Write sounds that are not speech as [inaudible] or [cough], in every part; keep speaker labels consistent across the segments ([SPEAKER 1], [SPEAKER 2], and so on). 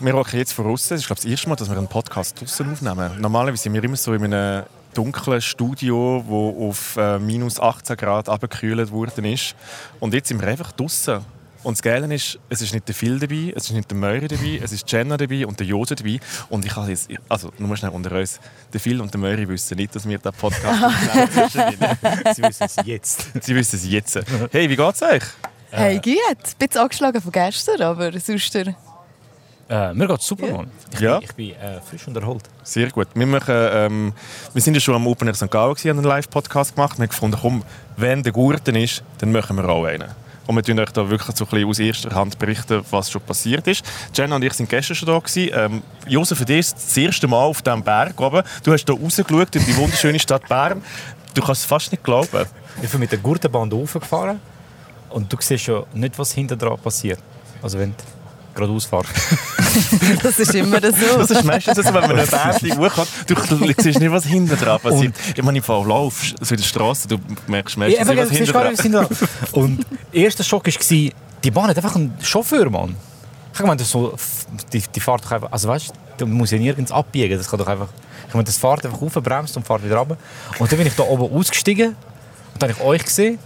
[SPEAKER 1] Wir rocken jetzt von außen. Das ist glaube ich, das erste Mal, dass wir einen Podcast draußen aufnehmen. Normalerweise sind wir immer so in einem dunklen Studio, wo auf äh, minus 18 Grad abgekühlt worden ist. Und jetzt sind wir einfach draußen. Und das Geile ist, es ist nicht der Phil dabei, es ist nicht der Möri dabei, es ist Jenna dabei und der Jose dabei. Und ich habe jetzt, also nur schnell unter uns, der Phil und der Möri wissen nicht, dass wir den Podcast aufnehmen. zwischen ihnen.
[SPEAKER 2] Sie wissen es jetzt.
[SPEAKER 1] Sie wissen es jetzt. Hey, wie geht's euch?
[SPEAKER 3] Hey, gut. Ein bisschen angeschlagen von gestern, aber sonst... der-
[SPEAKER 2] [laughs] Äh, mir geht's super, Mann. Ich
[SPEAKER 1] Ja.
[SPEAKER 2] bin, ich bin äh, frisch und erholt.
[SPEAKER 1] Sehr gut. Wir, machen, ähm, wir sind ja schon am Open Air St. Gallen, gewesen, haben einen Live-Podcast gemacht. Wir haben gefunden, komm, wenn der Gurten ist, dann machen wir auch einen. Und wir tun euch da wirklich so ein bisschen aus erster Hand berichten, was schon passiert ist. Jenna und ich sind gestern schon da. Gewesen. Ähm, Josef, für dich ist das erste Mal auf diesem Berg oben. Du hast hier rausgeschaut in die wunderschöne Stadt Bern. Du kannst es fast nicht glauben.
[SPEAKER 2] Ich bin mit der Gurtenbahn hochgefahren und du siehst ja nicht, was hinter dran passiert. Also wenn du geradeaus fährst.
[SPEAKER 3] Das ist immer so.
[SPEAKER 1] Das ist meistens so, wenn man eine Bärli hochkommt, du siehst nicht, was hinten dran passiert. Ich meine, im Fall laufst so in der Straße, du merkst meistens
[SPEAKER 2] eben,
[SPEAKER 1] nicht, was
[SPEAKER 2] du siehst
[SPEAKER 1] hinten
[SPEAKER 2] gar
[SPEAKER 1] dran
[SPEAKER 2] nicht, was hinter dran [laughs] Und der erste Schock war, die Bahn hat einfach einen Chauffeur, Mann. Ich meine, das ist so, die, die fährt doch einfach, also weißt du, man muss ja nirgends abbiegen. Das kann doch einfach, ich meine, das fährt einfach auf, bremst und fährt wieder runter. Und dann bin ich da oben ausgestiegen und dann habe ich euch gesehen.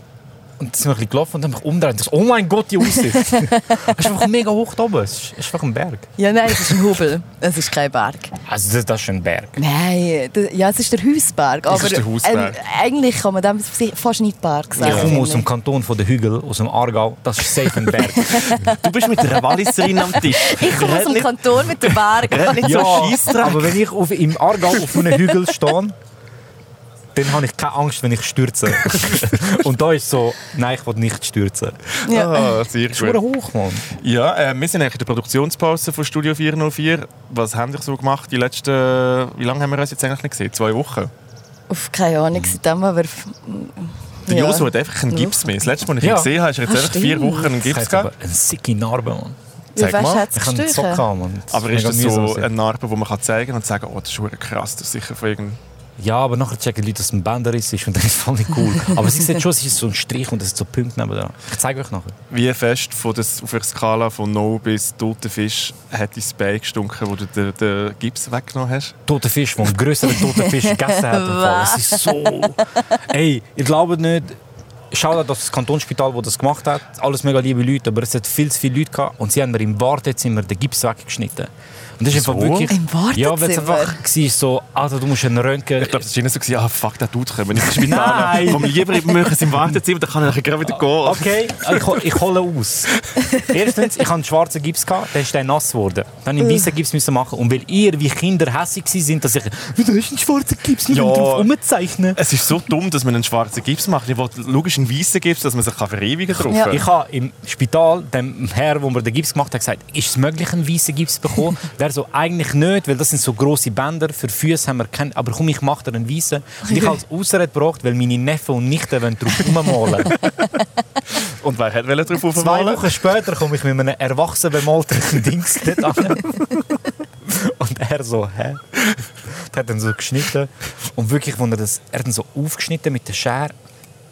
[SPEAKER 2] Und dann sind wir ein bisschen gelaufen und dann habe ich mich umgedreht. und dachte, Oh mein Gott, die Aussicht! es ist einfach mega hoch da oben. Es ist, es ist einfach ein Berg.
[SPEAKER 3] Ja, nein, es ist ein Hubel. Es ist kein Berg.
[SPEAKER 2] Also das, das ist ein Berg.
[SPEAKER 3] Nein, d- ja, es ist der Hausberg. Aber
[SPEAKER 1] ist der Hausberg.
[SPEAKER 3] ähm, eigentlich kann man dem fast nicht Berg sagen.
[SPEAKER 2] Ich komme aus dem
[SPEAKER 3] finde
[SPEAKER 2] Kanton von den Hügel, aus dem Aargau. Das ist safe ein Berg.
[SPEAKER 1] Du bist mit einer Walliserin am Tisch.
[SPEAKER 3] [laughs] ich. Ich komme aus dem Kanton mit dem
[SPEAKER 1] [laughs]
[SPEAKER 3] Berg.
[SPEAKER 1] nicht
[SPEAKER 2] aber wenn ich auf, im Aargau auf einem Hügel stehe, dann habe ich keine Angst, wenn
[SPEAKER 1] [laughs]
[SPEAKER 2] ich stürze. Und da ist so, nein, ich will nicht stürzen.
[SPEAKER 3] Ja.
[SPEAKER 1] Ah, sehr
[SPEAKER 2] Das ist
[SPEAKER 1] gut.
[SPEAKER 2] hoch, Mann.
[SPEAKER 1] Ja, äh, wir sind eigentlich in der Produktionspause von Studio 404. Was haben ich so gemacht die letzten... Wie lange haben wir uns jetzt eigentlich nicht gesehen? Zwei Wochen?
[SPEAKER 3] Auf keine Ahnung, seitdem aber...
[SPEAKER 1] Der
[SPEAKER 3] Ja.
[SPEAKER 1] Josu hat einfach einen Gips mehr. Das letzte Mal, als ich ihn
[SPEAKER 2] Ja.
[SPEAKER 1] gesehen habe, ist er jetzt
[SPEAKER 3] Ah,
[SPEAKER 1] einfach vier
[SPEAKER 3] stimmt.
[SPEAKER 1] Wochen einen
[SPEAKER 2] Ich
[SPEAKER 1] Gips
[SPEAKER 2] habe
[SPEAKER 1] gehabt.
[SPEAKER 2] aber eine sicke Narbe, Mann.
[SPEAKER 1] Zeig
[SPEAKER 3] Wie
[SPEAKER 1] mal.
[SPEAKER 3] weißt, hat's
[SPEAKER 2] Ich habe einen
[SPEAKER 3] gestochen?
[SPEAKER 2] Zock haben, Mann. Das
[SPEAKER 1] Aber ist
[SPEAKER 2] mega
[SPEAKER 1] das so
[SPEAKER 2] mühsam.
[SPEAKER 1] eine Narbe, die man kann zeigen und sagen oh, das ist verdammt krass, das ist sicher von irgendeinem...
[SPEAKER 2] Ja, aber nachher checken die Leute, dass es ein Bänderriss ist und dann ist es voll nicht
[SPEAKER 1] [laughs]
[SPEAKER 2] cool. Aber sie sehen schon, es ist so ein Strich und es sind so Punkte nebenan. Ich zeige euch nachher.
[SPEAKER 1] Wie fest von das, auf der Skala von «No» bis «Toter Fisch» hat dein Bein gestunken, wo du den, den Gips weggenommen hast?
[SPEAKER 2] toter Fisch, der einen größeren
[SPEAKER 3] [laughs]
[SPEAKER 2] toten Fisch gegessen hat. im Fall. Es ist so. Ey, ich glaube nicht. Schau da das Kantonsspital, das das gemacht hat. Alles mega liebe Leute, aber es hat viel zu viele Leute gehabt. Und sie haben mir im Wartezimmer den Gips weggeschnitten. Und das ist einfach
[SPEAKER 1] Wieso?
[SPEAKER 2] wirklich.
[SPEAKER 3] Im
[SPEAKER 2] Ja, weil es
[SPEAKER 3] Wartezimmer?
[SPEAKER 2] einfach war so, Alter, du musst einen Röntgen.
[SPEAKER 1] Ich glaube, es war nicht so, gewesen, ah, fuck, der Dude kommt nicht ins Spital.
[SPEAKER 2] Nein.
[SPEAKER 1] Komm, lieber machen sie im Wartezimmer, dann kann er nachher gerade wieder gehen. Also,
[SPEAKER 2] Okay, ich, hol- ich hole aus. Erstens, ich hatte einen schwarzen Gips, gehabt, dann ist der nass geworden. Dann musste ich einen weißen Gips müssen machen. Und weil ihr wie Kinder hässig sind, dass ich, wieso ist ein schwarzer Gips nicht
[SPEAKER 1] Ja.
[SPEAKER 2] drauf umzeichnen?
[SPEAKER 1] Es ist so dumm, dass man einen schwarzen Gips macht. Ich wollte logisch einen weißen Gips, dass man sich kann verewigen kann.
[SPEAKER 3] Ja.
[SPEAKER 2] Ich habe im Spital dem Herr, wo mir den Gips gemacht hat, gesagt, ist es möglich, einen weißen Gips zu bekommen? Der so, eigentlich nicht, weil das sind so grosse Bänder, für Füße haben wir keinen, aber komm, ich mache dir einen weißen. Und ich habe es Ausrede gebracht, weil meine Neffen und Nichten wollen drauf rummalen.
[SPEAKER 1] Und wer hat wollen drauf
[SPEAKER 2] Zwei
[SPEAKER 1] aufmalen?
[SPEAKER 2] Wochen später komme ich mit einem erwachsen bemalten Dings dort an. Und er so, hä? Der hat dann so geschnitten. Und wirklich, wo er das, er hat ihn so aufgeschnitten mit der Schere.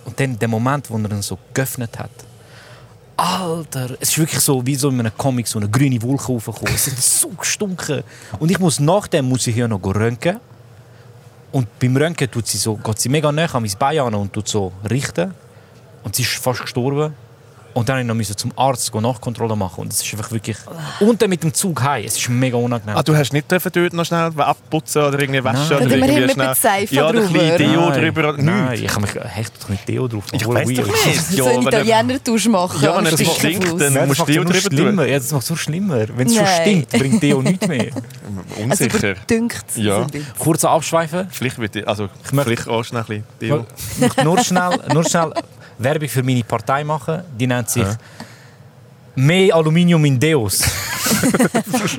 [SPEAKER 2] Und dann der Moment, wo er ihn so geöffnet hat. Alter, es ist wirklich so wie so in einem Comic so eine grüne Wolke hochgekommen. Es hat so gestunken. Und ich muss nachdem muss ich ja noch röntgen. Und beim Röntgen tut sie so, geht sie mega nah an mein Bein an und tut so richten. Und sie ist fast gestorben. Und dann musste ich noch zum Arzt gehen, Nachkontrolle machen. Und es ist einfach wirklich... Und dann mit dem Zug heim. Es ist mega unangenehm.
[SPEAKER 1] Ah, du hast nicht dürfen dort noch schnell abputzen oder irgendwie waschen
[SPEAKER 2] Nein.
[SPEAKER 1] oder
[SPEAKER 3] Dann
[SPEAKER 1] irgendwie
[SPEAKER 3] immerhin mit
[SPEAKER 1] schnell...
[SPEAKER 3] der Seife
[SPEAKER 1] ja, ein
[SPEAKER 3] drüber.
[SPEAKER 1] bisschen Deo
[SPEAKER 2] Nein.
[SPEAKER 1] drüber.
[SPEAKER 2] Nein,
[SPEAKER 1] Nichts.
[SPEAKER 2] ich habe mich... Hey, ich tu doch nicht Deo drauf.
[SPEAKER 1] Ich weiss doch nicht.
[SPEAKER 3] so ein
[SPEAKER 1] wenn er-
[SPEAKER 3] Italiener tust machen.
[SPEAKER 1] Ja, wenn er
[SPEAKER 3] anstatt
[SPEAKER 1] so stinkt,
[SPEAKER 3] Fuß.
[SPEAKER 1] dann-
[SPEAKER 2] Nein,
[SPEAKER 1] musst
[SPEAKER 2] das macht
[SPEAKER 1] Deo
[SPEAKER 2] es nur
[SPEAKER 1] drüber tun.
[SPEAKER 2] schlimmer. Ja, das macht es nur schlimmer. Wenn es schon
[SPEAKER 3] Nein.
[SPEAKER 2] stinkt, bringt Deo nichts mehr.
[SPEAKER 3] Also
[SPEAKER 1] Unsicher.
[SPEAKER 3] bedünkt
[SPEAKER 1] Ja.
[SPEAKER 3] so ein bisschen.
[SPEAKER 2] Kurz abschweifen.
[SPEAKER 1] Vielleicht, wird die, also,
[SPEAKER 2] Ich möchte-
[SPEAKER 1] vielleicht auch schnell ein bisschen Deo.
[SPEAKER 2] Ich möchte nur schnell, nur schnell Werbung für meine Partei machen. Die nennt sich Mehr Aluminium in [laughs] Deos.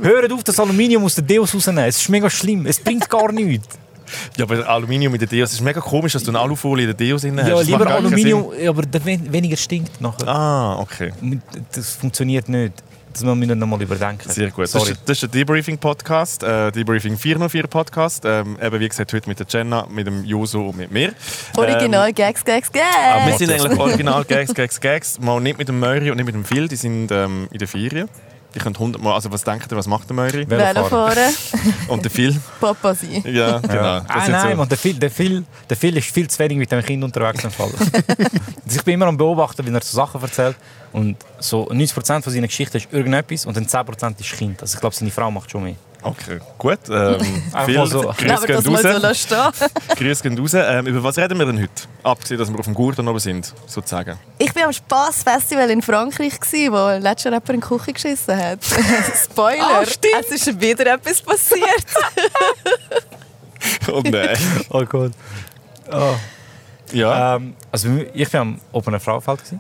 [SPEAKER 2] Hört auf, das Aluminium aus den Deos rausnehmen. Es ist mega schlimm. Es bringt gar nichts.
[SPEAKER 1] Ja, aber Aluminium in der Deo. Es ist mega komisch, dass du eine Alufolie in der Deo drin hast.
[SPEAKER 2] Ja,
[SPEAKER 1] Das macht
[SPEAKER 2] lieber
[SPEAKER 1] gar keinen
[SPEAKER 2] Aluminium, aber der wen- weniger stinkt nachher.
[SPEAKER 1] Sinn. Ah, okay.
[SPEAKER 2] Das funktioniert nicht. Das müssen wir nochmal überdenken.
[SPEAKER 1] Sehr gut. Das
[SPEAKER 2] Sorry.
[SPEAKER 1] ist, das ist der Debriefing-Podcast, äh, Debriefing 404-Podcast. Ähm, eben, wie gesagt, heute mit der Jenna, mit dem Joso und mit mir.
[SPEAKER 3] Original Gags, Gags,
[SPEAKER 1] Ähm, wir
[SPEAKER 3] Gags.
[SPEAKER 1] sind eigentlich original Gags, Gags, Gags. Mal nicht mit dem Möri und nicht mit dem Phil, die sind ähm, in der Ferien. Ich könnte hundertmal, also was denkt ihr, was macht der Möri?
[SPEAKER 2] Velofahren.
[SPEAKER 3] Velofahren,
[SPEAKER 1] Und der Phil?
[SPEAKER 3] Papa sein.
[SPEAKER 1] Ja, genau. Das
[SPEAKER 2] Ah,
[SPEAKER 1] sind
[SPEAKER 2] nein,
[SPEAKER 1] so-
[SPEAKER 2] man, der, Phil, der, Phil, der Phil ist viel zu wenig mit dem Kind unterwegs. Im Fall.
[SPEAKER 1] [laughs]
[SPEAKER 2] Also ich bin immer am Beobachten, wie er so Sachen erzählt. Und so 90% von seiner Geschichte ist irgendetwas und dann 10% ist Kind. Also ich glaube, seine Frau macht schon mehr.
[SPEAKER 1] Okay, gut. Ähm, Phil,
[SPEAKER 2] mal so.
[SPEAKER 1] Grüße
[SPEAKER 3] das
[SPEAKER 1] gehen
[SPEAKER 3] mal so
[SPEAKER 1] raus.
[SPEAKER 3] lassen stehen.
[SPEAKER 1] Grüße gehen raus. Ähm, über was reden wir denn heute? Abgesehen, dass wir auf dem Gurten oben sind, sozusagen.
[SPEAKER 3] [laughs]
[SPEAKER 1] [laughs]
[SPEAKER 3] Ich war am Spass-Festival in Frankreich, gewesen, wo letzter Rapper in die Küche geschissen hat. [laughs] Spoiler!
[SPEAKER 2] Ah, stimmt.
[SPEAKER 3] es ist wieder etwas passiert.
[SPEAKER 1] [laughs] Oh nein.
[SPEAKER 2] Oh Gott.
[SPEAKER 1] Ja,
[SPEAKER 2] Ähm, also ich war am Open Air Frauenfeld. gewesen.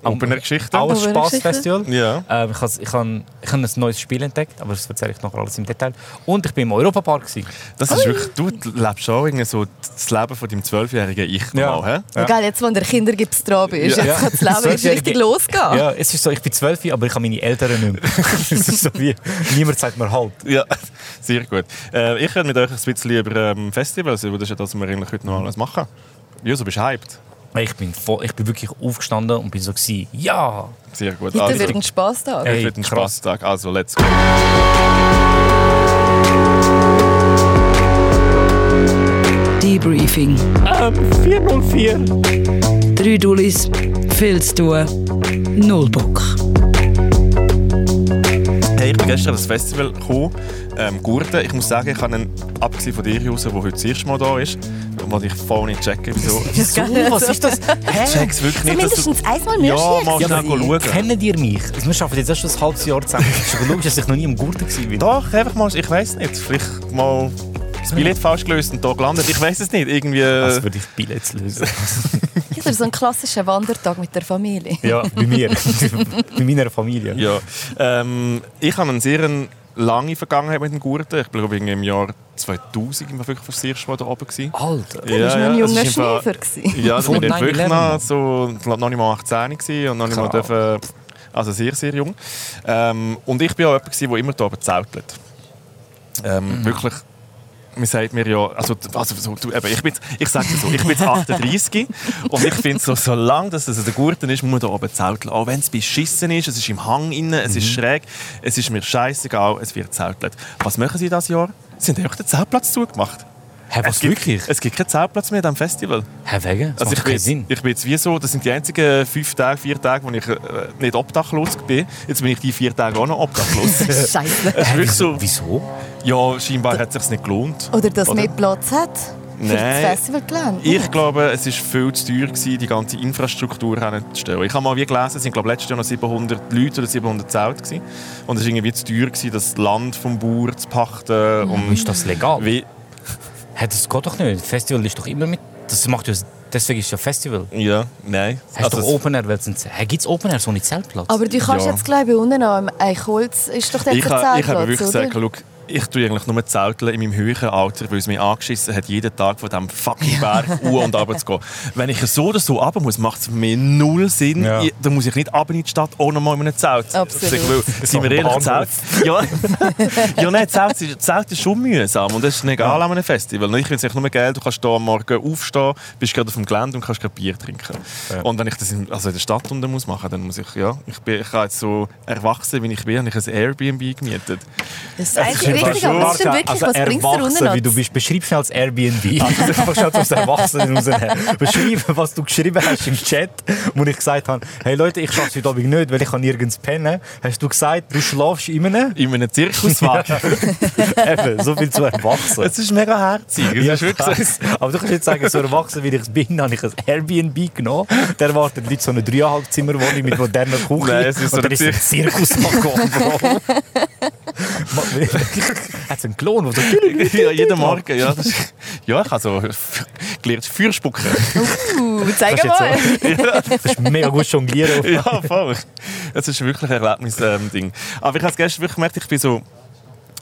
[SPEAKER 2] am-
[SPEAKER 1] Opener Geschichte.
[SPEAKER 2] Auch ein
[SPEAKER 3] Open Air
[SPEAKER 2] Spaßfestival.
[SPEAKER 1] Ja.
[SPEAKER 2] Ähm, ich habe ich hab, ich hab ein neues Spiel entdeckt, aber das erzähle ich noch alles im Detail. Und ich bin im Europapark. gewesen.
[SPEAKER 1] Das ist wirklich, du lebst auch irgendwie so das Leben von deinem zwölfjährigen Ich
[SPEAKER 2] Ja.
[SPEAKER 1] mal, hä?
[SPEAKER 2] Ja.
[SPEAKER 3] Egal, jetzt, wo der Kinder gibt's dran bist,
[SPEAKER 1] Ja.
[SPEAKER 3] Also, jetzt kann das Leben erst richtig
[SPEAKER 2] Ja.
[SPEAKER 3] losgehen.
[SPEAKER 2] Ja, es ist so, ich bin 12, aber ich habe meine Eltern nicht mehr. [laughs] es ist so wie, niemand sagt mir halt.
[SPEAKER 1] Ja, [laughs] sehr gut. Äh, ich könnte mit euch ein bisschen über ähm, Festivals, über das, ist ja das, was wir eigentlich heute noch alles machen. Wieso bist du hyped?
[SPEAKER 2] Ich bin, voll, ich bin wirklich aufgestanden und bin so gewesen, ja!
[SPEAKER 1] Sehr gut.
[SPEAKER 3] Heute
[SPEAKER 1] Also,
[SPEAKER 3] wird ein Spass da.
[SPEAKER 2] Ja.
[SPEAKER 1] heute
[SPEAKER 2] Ey,
[SPEAKER 1] wird ein
[SPEAKER 2] krass.
[SPEAKER 1] Spaßtag. Also, let's go.
[SPEAKER 4] Debriefing.
[SPEAKER 2] 404.
[SPEAKER 4] Drei Dullis, viel zu tun, null Bock.
[SPEAKER 1] Hey, ich bin gestern an das Festival gekommen, ähm, Gurten. Ich muss sagen, ich habe einen, abgesehen von dir, Jose, der heute das erste Mal da ist, und was ich voll nicht checke, wieso.
[SPEAKER 2] Wieso? Was ist
[SPEAKER 3] [laughs]
[SPEAKER 2] das?
[SPEAKER 1] Ich
[SPEAKER 2] Hä?
[SPEAKER 1] check's wirklich
[SPEAKER 3] So
[SPEAKER 1] nicht. dass du-
[SPEAKER 3] Also mindestens einmal mehr
[SPEAKER 1] Ja, mal
[SPEAKER 2] Ja,
[SPEAKER 1] schnell
[SPEAKER 2] aber
[SPEAKER 1] schauen.
[SPEAKER 2] kennen ihr mich? Also, Wir arbeiten jetzt erst schon ein halbes Jahr zusammen. Es ist schon logisch, dass ich noch nie im Gurten war.
[SPEAKER 1] Doch, einfach mal, ich weiß nicht, vielleicht mal das Billett falsch gelöst und hier gelandet. Ich weiß es nicht, irgendwie.
[SPEAKER 2] Das würde ich
[SPEAKER 1] [laughs]
[SPEAKER 2] Billets lösen.
[SPEAKER 3] Oder so ein klassischer Wandertag mit der Familie.
[SPEAKER 2] Ja, bei mir. bei meiner Familie.
[SPEAKER 1] Ja. Ähm, ich habe eine sehr lange Vergangenheit mit dem Gurten. Ich glaube, irgendwie im Jahr 2000 war ich wirklich das erste Mal da oben. Gewesen.
[SPEAKER 2] Alter.
[SPEAKER 1] Ja,
[SPEAKER 3] das war Ah, noch ein
[SPEAKER 1] ja,
[SPEAKER 3] junger
[SPEAKER 1] es ist im Fall-
[SPEAKER 3] Schniefer. gewesen.
[SPEAKER 1] Ja, also das
[SPEAKER 2] Vor
[SPEAKER 1] war dort wirklich
[SPEAKER 2] 9/11
[SPEAKER 1] noch, so, ich glaub, noch nicht mal 18 gewesen und noch nicht mal
[SPEAKER 2] Krass.
[SPEAKER 1] dürfen, also sehr, sehr jung. Ähm, und ich bin auch jemand, gewesen, der immer hier oben zeltelt.
[SPEAKER 2] Mhm.
[SPEAKER 1] Ähm, Wirklich, man sagt mir ja, also, also so, du, eben, ich, bin jetzt, ich sage so, ich bin jetzt
[SPEAKER 2] [laughs]
[SPEAKER 1] 38 und ich finde so, solange dass es ein Gurten ist, muss man hier oben zelteln. Auch wenn es beschissen ist, es ist im Hang innen, es ist
[SPEAKER 2] Mhm.
[SPEAKER 1] schräg, es ist mir scheißegal, es wird zeltelt. Was machen sie dieses Jahr? Sie haben einfach den Zeltplatz zugemacht.
[SPEAKER 2] Hä, was
[SPEAKER 1] es gibt,
[SPEAKER 2] wirklich?
[SPEAKER 1] Es gibt keinen Zeltplatz mehr am Festival.
[SPEAKER 2] Hä, wegen? Das
[SPEAKER 1] Also ich bin,
[SPEAKER 2] macht keinen
[SPEAKER 1] jetzt,
[SPEAKER 2] Sinn.
[SPEAKER 1] ich bin jetzt wie so, das sind die einzigen fünf Tage, vier Tage, wo ich äh, nicht obdachlos bin. Jetzt bin ich die vier Tage auch noch
[SPEAKER 2] [laughs]
[SPEAKER 1] obdachlos.
[SPEAKER 3] Scheiße.
[SPEAKER 1] Es ist
[SPEAKER 2] Hä,
[SPEAKER 1] wirklich
[SPEAKER 2] Äh, wieso?
[SPEAKER 1] so,
[SPEAKER 2] wieso?
[SPEAKER 1] ja, scheinbar hat es sich nicht gelohnt.
[SPEAKER 3] Oder dass nicht Platz hat für
[SPEAKER 1] Nein.
[SPEAKER 3] das Festivalgelände.
[SPEAKER 1] Ich glaube, es war viel zu teuer, gewesen, die ganze Infrastruktur herzustellen. Ich habe mal wie gelesen, es sind glaube ich, letztes Jahr noch 700 Leute oder 700 Zelte. gewesen. Und es war irgendwie zu teuer, gewesen, das Land vom Bauer zu pachten. Und
[SPEAKER 2] Ist das legal?
[SPEAKER 1] Wie,
[SPEAKER 2] Hä, das geht doch nicht. Festival ist doch immer mit. Das macht ja. Deswegen ist es ja Festival.
[SPEAKER 1] ja, nein.
[SPEAKER 2] Hast
[SPEAKER 1] Also
[SPEAKER 2] doch
[SPEAKER 1] es-
[SPEAKER 2] Open Air Welten. Hä, gibt's Open Air so einen Zeltplatz?
[SPEAKER 3] Aber du kannst
[SPEAKER 1] Ja.
[SPEAKER 3] jetzt gleich bei unten am Eichholz, ist doch der
[SPEAKER 1] ich, ha- ich habe wirklich
[SPEAKER 3] Zeltplatz, oder?
[SPEAKER 1] gesagt, schau, ich tue eigentlich nur zelteln in meinem höheren Alter, weil es mich angeschissen hat, jeden Tag von diesem fucking Berg u und runter zu gehen. Wenn ich so oder so runter muss, macht es mir null Sinn.
[SPEAKER 2] Ja.
[SPEAKER 1] Ich, dann muss ich nicht runter in die Stadt, ohne mal in einem Zelt.
[SPEAKER 3] Absolut.
[SPEAKER 1] Ich- Weil,
[SPEAKER 2] ist
[SPEAKER 1] sind wir
[SPEAKER 2] am
[SPEAKER 1] ehrlich, Zelt,
[SPEAKER 2] Bahnhof.
[SPEAKER 1] ja, ja, [laughs] nein, Zelt, ist, Zelt ist schon mühsam und das ist nicht egal an einem Festival. Ich finde es eigentlich nur geil, du kannst hier am Morgen aufstehen, bist gerade auf dem Gelände und kannst gerade Bier trinken.
[SPEAKER 2] Ja.
[SPEAKER 1] Und wenn ich das in, also in der Stadt unten muss machen, dann muss ich, ja, ich bin ich kann jetzt so erwachsen, wie ich bin, habe ich ein Airbnb gemietet.
[SPEAKER 3] Das
[SPEAKER 1] Es
[SPEAKER 3] ist
[SPEAKER 1] ist einfach
[SPEAKER 3] eigentlich richtig, aber das stimmt wirklich,
[SPEAKER 2] also
[SPEAKER 3] was bringst du
[SPEAKER 2] erwachsen,
[SPEAKER 3] unten
[SPEAKER 2] wie du
[SPEAKER 3] an?
[SPEAKER 2] bist. Beschreib schnell das [laughs] Airbnb. Also, ich muss aus Erwachsenen rausnehmen. Beschreib, was du geschrieben hast im Chat, wo ich gesagt habe, hey Leute, ich schaffe es heute Abend nicht, weil ich kann nirgends pennen. Hast du gesagt, du schlafst immer einem?
[SPEAKER 1] in einem Zirkuswagen.
[SPEAKER 2] Eben, so viel zu erwachsen.
[SPEAKER 1] Es ist mega herzig. Es
[SPEAKER 2] Ja,
[SPEAKER 1] ist wirklich so-
[SPEAKER 2] krass. Aber du kannst jetzt sagen, so erwachsen wie ich bin, habe ich ein Airbnb genommen. Da erwarten die Leute so eine 3,5 Zimmerwohnung mit moderner Küche.
[SPEAKER 1] Nein, es ist so
[SPEAKER 2] Und dann
[SPEAKER 1] ein
[SPEAKER 2] ist ein Zirkus
[SPEAKER 1] [laughs]
[SPEAKER 2] angekommen, Bro. [laughs] Hat es einen Klon, der so...
[SPEAKER 1] ja, jeden Morgen. Ja, das ist, ja ich habe so f- gelernt, Feuer spucken.
[SPEAKER 3] Uh, zeig
[SPEAKER 2] Kannst jetzt
[SPEAKER 3] mal.
[SPEAKER 2] Das ist mega gut
[SPEAKER 1] [laughs]
[SPEAKER 2] jonglieren.
[SPEAKER 1] ja, voll. Es ist wirklich ein Erlebnis-Ding. Aber ich habe es gestern wirklich gemerkt, ich bin so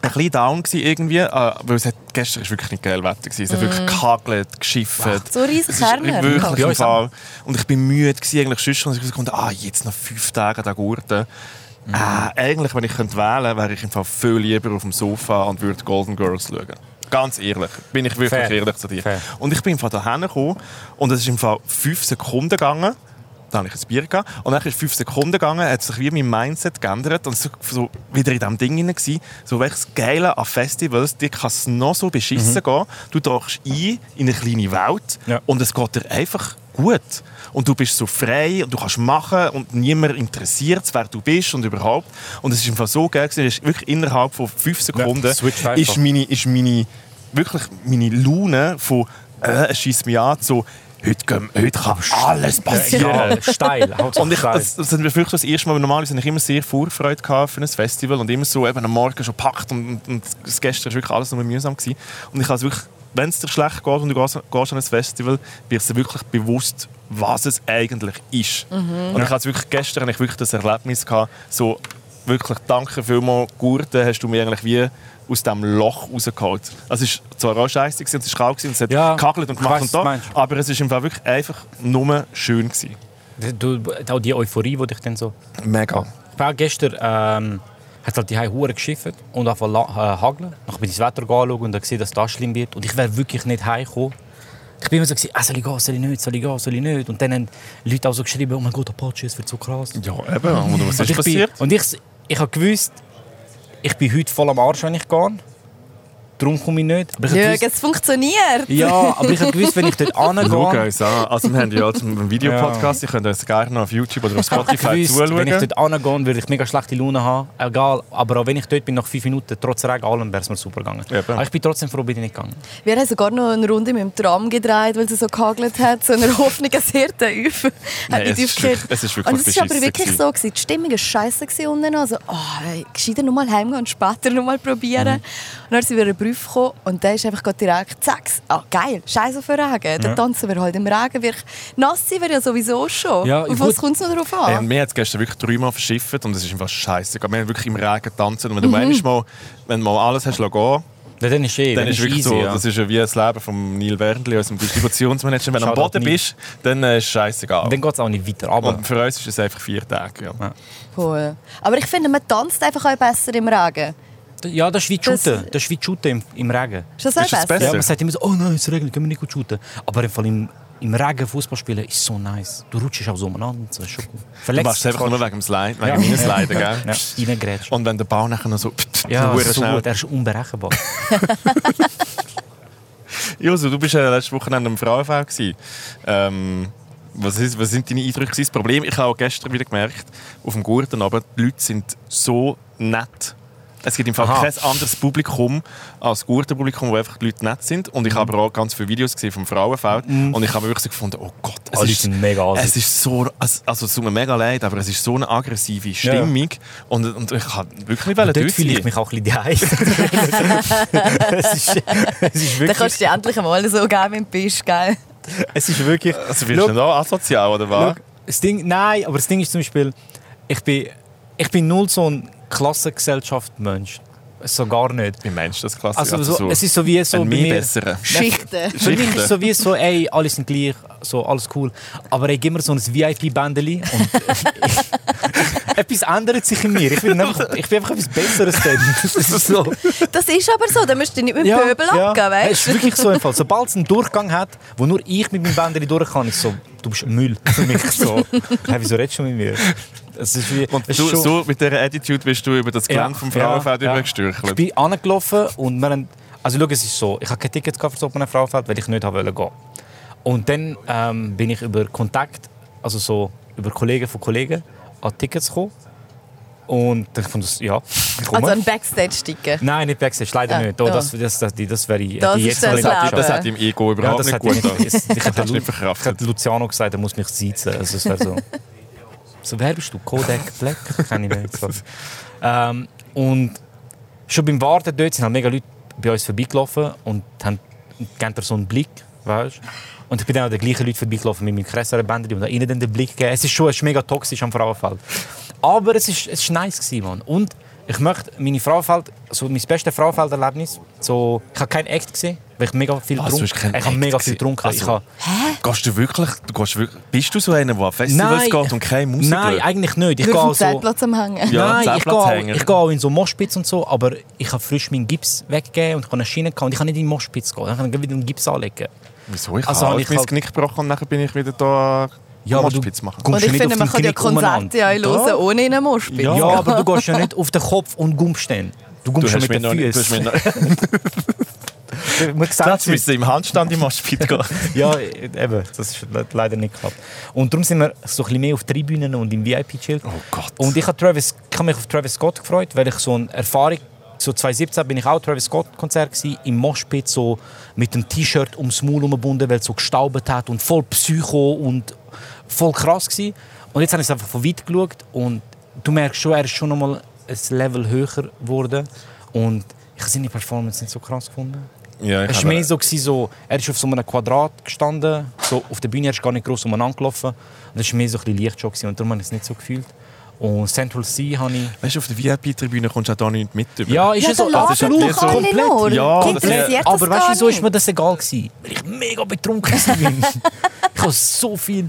[SPEAKER 1] ein bisschen down gewesen irgendwie, äh, weil es hat, gestern ist wirklich nicht geil Wetter gewesen. Es hat
[SPEAKER 2] Mm.
[SPEAKER 1] wirklich gehagelt, geschifft.
[SPEAKER 3] So riesen
[SPEAKER 1] Es ist
[SPEAKER 3] Kerner.
[SPEAKER 1] Wirklich
[SPEAKER 2] Ja,
[SPEAKER 1] im
[SPEAKER 2] ich sag-
[SPEAKER 1] Fall. Und ich bin müde gewesen, eigentlich sonst schon. Und ich dachte, ah, jetzt noch fünf Tage an den Gurten.
[SPEAKER 2] Mhm.
[SPEAKER 1] Äh, eigentlich, wenn ich könnte wählen, wäre ich im Fall viel lieber auf dem Sofa und würde Golden Girls schauen. Ganz ehrlich, bin ich wirklich
[SPEAKER 2] Fair.
[SPEAKER 1] ehrlich zu dir.
[SPEAKER 2] Fair.
[SPEAKER 1] Und ich bin im Fall da gekommen und es ist im Fall fünf Sekunden gegangen. Da Dann habe ich ein Bier gehabt. Und dann ist fünf Sekunden gegangen, hat sich wie mein Mindset geändert und so, so wieder in diesem Ding hinein gewesen. So welches Geile an Festivals, dir kann es noch so beschissen gehen. Du tauchst ein in eine kleine Welt
[SPEAKER 2] Mhm. Ja.
[SPEAKER 1] und es geht dir einfach gut. Und du bist so frei und du kannst machen und niemand interessiert wer du bist und überhaupt. Und es ist einfach so geil gewesen, es ist wirklich innerhalb von fünf Sekunden
[SPEAKER 2] switcht einfach.
[SPEAKER 1] ist meine, ist meine, wirklich meine Laune von äh, es schießt mich an zu heute, gehen, heute kann alles passieren.
[SPEAKER 2] Ja, steil. halt
[SPEAKER 1] Und ich,
[SPEAKER 2] steil.
[SPEAKER 1] das, das sind wir vielleicht das erste Mal, normalerweise habe ich immer sehr Vorfreude gehabt für ein Festival und immer so eben am Morgen schon gepackt und, und, und das gestern war wirklich alles nur mühsam. Gewesen. Und ich habe es wirklich, wenn es dir schlecht geht und du gehst, gehst an ein Festival, wirst du dir wirklich bewusst, was es eigentlich ist. Und ich habe es wirklich, gestern habe ich wirklich das Erlebnis gehabt, so wirklich danke vielmals, Gurten, hast du mir eigentlich wie aus diesem Loch rausgeholt. Also es war zwar auch scheisse, gewesen, es war kalt, gewesen, es hat
[SPEAKER 2] Ja,
[SPEAKER 1] gekachelt und
[SPEAKER 2] ich
[SPEAKER 1] gemacht
[SPEAKER 2] weiss,
[SPEAKER 1] und
[SPEAKER 2] was du
[SPEAKER 1] da,
[SPEAKER 2] meinst.
[SPEAKER 1] aber es war im Fall wirklich einfach nur schön. Gewesen.
[SPEAKER 2] Du, auch die Euphorie, die dich dann so...
[SPEAKER 1] Mega.
[SPEAKER 2] Ich war gestern ähm, hat halt die Hure geschifft und auf äh, hageln. Dann bin ich das Wetter angeschaut und dann gesehen, dass das schlimm wird. Und ich wäre wirklich nicht heimgekommen. Ich bin immer so, gewesen, ah, soll ich gehen, soll ich nicht, soll ich gehen, soll ich nicht. Und dann haben Leute auch so geschrieben, oh mein Gott, Apache, es wird so krass.
[SPEAKER 1] Ja, eben. Und was ist
[SPEAKER 2] und ich, bin,
[SPEAKER 1] passiert?
[SPEAKER 2] und ich, ich habe gewusst, ich bin heute voll am Arsch, wenn ich gehe. Darum komme ich nicht. Aber ich hab
[SPEAKER 3] Jürgen,
[SPEAKER 2] gewusst,
[SPEAKER 3] es funktioniert.
[SPEAKER 2] ja, aber ich habe gewusst, wenn ich dort
[SPEAKER 1] [laughs] Schaut
[SPEAKER 2] angehe,
[SPEAKER 1] uns an. Also wir haben ja jetzt einen Videopodcast, ihr könnt uns gerne noch auf YouTube oder auf
[SPEAKER 2] Ich
[SPEAKER 1] Spotify
[SPEAKER 2] gewusst,
[SPEAKER 1] zuschauen.
[SPEAKER 2] wenn ich dort angehe, würde ich mega schlechte Laune haben. Egal, aber auch wenn ich dort bin, nach fünf Minuten, trotz Regen allem, wäre es mir super gegangen.
[SPEAKER 1] Eben.
[SPEAKER 2] Aber ich bin trotzdem froh, bin ich nicht gegangen.
[SPEAKER 3] Wir haben sogar noch eine Runde mit dem Tram gedreht, weil sie so gehagelt hat, so eine Hoffnung als Hirte auf. Hat
[SPEAKER 1] Nein,
[SPEAKER 3] nicht
[SPEAKER 1] es ist
[SPEAKER 3] aufgehört.
[SPEAKER 1] wirklich- es ist wirklich
[SPEAKER 3] Und es war aber
[SPEAKER 1] beschissen
[SPEAKER 3] wirklich
[SPEAKER 1] gewesen.
[SPEAKER 3] so. Gewesen. Die Stimmung war scheiße gewesen unten. noch. Also, oh, ey, gescheiter noch mal heimgehen und später noch mal
[SPEAKER 1] Mhm.
[SPEAKER 3] probieren. Und dann sind wir in den Beruf gekommen und dann ist einfach gerade direkt zack. Ah, geil, scheiße auf den Regen. Dann tanzen wir halt im Regen. Wir, nass sind wir ja sowieso schon.
[SPEAKER 2] Ja,
[SPEAKER 3] auf
[SPEAKER 2] gut.
[SPEAKER 3] was kommt es noch drauf an?
[SPEAKER 1] Ey, und wir haben es gestern wirklich dreimal verschifft und es ist einfach scheiße. Wir haben wirklich im Regen getanzt und wenn du mhm. mal, wenn du mal alles hast lassen gehen,
[SPEAKER 2] Ja, dann ist eh,
[SPEAKER 1] dann ist wirklich
[SPEAKER 2] easy,
[SPEAKER 1] so,
[SPEAKER 2] ja.
[SPEAKER 1] das ist ja wie das Leben von Neil Werndli, unserem Distributionsmanager. Wenn du am
[SPEAKER 2] Shoutout
[SPEAKER 1] Boden
[SPEAKER 2] Neil.
[SPEAKER 1] bist, dann äh, ist es scheißegal.
[SPEAKER 2] Dann geht es auch nicht weiter. Aber
[SPEAKER 1] Und für uns ist es einfach vier Tage. Ja.
[SPEAKER 3] Voll. Aber ich finde, man tanzt einfach auch besser im Regen.
[SPEAKER 2] ja, das ist wie
[SPEAKER 3] Das-
[SPEAKER 2] Shooten. Das, ist wie Shooten im, im Regen.
[SPEAKER 3] Ist das auch
[SPEAKER 1] Ist das
[SPEAKER 3] besser?
[SPEAKER 1] besser?
[SPEAKER 2] Ja, man sagt immer so, oh nein, es regnet, können wir nicht gut shooten. Aber im, Fall im, im Regen Fußball spielen ist so nice. Du rutschst auch so umeinander, das ist schon cool.
[SPEAKER 1] Du
[SPEAKER 2] Verletzt
[SPEAKER 1] machst es einfach nur wegen dem Slide, wegen
[SPEAKER 2] Ja.
[SPEAKER 1] meines Leiden,
[SPEAKER 2] Ja,
[SPEAKER 1] gell?
[SPEAKER 2] reingrätscht.
[SPEAKER 1] Und wenn der Bau nachher noch so...
[SPEAKER 2] Ja,
[SPEAKER 1] [laughs] verdammt
[SPEAKER 2] so
[SPEAKER 1] schnell-
[SPEAKER 2] gut, er ist unberechenbar.
[SPEAKER 1] Josu, du bist ja letzte Woche an einem Frauenfeld. gewesen. Ähm, was, ist, was sind deine Eindrücke? gewesen? Das Problem, ich habe auch gestern wieder gemerkt, auf dem Gurten, aber die Leute sind so nett. Es gibt im Fall
[SPEAKER 2] Aha.
[SPEAKER 1] kein anderes Publikum als das Gurtenpublikum, wo einfach die Leute nett sind. Und ich
[SPEAKER 2] Mhm.
[SPEAKER 1] habe aber auch ganz viele Videos gesehen vom Frauenfeld. Und ich habe mir wirklich so gefunden, oh Gott, es
[SPEAKER 2] Alle
[SPEAKER 1] ist,
[SPEAKER 2] Mhm. sind mega assi.
[SPEAKER 1] es ist so, also, also es tut mir mega leid, aber es ist so eine aggressive Stimmung. Und, und ich kann wirklich nicht
[SPEAKER 2] Dort
[SPEAKER 1] dort
[SPEAKER 2] fühle ich
[SPEAKER 1] sein.
[SPEAKER 2] mich auch ein bisschen die [laughs] es, ist, es ist
[SPEAKER 3] Dann
[SPEAKER 2] wirklich...
[SPEAKER 3] kannst du dir endlich mal so geben, wie du bist, gell?
[SPEAKER 2] Es ist wirklich...
[SPEAKER 1] Also wirst du
[SPEAKER 2] Schau,
[SPEAKER 1] nicht auch asozial, oder was?
[SPEAKER 2] Schau, das Ding, nein, aber das Ding ist zum Beispiel, ich bin, ich bin null so ein Klassengesellschaft-Mensch. So gar nicht.
[SPEAKER 1] Wie meinst du das klassisch?
[SPEAKER 2] Also, so, es ist so wie so
[SPEAKER 1] ein
[SPEAKER 2] bei
[SPEAKER 1] mehr
[SPEAKER 2] mir.
[SPEAKER 1] besserer.
[SPEAKER 3] Schichten.
[SPEAKER 2] Für mich
[SPEAKER 1] Schichten.
[SPEAKER 2] ist so wie so, ey, alle sind gleich, so, alles cool. Aber ich gebe mir so ein VIP-Bändeli
[SPEAKER 3] [laughs]
[SPEAKER 2] und etwas ändert sich in mir. Ich bin einfach, ich bin einfach etwas Besseres dann.
[SPEAKER 1] [laughs]
[SPEAKER 2] Das ist so.
[SPEAKER 3] Das ist aber so, dann musst du dich nicht mit dem Pöbel abgeben,
[SPEAKER 2] Hey,
[SPEAKER 3] weißt
[SPEAKER 2] Es ist wirklich so ein Fall. Sobald es einen Durchgang hat, wo nur ich mit meinem Bändeli durch kann, ist so, du bist Müll für
[SPEAKER 3] [laughs]
[SPEAKER 2] mich. So. hey, wieso redest du mit mir? Es ist wie,
[SPEAKER 1] Und
[SPEAKER 2] es
[SPEAKER 1] du,
[SPEAKER 2] ist schon-
[SPEAKER 1] so mit dieser Attitude bist du über das Gelände vom Frauenfeld ja,
[SPEAKER 2] Ich
[SPEAKER 1] übergestürchelt.
[SPEAKER 2] bin angelaufen und wir haben, also schau, es ist so, ich habe kein Ticket gehabt für das offene Frauenfeld, weil ich nicht habe wollen gehen. Und dann ähm, bin ich über Kontakt, also so über Kollegen von Kollegen, an Tickets gekommen. Und ich fand das, ja, ich
[SPEAKER 3] du?
[SPEAKER 2] komme.
[SPEAKER 3] Also ein Backstage-Ticken.
[SPEAKER 2] Nein, nicht Backstage, leider
[SPEAKER 3] Ah,
[SPEAKER 2] nicht. Oh,
[SPEAKER 3] ja.
[SPEAKER 2] das, das, das, das wäre ich,
[SPEAKER 3] Das
[SPEAKER 2] hätte ich jetzt
[SPEAKER 3] ist
[SPEAKER 2] noch
[SPEAKER 3] das
[SPEAKER 2] nicht
[SPEAKER 3] Leben.
[SPEAKER 2] abgeschafft.
[SPEAKER 1] Das hat im Ego
[SPEAKER 2] Ja,
[SPEAKER 1] überhaupt
[SPEAKER 2] [laughs] das
[SPEAKER 1] nicht
[SPEAKER 2] hat
[SPEAKER 1] gut
[SPEAKER 2] ich
[SPEAKER 1] getan.
[SPEAKER 2] nicht, ich, ich
[SPEAKER 1] Das hast
[SPEAKER 2] hätte
[SPEAKER 1] du nicht
[SPEAKER 2] Lu- ich
[SPEAKER 1] verkraftet.
[SPEAKER 2] hätte Luciano gesagt, er muss mich sitzen. Also es
[SPEAKER 1] [laughs]
[SPEAKER 2] wäre so. so, wer bist du? Kodak Black? Kenne ich nicht. So. Ähm, und schon beim Warten dort sind halt mega Leute bei uns vorbeigelaufen und haben, geben dir so einen Blick, weißt Und ich bin dann an den gleichen Leuten vorbeigelaufen mit meinem krasseren Bänder und habe ihnen dann den Blick gegeben. Es ist schon es ist mega toxisch am Frauenfeld. Aber es ist, es ist nice gewesen, Mann. Und ich möchte meine Frauenfeld, so mein bestes Frauenfelderlebnis, so, ich habe keinen Act gesehen, weil ich mega viel
[SPEAKER 1] Was, Also, du hast
[SPEAKER 2] getrunken
[SPEAKER 1] keinen
[SPEAKER 2] habe. Ich habe
[SPEAKER 1] Act
[SPEAKER 2] mega
[SPEAKER 1] gesehen?
[SPEAKER 2] viel getrunken.
[SPEAKER 1] Also,
[SPEAKER 2] ich habe,
[SPEAKER 1] Gehst du wirklich, du gehst wirklich, bist du so einer, der an Festivals
[SPEAKER 2] Nein.
[SPEAKER 1] geht und keine Musik
[SPEAKER 2] nein,
[SPEAKER 1] hört?
[SPEAKER 2] eigentlich nicht. Ich
[SPEAKER 3] Ich
[SPEAKER 2] gehe
[SPEAKER 3] auf dem
[SPEAKER 2] auch so,
[SPEAKER 3] Zeitplatz am
[SPEAKER 1] Ja,
[SPEAKER 2] Nein,
[SPEAKER 3] Hängen.
[SPEAKER 2] ich gehe, auch-
[SPEAKER 1] Zeitplatzhänger.
[SPEAKER 2] ich gehe auch in so Moschpitz und so, aber ich habe frisch meinen Gips weggegeben und ich habe eine Schiene gehabt und ich kann nicht in den Moschpitz gehen. Dann kann ich wieder einen Gips anlegen.
[SPEAKER 1] Wieso? Ich
[SPEAKER 2] Also
[SPEAKER 1] habe
[SPEAKER 2] habe
[SPEAKER 1] auch
[SPEAKER 2] ich
[SPEAKER 1] mein
[SPEAKER 2] halt-
[SPEAKER 1] Knick gebrochen und nachher bin ich wieder da ja,
[SPEAKER 2] aber du
[SPEAKER 1] Moshpits machen.
[SPEAKER 2] kommst
[SPEAKER 3] Und
[SPEAKER 2] ja
[SPEAKER 3] ich
[SPEAKER 2] nicht
[SPEAKER 3] finde,
[SPEAKER 2] auf
[SPEAKER 3] man
[SPEAKER 2] den
[SPEAKER 3] kann ja
[SPEAKER 2] Knick umeinander.
[SPEAKER 3] Konzerte ja hören, ohne in einem Moschpitz.
[SPEAKER 2] Ja, aber du gehst ja nicht auf den Kopf und gumpst dann. Du
[SPEAKER 1] Du
[SPEAKER 2] gumpst ja
[SPEAKER 1] hast
[SPEAKER 2] mit
[SPEAKER 1] mich
[SPEAKER 2] den
[SPEAKER 1] noch nicht... Du hast mich
[SPEAKER 2] Füßen. [laughs]
[SPEAKER 1] noch...
[SPEAKER 2] Man sieht's
[SPEAKER 1] Das
[SPEAKER 2] nicht.
[SPEAKER 1] müsste im Handstand im Moshpit gehen.
[SPEAKER 2] [laughs] Ja, eben, das ist hat leider nicht geklappt. Und darum sind wir so ein bisschen mehr auf Tribünen und im VIP chill.
[SPEAKER 1] Oh Gott.
[SPEAKER 2] Und ich habe Travis, ich hab mich auf Travis Scott gefreut, weil ich so eine Erfahrung, so 2017 bin ich auch Travis Scott Konzert gsi im Moshpit so mit einem T-Shirt ums Maul umgebunden, weil es so gestaubt hat und voll Psycho und voll krass gsi. Und jetzt habe ich es einfach von weit geschaut und du merkst schon, er ist schon nochmal ein Level höher geworden und ich habe seine Performance nicht so krass gefunden.
[SPEAKER 1] [laughs] Ja, ich
[SPEAKER 2] Es war
[SPEAKER 1] habe-
[SPEAKER 2] mehr so, gewesen, so, er ist auf so einem Quadrat gestanden, so auf der Bühne, er ist gar nicht gross umeinander gelaufen. Und es war mehr so ein bisschen Lichtshow gewesen, und darum habe ich es nicht so gefühlt. Und Central Sea habe ich...
[SPEAKER 1] Weißt du, auf der VIP-Tribüne kommst du auch da nicht mit. über.
[SPEAKER 2] Ja, ist
[SPEAKER 3] Ja,
[SPEAKER 2] es so,
[SPEAKER 3] dann lass
[SPEAKER 1] doch
[SPEAKER 2] absolut,
[SPEAKER 1] alle
[SPEAKER 2] komplett. Ah,
[SPEAKER 3] nur.
[SPEAKER 1] Ja,
[SPEAKER 3] Die
[SPEAKER 1] das-
[SPEAKER 3] interessiert das
[SPEAKER 2] Aber weißt du,
[SPEAKER 3] gar
[SPEAKER 2] wieso ist
[SPEAKER 3] nicht.
[SPEAKER 2] mir das egal gewesen? Weil ich mega betrunken
[SPEAKER 3] [laughs]
[SPEAKER 2] war. ich habe so viel...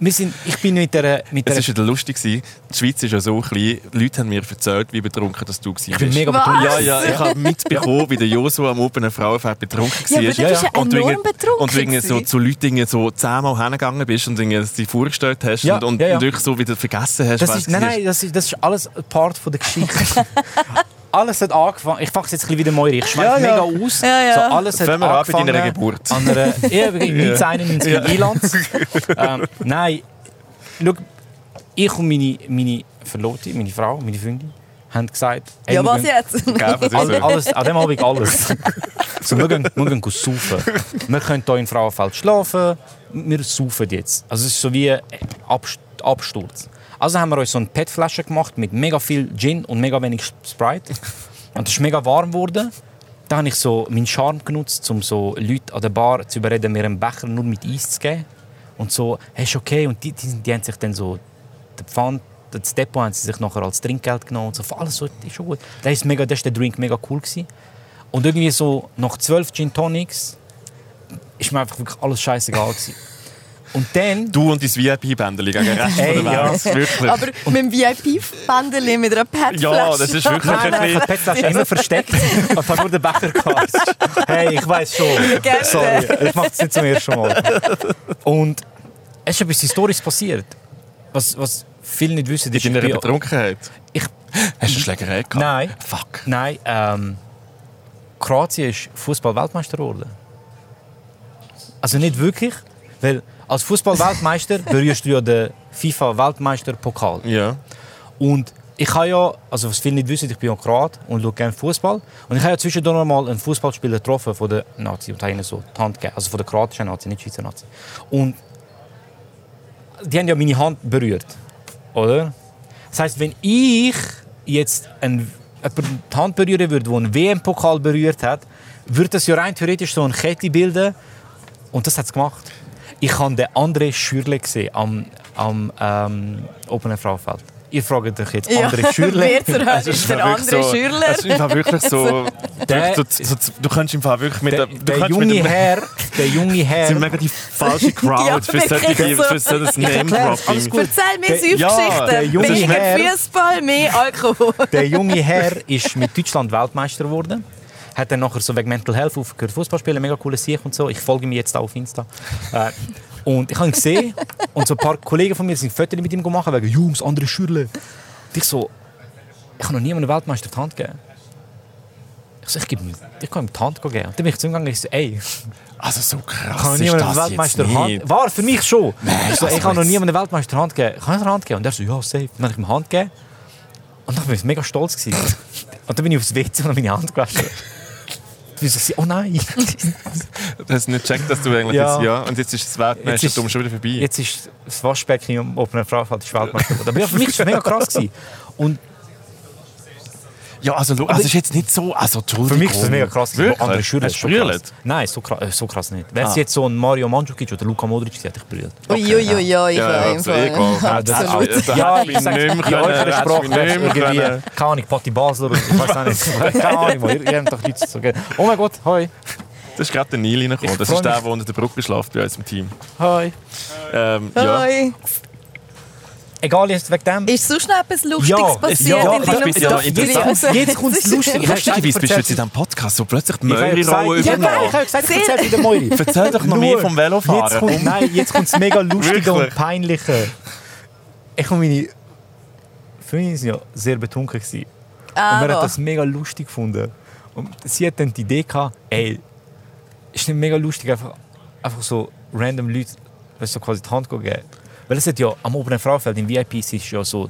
[SPEAKER 2] Wir sind, ich bin mit der... Mit der
[SPEAKER 1] Es war wieder lustig. gewesen. Die Schweiz ist ja so klein. Die Leute haben mir erzählt, wie betrunken dass du warst. Ich
[SPEAKER 2] bin mega
[SPEAKER 3] Was?
[SPEAKER 2] betrunken.
[SPEAKER 1] Ja, ja, ich habe mitbekommen, wie der Joshua am Open eine Frauenfeld betrunken
[SPEAKER 3] Ja,
[SPEAKER 1] war.
[SPEAKER 3] aber du bist ja
[SPEAKER 1] Und du
[SPEAKER 3] enorm
[SPEAKER 1] irgendwie-
[SPEAKER 3] betrunken
[SPEAKER 1] Und du irgendwie so
[SPEAKER 3] gewesen.
[SPEAKER 1] zu Leuten irgendwie so zehnmal hingegangen bist und irgendwie sie vorgestellt hast
[SPEAKER 2] Ja,
[SPEAKER 1] und, und,
[SPEAKER 2] ja, ja.
[SPEAKER 1] und wirklich so wieder vergessen hast.
[SPEAKER 2] Das
[SPEAKER 1] was
[SPEAKER 2] ist,
[SPEAKER 1] es
[SPEAKER 2] nein,
[SPEAKER 1] war.
[SPEAKER 2] nein, das ist, das ist alles Part von der
[SPEAKER 3] [laughs]
[SPEAKER 2] Geschichte. alles hat angefangen. Ich fange es jetzt ein bisschen wieder neu. Ich schweife
[SPEAKER 1] Ja, ja.
[SPEAKER 2] mega aus.
[SPEAKER 3] Ja, ja.
[SPEAKER 2] So, alles hat
[SPEAKER 1] Fangen wir an bei
[SPEAKER 2] angefangen.
[SPEAKER 1] deiner Geburt.
[SPEAKER 2] An einer, ja, mit seinem ins Eiland. ähm, nein, schau, ich und meine, meine Verlobte, meine Frau, meine Freundin, haben gesagt, ey,
[SPEAKER 3] Ja,
[SPEAKER 2] wir
[SPEAKER 3] was
[SPEAKER 2] gehen- [laughs]
[SPEAKER 3] jetzt?
[SPEAKER 1] Gell, was ist
[SPEAKER 2] All,
[SPEAKER 1] so?
[SPEAKER 2] alles, an dem Abend alles. So, wir gehen, wir gehen saufen. Wir können hier in Frauenfeld schlafen. Wir saufen jetzt. Also es ist so wie ein Abst Absturz. Also haben wir uns so eine PET-Flasche gemacht mit mega viel Gin und mega wenig Sprite. Und es ist mega warm geworden. Da habe ich so meinen Charme genutzt, um so Leute an der Bar zu überreden, mir einen Becher nur mit Eis zu geben. Und so, hey, ist okay. Und die, die, die haben sich dann so der Pfand, das Depot haben sie sich nachher als Trinkgeld genommen und so. Alles so, das ist schon gut. Da ist mega, das ist der Drink mega cool gewesen. Und irgendwie so nach zwölf Gin Tonics ist mir einfach wirklich alles scheißegal gewesen. Und dann,
[SPEAKER 1] Du und dein VIP-Bändeli gegen den Rest
[SPEAKER 2] Ey,
[SPEAKER 1] von der
[SPEAKER 2] ja.
[SPEAKER 1] Welt. Wirklich.
[SPEAKER 3] Aber mit dem VIP-Bändeli mit einer pet
[SPEAKER 1] ja, das ist wirklich
[SPEAKER 2] nein, nein,
[SPEAKER 1] ein
[SPEAKER 2] ich habe Petflasche immer versteckt [laughs] und habe nur den Becher gehabt. Hey, ich weiß schon.
[SPEAKER 3] Legende.
[SPEAKER 2] Sorry, ich mache es nicht zum ersten Mal. Und es ist etwas Historisches passiert, was, was viele nicht wissen. ist,
[SPEAKER 1] bisschen... In
[SPEAKER 2] ich
[SPEAKER 1] deiner
[SPEAKER 2] bin-
[SPEAKER 1] Betrunkenheit.
[SPEAKER 2] ich
[SPEAKER 1] Hast du eine Schlägerei gehabt?
[SPEAKER 2] Nein.
[SPEAKER 1] Fuck.
[SPEAKER 2] Nein, ähm, Kroatien ist Fußball-Weltmeister geworden. Also nicht wirklich, weil als Fußball-Weltmeister berührst du ja den FIFA-Weltmeister-Pokal.
[SPEAKER 1] Ja.
[SPEAKER 2] Und ich habe ja, also was viele nicht wissen, ich bin ja Kroat und schaue gerne Fußball. Und ich habe ja zwischendurch noch mal einen Fußballspieler getroffen von der Nazi und habe ihnen so die Hand gegeben. Also von der kroatischen Nazi, nicht Schweizer Nazi. Und die haben ja meine Hand berührt, oder? Das heißt, wenn ich jetzt einen, jemanden die Hand berühren würde, der einen WM-Pokal berührt hat, würde das ja rein theoretisch so eine Kette bilden. Und das hat es gemacht. Ich habe den André Schürle gesehen am, am ähm, Open Air Frauenfeld. Ihr fragt euch jetzt, André Schürle?
[SPEAKER 3] [laughs] Wer zur Hölle
[SPEAKER 1] Es
[SPEAKER 3] ist der
[SPEAKER 1] wirklich
[SPEAKER 3] andere
[SPEAKER 1] so-
[SPEAKER 3] Schürler?
[SPEAKER 1] Es ist einfach wirklich
[SPEAKER 3] [laughs]
[SPEAKER 1] so.
[SPEAKER 2] Der-
[SPEAKER 1] so, so, so du kannst im Fall wirklich mit
[SPEAKER 2] der,
[SPEAKER 1] der, du
[SPEAKER 2] der
[SPEAKER 1] kannst mit
[SPEAKER 2] junge
[SPEAKER 1] dem-
[SPEAKER 2] Herr, der
[SPEAKER 1] Das [laughs]
[SPEAKER 2] junge
[SPEAKER 1] sind
[SPEAKER 2] Herr.
[SPEAKER 1] mega die
[SPEAKER 2] [laughs]
[SPEAKER 1] falsche Crowd
[SPEAKER 3] Ja,
[SPEAKER 1] für, solche,
[SPEAKER 3] wirklich so.
[SPEAKER 1] für so das
[SPEAKER 2] erklär's, alles
[SPEAKER 1] Name-Dropping.
[SPEAKER 2] gut.
[SPEAKER 3] Erzähl mir
[SPEAKER 2] Der-
[SPEAKER 3] Süffgeschichten.
[SPEAKER 1] ja, der junge
[SPEAKER 2] Herr.
[SPEAKER 3] Weniger Fußball, mehr Alkohol.
[SPEAKER 2] Der junge Herr ist mit Deutschland Weltmeister geworden. Hat dann nachher so wegen Mental Health aufgehört Fußball spielen, mega cooles Sieg und so. Ich folge ihm jetzt auch auf Insta. Äh, und ich habe ihn gesehen und so ein paar Kollegen von mir sind Fotos mit ihm gemacht wegen Jungs, andere Schürle. Und ich so, ich habe noch niemandem Weltmeister die Hand gegeben. Ich so, ich, gebe ihm, ich kann ihm die Hand geben. Und dann bin ich zu ihm gegangen und ich so, ey,
[SPEAKER 1] Also so krass
[SPEAKER 2] kann noch
[SPEAKER 1] ist
[SPEAKER 2] niemandem
[SPEAKER 1] das
[SPEAKER 2] Weltmeister
[SPEAKER 1] jetzt
[SPEAKER 2] Hand
[SPEAKER 1] nicht.
[SPEAKER 2] War für mich schon. ich so,
[SPEAKER 1] also
[SPEAKER 2] ich habe noch
[SPEAKER 1] jetzt-
[SPEAKER 2] niemandem Weltmeister Hand gegeben. Kann ich dir Hand geben? Und er so, ja, safe. Dann habe ich ihm Hand gegeben. Und dann bin ich mega stolz. Gewesen.
[SPEAKER 1] [laughs]
[SPEAKER 2] Und dann bin ich aufs WC und habe meine Hand gewaschen. Dann bin ich so, gewesen, oh nein.
[SPEAKER 1] Du hast nicht gecheckt, dass du eigentlich
[SPEAKER 2] Ja.
[SPEAKER 1] jetzt... Ja, und jetzt ist das Weltmeistertum
[SPEAKER 2] ist-
[SPEAKER 1] schon wieder vorbei.
[SPEAKER 2] Jetzt ist das Waschbecken um- im offenen Frauenfeld ist Weltmeister geworden. Aber ja, für mich war es mega krass. Gewesen. Und
[SPEAKER 1] ja, also, lo- also ist jetzt nicht so... Also,
[SPEAKER 2] für mich war es mega krass. gewesen.
[SPEAKER 1] Wirklich?
[SPEAKER 2] Andere Schüler
[SPEAKER 1] Hast
[SPEAKER 2] ist
[SPEAKER 1] du
[SPEAKER 2] schon krass.
[SPEAKER 1] brüllt?
[SPEAKER 2] Nein, so krass, äh, so krass nicht. Wäre
[SPEAKER 1] Ah.
[SPEAKER 2] es jetzt so ein Mario Mandzukic oder Luka Modric, gewesen, hätte ich brüllt.
[SPEAKER 3] Uiuiui, ich
[SPEAKER 1] Ja,
[SPEAKER 3] war
[SPEAKER 1] also ich
[SPEAKER 3] [laughs]
[SPEAKER 1] glaube...
[SPEAKER 2] Ah, das-
[SPEAKER 3] Absolut.
[SPEAKER 1] Da
[SPEAKER 2] Ja,
[SPEAKER 1] hätte
[SPEAKER 2] ich
[SPEAKER 1] ich
[SPEAKER 2] sag's
[SPEAKER 1] nicht
[SPEAKER 2] in
[SPEAKER 1] mehr können.
[SPEAKER 2] eurer
[SPEAKER 1] hätte
[SPEAKER 2] Sprache
[SPEAKER 1] ich mich nicht mehr
[SPEAKER 2] irgendwie, keine
[SPEAKER 1] können.
[SPEAKER 2] Ahnung, Patti Basel oder [laughs] ich weiß auch nicht. Keine Ahnung, Mann, ihr, ihr habt doch nichts zu sagen. Oh mein Gott, hoi,
[SPEAKER 1] Das ist gerade der Neil reingekommen.
[SPEAKER 2] Ich
[SPEAKER 1] Das
[SPEAKER 2] freu
[SPEAKER 1] ist der,
[SPEAKER 2] mich.
[SPEAKER 1] der
[SPEAKER 2] ah,
[SPEAKER 1] unter der Brücke schläft bei uns im Team.
[SPEAKER 2] hoi.
[SPEAKER 1] Ähm, ja.
[SPEAKER 3] Hoi.
[SPEAKER 2] Egal jetzt wegen dem.
[SPEAKER 3] Ist sonst noch etwas Lustiges
[SPEAKER 2] Ja,
[SPEAKER 3] passiert
[SPEAKER 2] ja,
[SPEAKER 3] in
[SPEAKER 2] das
[SPEAKER 3] deinem
[SPEAKER 1] ist ja
[SPEAKER 3] Beruf? [laughs]
[SPEAKER 1] interessant.
[SPEAKER 2] Jetzt kommt das Lustige. Ich
[SPEAKER 1] Lustigerweise bist du jetzt in diesem Podcast, wo plötzlich die
[SPEAKER 2] Ich habe ja gesagt,
[SPEAKER 1] Möhrenrolle
[SPEAKER 2] ich habe ja
[SPEAKER 1] übernommen.
[SPEAKER 2] gesagt, ich erzähle wieder Moiri.
[SPEAKER 1] Erzähl doch noch mehr
[SPEAKER 2] Schau,
[SPEAKER 1] vom Velofahren.
[SPEAKER 2] Jetzt kommt, nein, jetzt kommt das mega Lustige und
[SPEAKER 1] Wirklich?
[SPEAKER 2] Peinliche. Ich und meine Freundin waren ja sehr betrunken. Gewesen.
[SPEAKER 3] Ah,
[SPEAKER 2] Und wir
[SPEAKER 3] wo?
[SPEAKER 2] hat das mega lustig gefunden. Und sie hat dann die Idee gehabt, ey, ist nicht mega lustig, einfach, einfach so random Leute weißt, du, so quasi die Hand zu geben. Weil es hat ja am oberen Frauenfeld im VIP ist ja so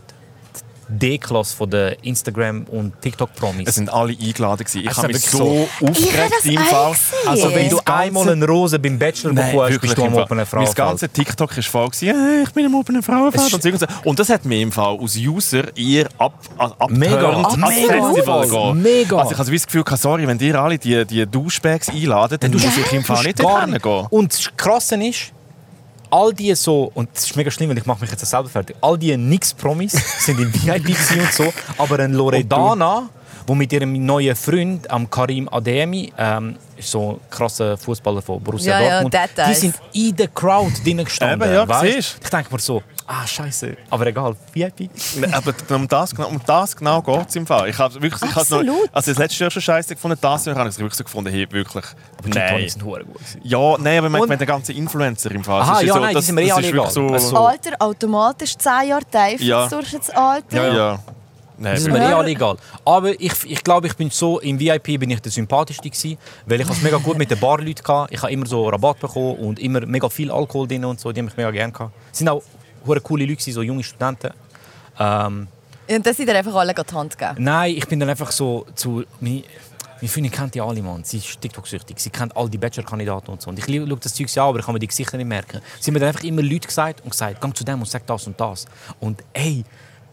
[SPEAKER 2] die D-Klasse von der Instagram- und TikTok-Promis.
[SPEAKER 1] Es sind alle eingeladen. gewesen. Ich
[SPEAKER 2] Es
[SPEAKER 1] habe
[SPEAKER 2] ist
[SPEAKER 1] mich
[SPEAKER 2] wirklich
[SPEAKER 1] so
[SPEAKER 3] Ich habe
[SPEAKER 1] aufgeregt
[SPEAKER 3] das
[SPEAKER 1] im
[SPEAKER 3] auch
[SPEAKER 1] Fall.
[SPEAKER 3] gesehen.
[SPEAKER 2] Also wenn du
[SPEAKER 1] das Ganze-
[SPEAKER 2] einmal eine Rose beim Bachelor
[SPEAKER 1] Nein,
[SPEAKER 2] bekommen hast,
[SPEAKER 1] wirklich
[SPEAKER 2] bist du
[SPEAKER 1] im
[SPEAKER 2] am
[SPEAKER 1] Fall.
[SPEAKER 2] offenen
[SPEAKER 1] Mein
[SPEAKER 2] Frauenfeld.
[SPEAKER 1] ganzer TikTok war voll, gewesen, «Hey, ich bin am offenen Frauenfeld.
[SPEAKER 2] Es
[SPEAKER 1] Und, so irgendwas. und das hat mich im Fall als User ihr ab, ab,
[SPEAKER 2] Mega.
[SPEAKER 1] abgeturnt,
[SPEAKER 2] Mega.
[SPEAKER 1] ans Festival
[SPEAKER 2] Auf.
[SPEAKER 1] gehen.
[SPEAKER 2] Mega.
[SPEAKER 1] Also ich habe so wie das Gefühl, gehabt, sorry, wenn ihr alle die, die Duschbags einladet, dann muss ich im Fall nicht
[SPEAKER 2] Gar
[SPEAKER 1] dorthin
[SPEAKER 2] nicht.
[SPEAKER 1] gehen.
[SPEAKER 2] Und das Krasse ist, all die so, und das ist mega schlimm, weil ich mache mich jetzt selber fertig, all
[SPEAKER 1] [laughs]
[SPEAKER 2] die Nix-Promis sind im VIP gewesen und so, aber ein Loredana, wo mit ihrem neuen Freund, am Karim Ademi, ähm, ist so ein krasser Fußballer von Borussia
[SPEAKER 3] Ja, ja,
[SPEAKER 2] Dortmund,
[SPEAKER 3] Details.
[SPEAKER 2] die sind in der Crowd drinnen gestanden.
[SPEAKER 1] Eben, ja,
[SPEAKER 2] weißt?
[SPEAKER 1] siehst.
[SPEAKER 2] Ich denke mir so, ah, scheiße, aber egal, VIP.
[SPEAKER 1] Nein, Aber um das, genau- um das genau geht es im Fall. Ich habe wirklich, ich habe noch,
[SPEAKER 3] Absolut.
[SPEAKER 1] also das letzte Jahr schon scheiße gefunden, das Jahr habe ich es wirklich so gefunden, hey, wirklich.
[SPEAKER 2] Aber die Tony
[SPEAKER 1] nein.
[SPEAKER 2] sind hure gut. gewesen.
[SPEAKER 1] Ja, nein, aber
[SPEAKER 2] Und-
[SPEAKER 1] wenn der ganze Influencer im Fall.
[SPEAKER 2] Aha,
[SPEAKER 1] Es ist
[SPEAKER 2] ja,
[SPEAKER 1] so,
[SPEAKER 2] nein, die
[SPEAKER 1] das,
[SPEAKER 2] sind mir eh
[SPEAKER 1] das
[SPEAKER 2] alle
[SPEAKER 1] ist wirklich
[SPEAKER 2] egal.
[SPEAKER 1] so.
[SPEAKER 2] Also-
[SPEAKER 3] Alter, automatisch 10 Jahre Teufel
[SPEAKER 1] Ja.
[SPEAKER 3] durch das Alter.
[SPEAKER 1] ja, ja. Nein,
[SPEAKER 2] Das ist mir
[SPEAKER 1] wirklich.
[SPEAKER 2] eh alle egal. Aber ich, ich glaube, ich bin so, im VIP bin ich der sympathischste gewesen, weil ich es mega gut mit den Barleuten hatte. Ich habe immer so Rabatt bekommen und immer mega viel Alkohol drin und so, die haben mich mega gerne gehabt. Es sind auch hure coole Leute gewesen, so junge Studenten. Ähm,
[SPEAKER 3] Und das sind dir einfach alle die Hand gegeben.
[SPEAKER 2] nein, ich bin dann einfach so zu... Meine, meine Freundin kennt die alle, Mann. Sie ist TikTok-süchtig. Sie kennt all die Bachelor-Kandidaten und so. Und ich schaue das Zeug an, aber ich kann mir die Gesichter nicht merken. Sie haben mir dann einfach immer Leute gesagt und gesagt, geh zu dem und sag das und das. Und ey,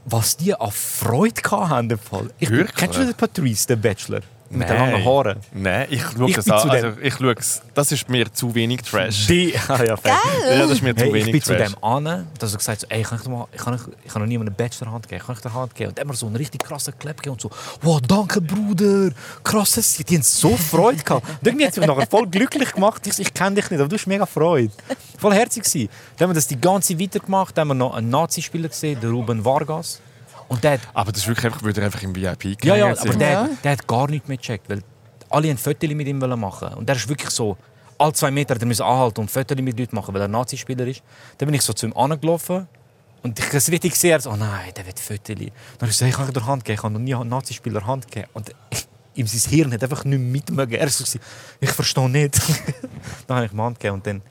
[SPEAKER 2] was die an Freude hatten, im Fall. Ich bin,
[SPEAKER 1] Wirklich?
[SPEAKER 2] kennst du den Patrice, den Bachelor? Mit den
[SPEAKER 1] Nein.
[SPEAKER 2] langen Haaren.
[SPEAKER 1] Nein, ich schaue
[SPEAKER 2] Ich
[SPEAKER 1] das
[SPEAKER 2] bin
[SPEAKER 1] an.
[SPEAKER 2] zu dem-
[SPEAKER 1] Also, ich schaue es. Das ist mir zu wenig Trash.
[SPEAKER 2] Die, [laughs] ah, ja, fair.
[SPEAKER 1] Ja, das ist mir zu
[SPEAKER 2] Hey, ich
[SPEAKER 1] wenig
[SPEAKER 2] bin zu
[SPEAKER 1] Trash.
[SPEAKER 2] dem an, dass er gesagt hat, so, ey, kann ich, dir mal, ich, kann euch- ich kann noch niemandem eine Bachelor-Hand geben, kann ich dir eine Hand geben? Und immer so einen richtig krassen Clap gegeben und so, wow, danke Bruder, krasses, die haben so Freude gehabt. Und irgendwie hat es mich nachher voll glücklich gemacht, ich, ich kenne dich nicht, aber du hast mega Freude. Voll herzig gewesen. Dann haben wir das dus die ganze Zeit weitergemacht, dann haben wir noch einen Nazi-Spieler gesehen, den Ruben Vargas. Und der hat,
[SPEAKER 1] Aber das ist wirklich einfach, weil er einfach im VIP
[SPEAKER 2] ja, ja,
[SPEAKER 1] gegangen
[SPEAKER 2] aber
[SPEAKER 1] sind.
[SPEAKER 2] der, hat- der hat gar nichts mehr gecheckt, weil alle ein Fotos mit ihm wollen machen Und der ist wirklich so, alle zwei Meter hat er müssen anhalten und Fotos mit Leuten machen, weil er Nazi-Spieler ist. Dann bin ich so zu ihm angelaufen und ich habe es richtig gesehen, er so, oh nein, der will Fotos. Dann habe ich gesagt, ich kann dir Hand geben, ich habe noch nie einen Nazi-Spieler Hand geben. Und [laughs] ihm sein Hirn hat einfach nicht mitmögen. Er war so, gewesen, ich verstehe nicht. [laughs] dann habe ich ihm Hand gegeben und dann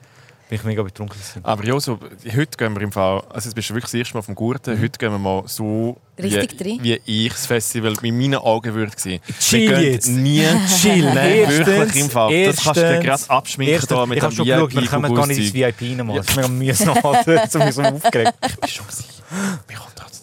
[SPEAKER 2] bin ich mega betrunken. gewesen.
[SPEAKER 1] Aber ja, so, heute gehen wir im Fall, also jetzt bist du wirklich das erste Mal vom
[SPEAKER 2] Mhm.
[SPEAKER 1] Gurten, heute gehen wir mal so,
[SPEAKER 3] Richtig
[SPEAKER 1] wie,
[SPEAKER 3] drin.
[SPEAKER 1] wie ich das Festival in meinen Augen würde sehen.
[SPEAKER 2] Chill
[SPEAKER 1] wir gehen
[SPEAKER 2] jetzt.
[SPEAKER 1] nie
[SPEAKER 2] Chill.
[SPEAKER 1] Nein,
[SPEAKER 2] Erstens,
[SPEAKER 1] wirklich im Fall. das kannst du dir gerade
[SPEAKER 2] erstens,
[SPEAKER 1] abschminken
[SPEAKER 2] Erstens,
[SPEAKER 1] da mit
[SPEAKER 2] ich habe
[SPEAKER 1] dem
[SPEAKER 2] schon geschaut, wir kommen gar nicht ins
[SPEAKER 1] VIP.
[SPEAKER 2] VIP rein. Mann. Das
[SPEAKER 1] also
[SPEAKER 2] ist mega mühsam. Alter. So bin ich so aufgeregt.
[SPEAKER 1] Ich bin schon gewesen. Wir kommen trotzdem.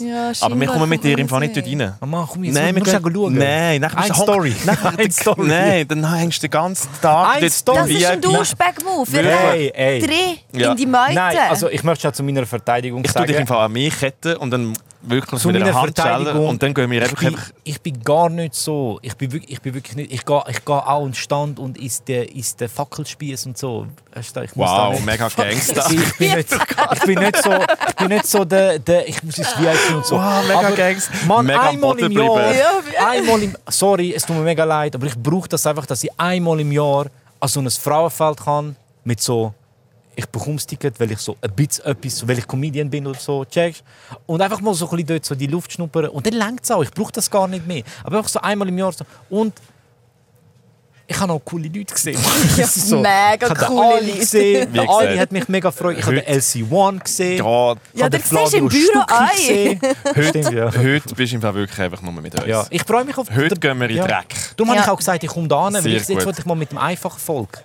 [SPEAKER 3] Ja,
[SPEAKER 1] Aber wir
[SPEAKER 3] scheinbar
[SPEAKER 1] kommen mit
[SPEAKER 3] kann
[SPEAKER 1] dir
[SPEAKER 3] man
[SPEAKER 1] im Fall nicht
[SPEAKER 3] sehen.
[SPEAKER 1] dort rein.
[SPEAKER 2] [laughs] Mama, komm jetzt,
[SPEAKER 1] Nein, wir
[SPEAKER 2] musst
[SPEAKER 1] gehen-
[SPEAKER 2] du schauen.
[SPEAKER 1] Nein, nachher
[SPEAKER 2] Eine
[SPEAKER 1] musst du-
[SPEAKER 2] Story.
[SPEAKER 1] Nachher-
[SPEAKER 2] [laughs] Eine Story.
[SPEAKER 1] Nein, dann hängst du den ganzen
[SPEAKER 2] Eine
[SPEAKER 1] Tag dort
[SPEAKER 2] Story.
[SPEAKER 1] im
[SPEAKER 3] Das ist ein
[SPEAKER 1] VIP.
[SPEAKER 3] Duschbag-Move. Wir
[SPEAKER 2] Nein, ey.
[SPEAKER 3] gehen Drei
[SPEAKER 1] Ja.
[SPEAKER 3] in die Meute.
[SPEAKER 2] Nein, also ich möchte schon zu meiner Verteidigung
[SPEAKER 1] Ich tue
[SPEAKER 2] sagen.
[SPEAKER 1] dich im Fall an mich ketten und dann wirklich
[SPEAKER 2] zu
[SPEAKER 1] mit
[SPEAKER 2] meiner
[SPEAKER 1] einer Hand schellen
[SPEAKER 2] Verteidigung.
[SPEAKER 1] und dann gehen wir
[SPEAKER 2] ich
[SPEAKER 1] einfach,
[SPEAKER 2] bin,
[SPEAKER 1] einfach
[SPEAKER 2] Ich bin gar nicht so. Ich bin wirklich, ich bin wirklich nicht. Ich gehe, ich gehe auch in den Stand und ist der, ist der Fackelspieß und so. Weißt du, Ich muss da
[SPEAKER 1] wow,
[SPEAKER 2] nicht-
[SPEAKER 1] mega Gangster.
[SPEAKER 2] [laughs] Ich bin, nicht, ich bin nicht so, ich bin nicht so der, der ich muss ins VIP und so.
[SPEAKER 1] Wow, mega Gangs.
[SPEAKER 2] Mann,
[SPEAKER 1] Mega am
[SPEAKER 2] einmal
[SPEAKER 1] Boden
[SPEAKER 2] im Jahr,
[SPEAKER 1] bleiben.
[SPEAKER 3] Ja.
[SPEAKER 2] einmal im, sorry, es tut mir mega leid, aber ich brauche das einfach, dass ich einmal im Jahr an so ein Frauenfeld kann mit so, ich bekomme das Ticket, weil ich so ein bisschen etwas, weil ich Comedian bin oder so, checkst? Und einfach mal so ein bisschen dort so die Luft schnuppern und dann längt es auch, ich brauche das gar nicht mehr. Aber einfach so einmal im Jahr so. und ich habe auch coole Leute gesehen. [laughs] Ja,
[SPEAKER 3] mega
[SPEAKER 2] ich habe den
[SPEAKER 3] coole
[SPEAKER 2] Ali
[SPEAKER 3] Leute.
[SPEAKER 2] Gesehen. Der
[SPEAKER 1] Wie
[SPEAKER 2] Ali
[SPEAKER 1] gesagt.
[SPEAKER 2] hat mich mega gefreut. Ich habe den LC1
[SPEAKER 1] Ja,
[SPEAKER 2] gesehen. Ich habe
[SPEAKER 3] Ja,
[SPEAKER 2] den
[SPEAKER 3] das siehst du im
[SPEAKER 2] Flavio
[SPEAKER 3] Büro
[SPEAKER 2] Stucki
[SPEAKER 3] auch. [laughs]
[SPEAKER 2] gesehen. Stimmt, ja.
[SPEAKER 1] Heute bist du im Fall wirklich einfach nur mit uns.
[SPEAKER 2] Ja, ich freue mich auf
[SPEAKER 1] Heute gehen wir in den
[SPEAKER 2] Ja.
[SPEAKER 1] Dreck.
[SPEAKER 2] Darum habe
[SPEAKER 3] Ja.
[SPEAKER 2] ich auch gesagt, ich komme da hin, weil
[SPEAKER 1] Sehr
[SPEAKER 2] ich, jetzt
[SPEAKER 1] gut.
[SPEAKER 2] wollte ich mal mit dem
[SPEAKER 1] [laughs]
[SPEAKER 2] einfachen Volk.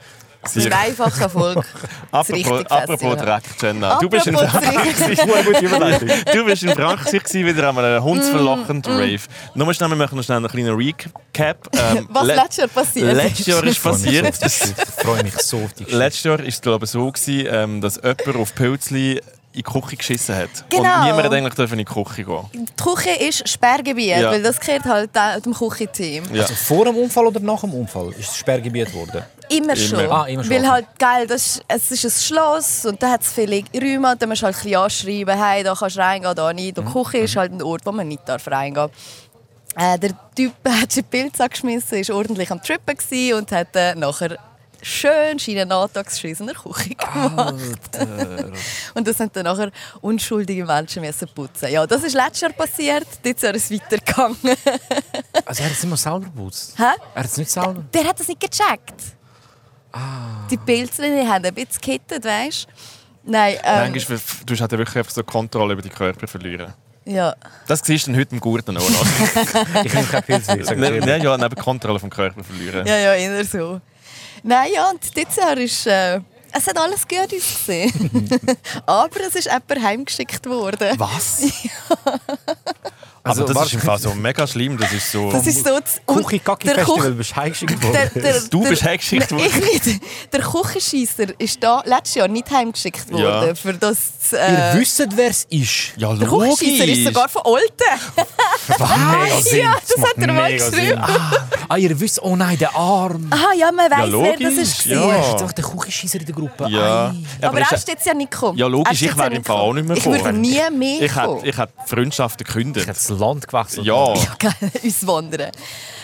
[SPEAKER 3] Mit
[SPEAKER 1] Sehr-
[SPEAKER 3] einfacher Folge. Das
[SPEAKER 1] [laughs] Apropos,
[SPEAKER 3] richtige
[SPEAKER 1] apropos
[SPEAKER 3] Festival.
[SPEAKER 1] Dreck, Jenna. Du bist in
[SPEAKER 3] Apropos
[SPEAKER 1] Frankreich.
[SPEAKER 3] Dreck.
[SPEAKER 2] [laughs]
[SPEAKER 1] [laughs] Du bist in Frankreich gewesen, wieder an einem hundsverlochenden Rave. Nur schnell, wir machen noch schnell einen kleinen Recap. Ähm,
[SPEAKER 3] Was
[SPEAKER 1] le-
[SPEAKER 3] letztes Jahr passiert
[SPEAKER 1] Letztes Jahr ist
[SPEAKER 2] [laughs]
[SPEAKER 1] passiert.
[SPEAKER 2] Ich freue mich so auf die Geschichte.
[SPEAKER 1] Letztes Jahr war es glaube ich, so, gewesen, ähm, dass jemand auf Pilzli in die Küche geschissen hat.
[SPEAKER 3] Genau.
[SPEAKER 1] Und niemand hat eigentlich dürfen in die Küche gehen.
[SPEAKER 3] Die Küche ist Sperrgebiet,
[SPEAKER 1] Ja.
[SPEAKER 3] weil das gehört halt da- dem Küchenteam.
[SPEAKER 1] Ja.
[SPEAKER 2] Also vor dem Unfall oder nach dem Unfall ist das Sperrgebiet geworden?
[SPEAKER 3] Immer schon.
[SPEAKER 2] Ah, immer schon.
[SPEAKER 3] Weil halt, geil, das ist, es ist ein Schloss und da hat es viele Räume und da musst du halt ein bisschen anschreiben, hey, da kannst du reingehen, da nicht.
[SPEAKER 2] Mhm.
[SPEAKER 3] Und die Küche ist halt ein Ort, wo man nicht darf reingehen äh, Der Typ [laughs] hat sich Pilz angeschmissen, war ordentlich am Trippen gewesen und hat äh, nachher schön seinen Nachtagsscheiss in der Küche gemacht. [laughs] und das haben dann nachher unschuldige Menschen müssen putzen. Ja, das ist letztes Jahr passiert, dieses Jahr ist es weitergegangen.
[SPEAKER 2] Also er hat es immer selber geputzt?
[SPEAKER 3] Hä?
[SPEAKER 2] Er hat es nicht selber?
[SPEAKER 3] Der hat das nicht gecheckt. Die Pilze die haben ein bisschen gehittet, weißt du? Nein, ähm,
[SPEAKER 1] Manchmal du hast halt wirklich einfach so Kontrolle über die Körper verlieren.
[SPEAKER 3] ja.
[SPEAKER 1] Das siehst du dann heute im Gurten
[SPEAKER 3] [laughs]
[SPEAKER 1] auch noch.
[SPEAKER 2] Ich nehme kein Pilz mehr, sag ich
[SPEAKER 1] Nein,
[SPEAKER 2] ehrlich.
[SPEAKER 1] nein, ja, neben Kontrolle vom Körper verlieren.
[SPEAKER 3] ja, ja, eher so. Nein, ja, und dieses Jahr ist... Äh, es hat alles gut
[SPEAKER 1] [laughs]
[SPEAKER 3] ausgesehen. Aber es ist jemand heimgeschickt worden.
[SPEAKER 2] Was?
[SPEAKER 1] Aber Also, das
[SPEAKER 2] warte,
[SPEAKER 1] ist im Fall so mega schlimm. Das ist so...
[SPEAKER 3] [laughs] Also, Das ist so... das-
[SPEAKER 2] Kuchi Kaki
[SPEAKER 3] der
[SPEAKER 2] Festival
[SPEAKER 3] Kuch-
[SPEAKER 2] bist heimgeschickt
[SPEAKER 3] der-
[SPEAKER 2] worden.
[SPEAKER 3] der-
[SPEAKER 1] Du
[SPEAKER 3] der-
[SPEAKER 1] bist heimgeschickt
[SPEAKER 3] Nein,
[SPEAKER 1] worden.
[SPEAKER 3] Ich nicht. Der Kuchenscheisser ist da letztes Jahr nicht heimgeschickt
[SPEAKER 1] Ja.
[SPEAKER 3] worden. Für das,
[SPEAKER 2] Ihr
[SPEAKER 3] äh,
[SPEAKER 2] wisst, wer es ist.
[SPEAKER 1] ja,
[SPEAKER 3] der
[SPEAKER 1] logisch.
[SPEAKER 3] Kuchenscheisser ist sogar von Olten.
[SPEAKER 2] Mega Sinn.
[SPEAKER 3] Ah, [laughs] Ja, das
[SPEAKER 2] macht
[SPEAKER 3] hat er mal
[SPEAKER 2] mega
[SPEAKER 3] geschrieben.
[SPEAKER 2] Sinn. Ah, ah, ihr wisst, oh nein, der Arm.
[SPEAKER 3] Aha, ja, man
[SPEAKER 1] Ja,
[SPEAKER 3] weiß, wer
[SPEAKER 1] logisch.
[SPEAKER 3] das ist.
[SPEAKER 1] ja.
[SPEAKER 2] Oh, er ist jetzt auch der Kuchenscheisser in der Gruppe.
[SPEAKER 1] Ja.
[SPEAKER 2] Ei.
[SPEAKER 1] Ja,
[SPEAKER 3] Aber,
[SPEAKER 1] ist
[SPEAKER 3] er
[SPEAKER 1] ja-
[SPEAKER 3] ist jetzt ja nicht gekommen.
[SPEAKER 1] Ja,
[SPEAKER 3] Er ist
[SPEAKER 1] logisch,
[SPEAKER 3] jetzt
[SPEAKER 1] ich wäre
[SPEAKER 3] nicht
[SPEAKER 1] im Fall auch nicht mehr
[SPEAKER 3] Ich würde
[SPEAKER 1] gekommen.
[SPEAKER 3] nie mehr
[SPEAKER 1] Ich
[SPEAKER 3] kommen.
[SPEAKER 1] hätte, ich hätte Freundschaften gekündigt.
[SPEAKER 2] Ich hätte das Land gewechselt.
[SPEAKER 1] Ja.
[SPEAKER 3] [laughs] Ja, geil, uns wandern.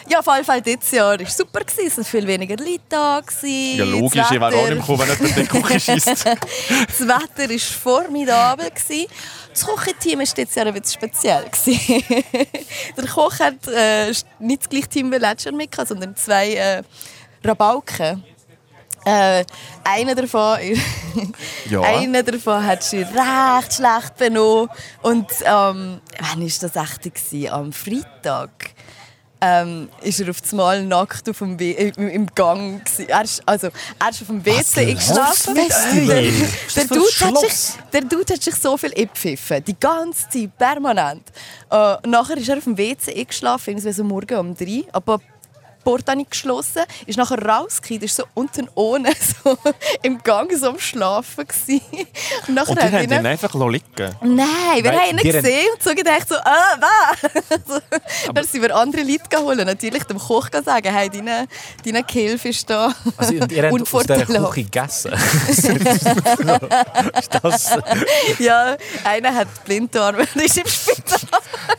[SPEAKER 3] Ja, auf jeden Fall dieses Jahr war es super. gewesen. Es waren viel weniger Leute da. gewesen.
[SPEAKER 1] Ja, logisch, ich
[SPEAKER 3] Das
[SPEAKER 1] wäre auch nicht mehr
[SPEAKER 3] Wetter-
[SPEAKER 1] gekommen, wenn jemand in die Küche schießt.
[SPEAKER 3] Das Wetter war formidabel. gewesen. Das Kochenteam war dieses Jahr ein bisschen speziell. gewesen. [laughs] Der Koch hat äh, nicht das gleiche Team wie letztes Jahr mitgehabt, sondern zwei äh, Rabauken. Äh, einer davon [laughs]
[SPEAKER 1] Ja.
[SPEAKER 3] Einer davon hat sich recht schlecht benommen. Und ähm, wann war das echt? gewesen? Am Freitag ähm, ist er auf einmal nackt auf dem We äh, im, im Gang. gewesen. Er ist, also, er ist auf dem WC geschlafen. Der, der,
[SPEAKER 2] für ein
[SPEAKER 3] Dude hat
[SPEAKER 2] Schloss?
[SPEAKER 3] sich, der Dude hat sich so viel eingepfiffen. Die ganze Zeit, permanent. Äh, nachher ist er auf dem WC geschlafen, irgendwie so morgen um drei. Aber die Porte habe ich geschlossen, ist nachher rausgekommen, ist so unten ohne, [laughs] so im Gang, so am Schlafen gewesen. Und nachher
[SPEAKER 1] Und die
[SPEAKER 3] haben
[SPEAKER 1] haben
[SPEAKER 3] ihn-
[SPEAKER 1] ihn einfach liegen
[SPEAKER 3] Nein, wir
[SPEAKER 2] Nein,
[SPEAKER 3] haben ihn
[SPEAKER 2] die haben-
[SPEAKER 3] gesehen und so gedacht, so, ah, was? [laughs] so, dann sind wir andere Leute geholt. Natürlich dem Koch sagen, hey, deine, deine Gehilfe ist da.
[SPEAKER 2] Also, und
[SPEAKER 3] [laughs]
[SPEAKER 2] ihr habt aus dieser
[SPEAKER 3] Unvorteilhaft.
[SPEAKER 2] Küche gegessen. [laughs] ist das...
[SPEAKER 3] ja, einer hat Blinddarm [laughs] und ist im Spital.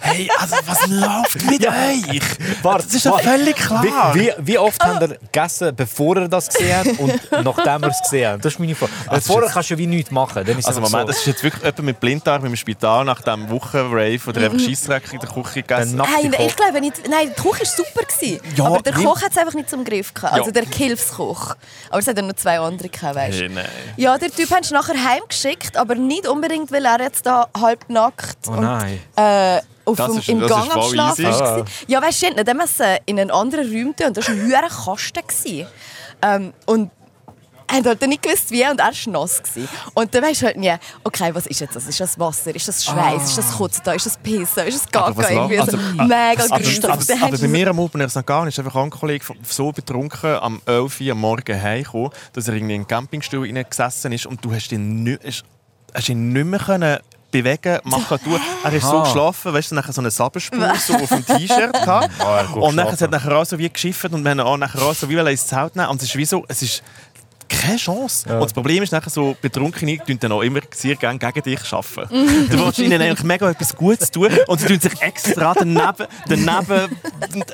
[SPEAKER 1] Hey, also was läuft [laughs] mit euch?
[SPEAKER 2] Warte,
[SPEAKER 1] Das ist doch
[SPEAKER 2] warte.
[SPEAKER 1] völlig klar.
[SPEAKER 2] Wie, wie, wie oft haben wir gegessen, bevor er das gesehen hat und
[SPEAKER 3] [laughs]
[SPEAKER 2] nachdem wir es gesehen haben? Das ist meine Frage. Weil
[SPEAKER 1] das ist
[SPEAKER 2] vorher
[SPEAKER 1] jetzt-
[SPEAKER 2] kannst du ja wie nichts machen. Dann ist
[SPEAKER 1] Also
[SPEAKER 2] es
[SPEAKER 1] Moment, das
[SPEAKER 2] so.
[SPEAKER 1] ist jetzt wirklich jemand mit Blinddarm im Spital nach diesem Wochenrave oder einfach Scheissdreck in der Küche gegessen.
[SPEAKER 2] Dann
[SPEAKER 3] Nein,
[SPEAKER 2] Koch.
[SPEAKER 3] ich glaube nicht. Nein, der Koch war super. Gewesen,
[SPEAKER 1] Ja,
[SPEAKER 3] aber der
[SPEAKER 1] nimm-
[SPEAKER 3] Koch hat es einfach nicht zum Griff gehabt. Also
[SPEAKER 1] Ja.
[SPEAKER 3] der Gehilfskoch. Aber es hat ja noch zwei andere gehabt, weißt du.
[SPEAKER 1] Hey, nein.
[SPEAKER 3] Ja, der Typ hat nachher heimgeschickt, aber nicht unbedingt, weil er jetzt da halb nackt
[SPEAKER 2] Oh
[SPEAKER 3] und,
[SPEAKER 2] nein.
[SPEAKER 3] äh, auf
[SPEAKER 1] Das
[SPEAKER 3] dem,
[SPEAKER 1] ist-
[SPEAKER 3] im
[SPEAKER 1] das
[SPEAKER 3] Gang
[SPEAKER 1] ist
[SPEAKER 3] am
[SPEAKER 1] voll
[SPEAKER 3] Schlafen
[SPEAKER 1] easy. Ah.
[SPEAKER 3] war. Ja, weißt du, dann haben sie in einen anderen Raum tun und das war ein höherer Kasten. gewesen. Ähm, und er hat halt nicht gewusst, wie, und er war nass. Gewesen. Und dann weisst du halt nie, okay, was ist jetzt das? Ist das Wasser? Ist das Schweiß? Ist das Kotzen da? Ist das Pissen? Ist das
[SPEAKER 1] Ah. Aber was
[SPEAKER 3] Gaga? Irgendwie
[SPEAKER 1] läuft-
[SPEAKER 3] so
[SPEAKER 1] äh,
[SPEAKER 3] mega
[SPEAKER 1] aber,
[SPEAKER 3] gruselig.
[SPEAKER 1] aber,
[SPEAKER 3] Dann
[SPEAKER 1] aber,
[SPEAKER 3] hast du
[SPEAKER 1] bei
[SPEAKER 3] so-
[SPEAKER 1] mir am Open Air St. Gallen ist einfach ein Kollege von- so betrunken am 11 Uhr am Morgen heimgekommen, dass er irgendwie in den Campingstuhl hinein gesessen ist und du hast ihn nicht, hast, hast ihn nicht mehr können bewegen, machen, tun. Er ist so
[SPEAKER 2] Aha.
[SPEAKER 1] geschlafen, weißt du, nachher so eine Sabenspur so auf dem T-Shirt gehabt.
[SPEAKER 2] [laughs] Ah, er hat gut
[SPEAKER 1] und nachher es
[SPEAKER 2] geschlafen.
[SPEAKER 1] hat nachher auch so wie geschifft und wir haben ihn auch nachher auch so wie wollen ins Zelt nehmen. Und es ist wie so, es ist keine Chance. Und das Problem ist nachher so, Betrunkene tun dann auch immer sehr gerne gegen dich arbeiten. du willst ihnen eigentlich mega etwas Gutes tun und sie tun sich extra daneben, daneben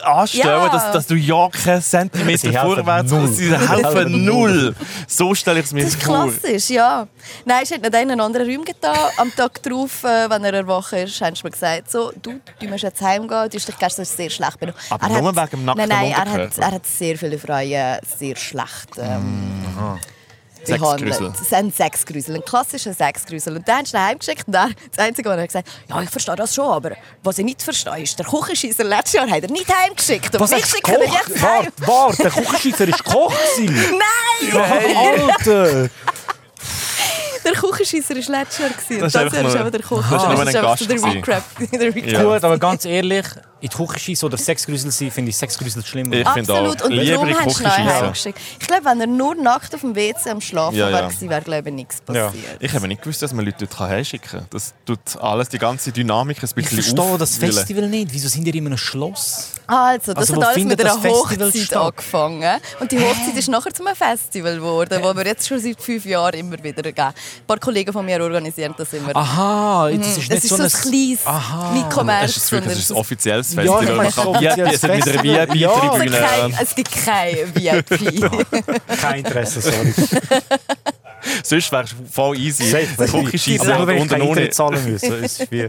[SPEAKER 1] anstellen,
[SPEAKER 3] Ja.
[SPEAKER 1] dass, dass du ja keinen Zentimeter
[SPEAKER 2] Sie helfen
[SPEAKER 1] vorwärts
[SPEAKER 2] null.
[SPEAKER 1] Sie helfen null. So stelle ich es mir
[SPEAKER 3] Das ist
[SPEAKER 1] vor.
[SPEAKER 3] klassisch, ja. Nein, es hat nicht einen anderen Raum getan. Am Tag darauf, äh, wenn er erwacht ist, haben sie mir gesagt, so, du, du musst jetzt heimgehen, du hast dich gestern sehr schlecht benommen.
[SPEAKER 1] Aber
[SPEAKER 3] Er
[SPEAKER 1] nur
[SPEAKER 3] hat-
[SPEAKER 1] wegen dem nackten
[SPEAKER 3] Nein, nein, er hat,
[SPEAKER 1] Unterkörper.
[SPEAKER 3] er hat sehr viele Freunde sehr schlecht
[SPEAKER 1] Mm,
[SPEAKER 3] ähm,
[SPEAKER 1] Sexgrüsel.
[SPEAKER 3] behandelt. Es sind Sexgrüsel, ein klassischer Sexgrüsel. Und dann hast du ihn heimgeschickt und er, das Einzige, was er gesagt hat, ja, ich verstehe das schon, aber was ich nicht verstehe, ist, der Kuchenscheisser letztes Jahr hat er nicht heimgeschickt. Und
[SPEAKER 2] Was
[SPEAKER 3] mich
[SPEAKER 2] hast du
[SPEAKER 3] schickt er
[SPEAKER 2] gekocht?
[SPEAKER 3] jetzt heim.
[SPEAKER 2] Warte, warte, der Kuchenscheisser war Koch. gewesen.
[SPEAKER 3] [laughs] Nein!
[SPEAKER 2] Alter!
[SPEAKER 3] Der Kuchenscheisser war letztes Jahr.
[SPEAKER 1] Das
[SPEAKER 3] gewesen. Und
[SPEAKER 1] ist
[SPEAKER 3] Das
[SPEAKER 1] einfach
[SPEAKER 3] Jahr war
[SPEAKER 1] nur-
[SPEAKER 3] aber der Kuchen.
[SPEAKER 1] das ist nur ein
[SPEAKER 3] einfach so
[SPEAKER 1] Gast
[SPEAKER 3] [laughs] der
[SPEAKER 1] gewesen.
[SPEAKER 3] Recap. Der Recap.
[SPEAKER 1] Ja.
[SPEAKER 2] Gut, aber ganz ehrlich, in die Küche schießen oder Sexgrüsel sein, finde ich Sexgrüsel schlimmer. Ah,
[SPEAKER 1] Ich finde auch,
[SPEAKER 3] Absolut. Und
[SPEAKER 1] lieber in
[SPEAKER 3] darum
[SPEAKER 1] die
[SPEAKER 3] hast
[SPEAKER 1] Küche
[SPEAKER 3] du ihn
[SPEAKER 1] schiessen.
[SPEAKER 3] heimgeschickt. Ich glaube, wenn er nur nackt auf dem WC am Schlafen
[SPEAKER 1] Ja, ja.
[SPEAKER 3] wäre, gewesen, wäre glaube ich nichts
[SPEAKER 2] Ja.
[SPEAKER 3] passiert.
[SPEAKER 1] Ich habe nicht gewusst, dass man Leute dort heimschicken kann. Das tut alles, die ganze Dynamik ein
[SPEAKER 2] Ich
[SPEAKER 1] bisschen
[SPEAKER 2] verstehe das
[SPEAKER 1] aufwühlen.
[SPEAKER 2] Festival nicht. Wieso sind ihr in einem Schloss?
[SPEAKER 3] Also, das
[SPEAKER 2] Also, wo
[SPEAKER 3] hat alles
[SPEAKER 2] findet
[SPEAKER 3] mit einer
[SPEAKER 2] das Festival
[SPEAKER 3] Hochzeit
[SPEAKER 2] statt?
[SPEAKER 3] angefangen. Und die Hochzeit ist nachher zu einem Festival geworden, wo wir jetzt schon seit fünf Jahren immer wieder geben. Ein paar Kollegen von mir organisieren das immer.
[SPEAKER 1] Ah,
[SPEAKER 2] Aha, das Mhm. ist nicht
[SPEAKER 3] das ist so ein kleines
[SPEAKER 2] Aha.
[SPEAKER 1] Hast du das
[SPEAKER 3] Mitkommerz.
[SPEAKER 1] Gefühl, das ist ein
[SPEAKER 3] sondern-
[SPEAKER 1] offizielles
[SPEAKER 2] Ja,
[SPEAKER 1] Festival?
[SPEAKER 2] ich
[SPEAKER 1] Man
[SPEAKER 2] meine,
[SPEAKER 1] kann
[SPEAKER 2] es ist ein
[SPEAKER 1] Bier- es hat mit einer
[SPEAKER 2] offizielles Festival.
[SPEAKER 3] es gibt
[SPEAKER 1] Bier-Tribüne.
[SPEAKER 3] kein- es gibt
[SPEAKER 1] [laughs]
[SPEAKER 3] kein VIP.
[SPEAKER 2] Kein Interesse, [laughs] sorry.
[SPEAKER 1] Sonst wäre es voll easy. Cookie schießen
[SPEAKER 2] Aber wenn ich
[SPEAKER 1] und
[SPEAKER 2] kein
[SPEAKER 1] ohne.
[SPEAKER 2] Eintritt zahlen müssen, [laughs] ist wie...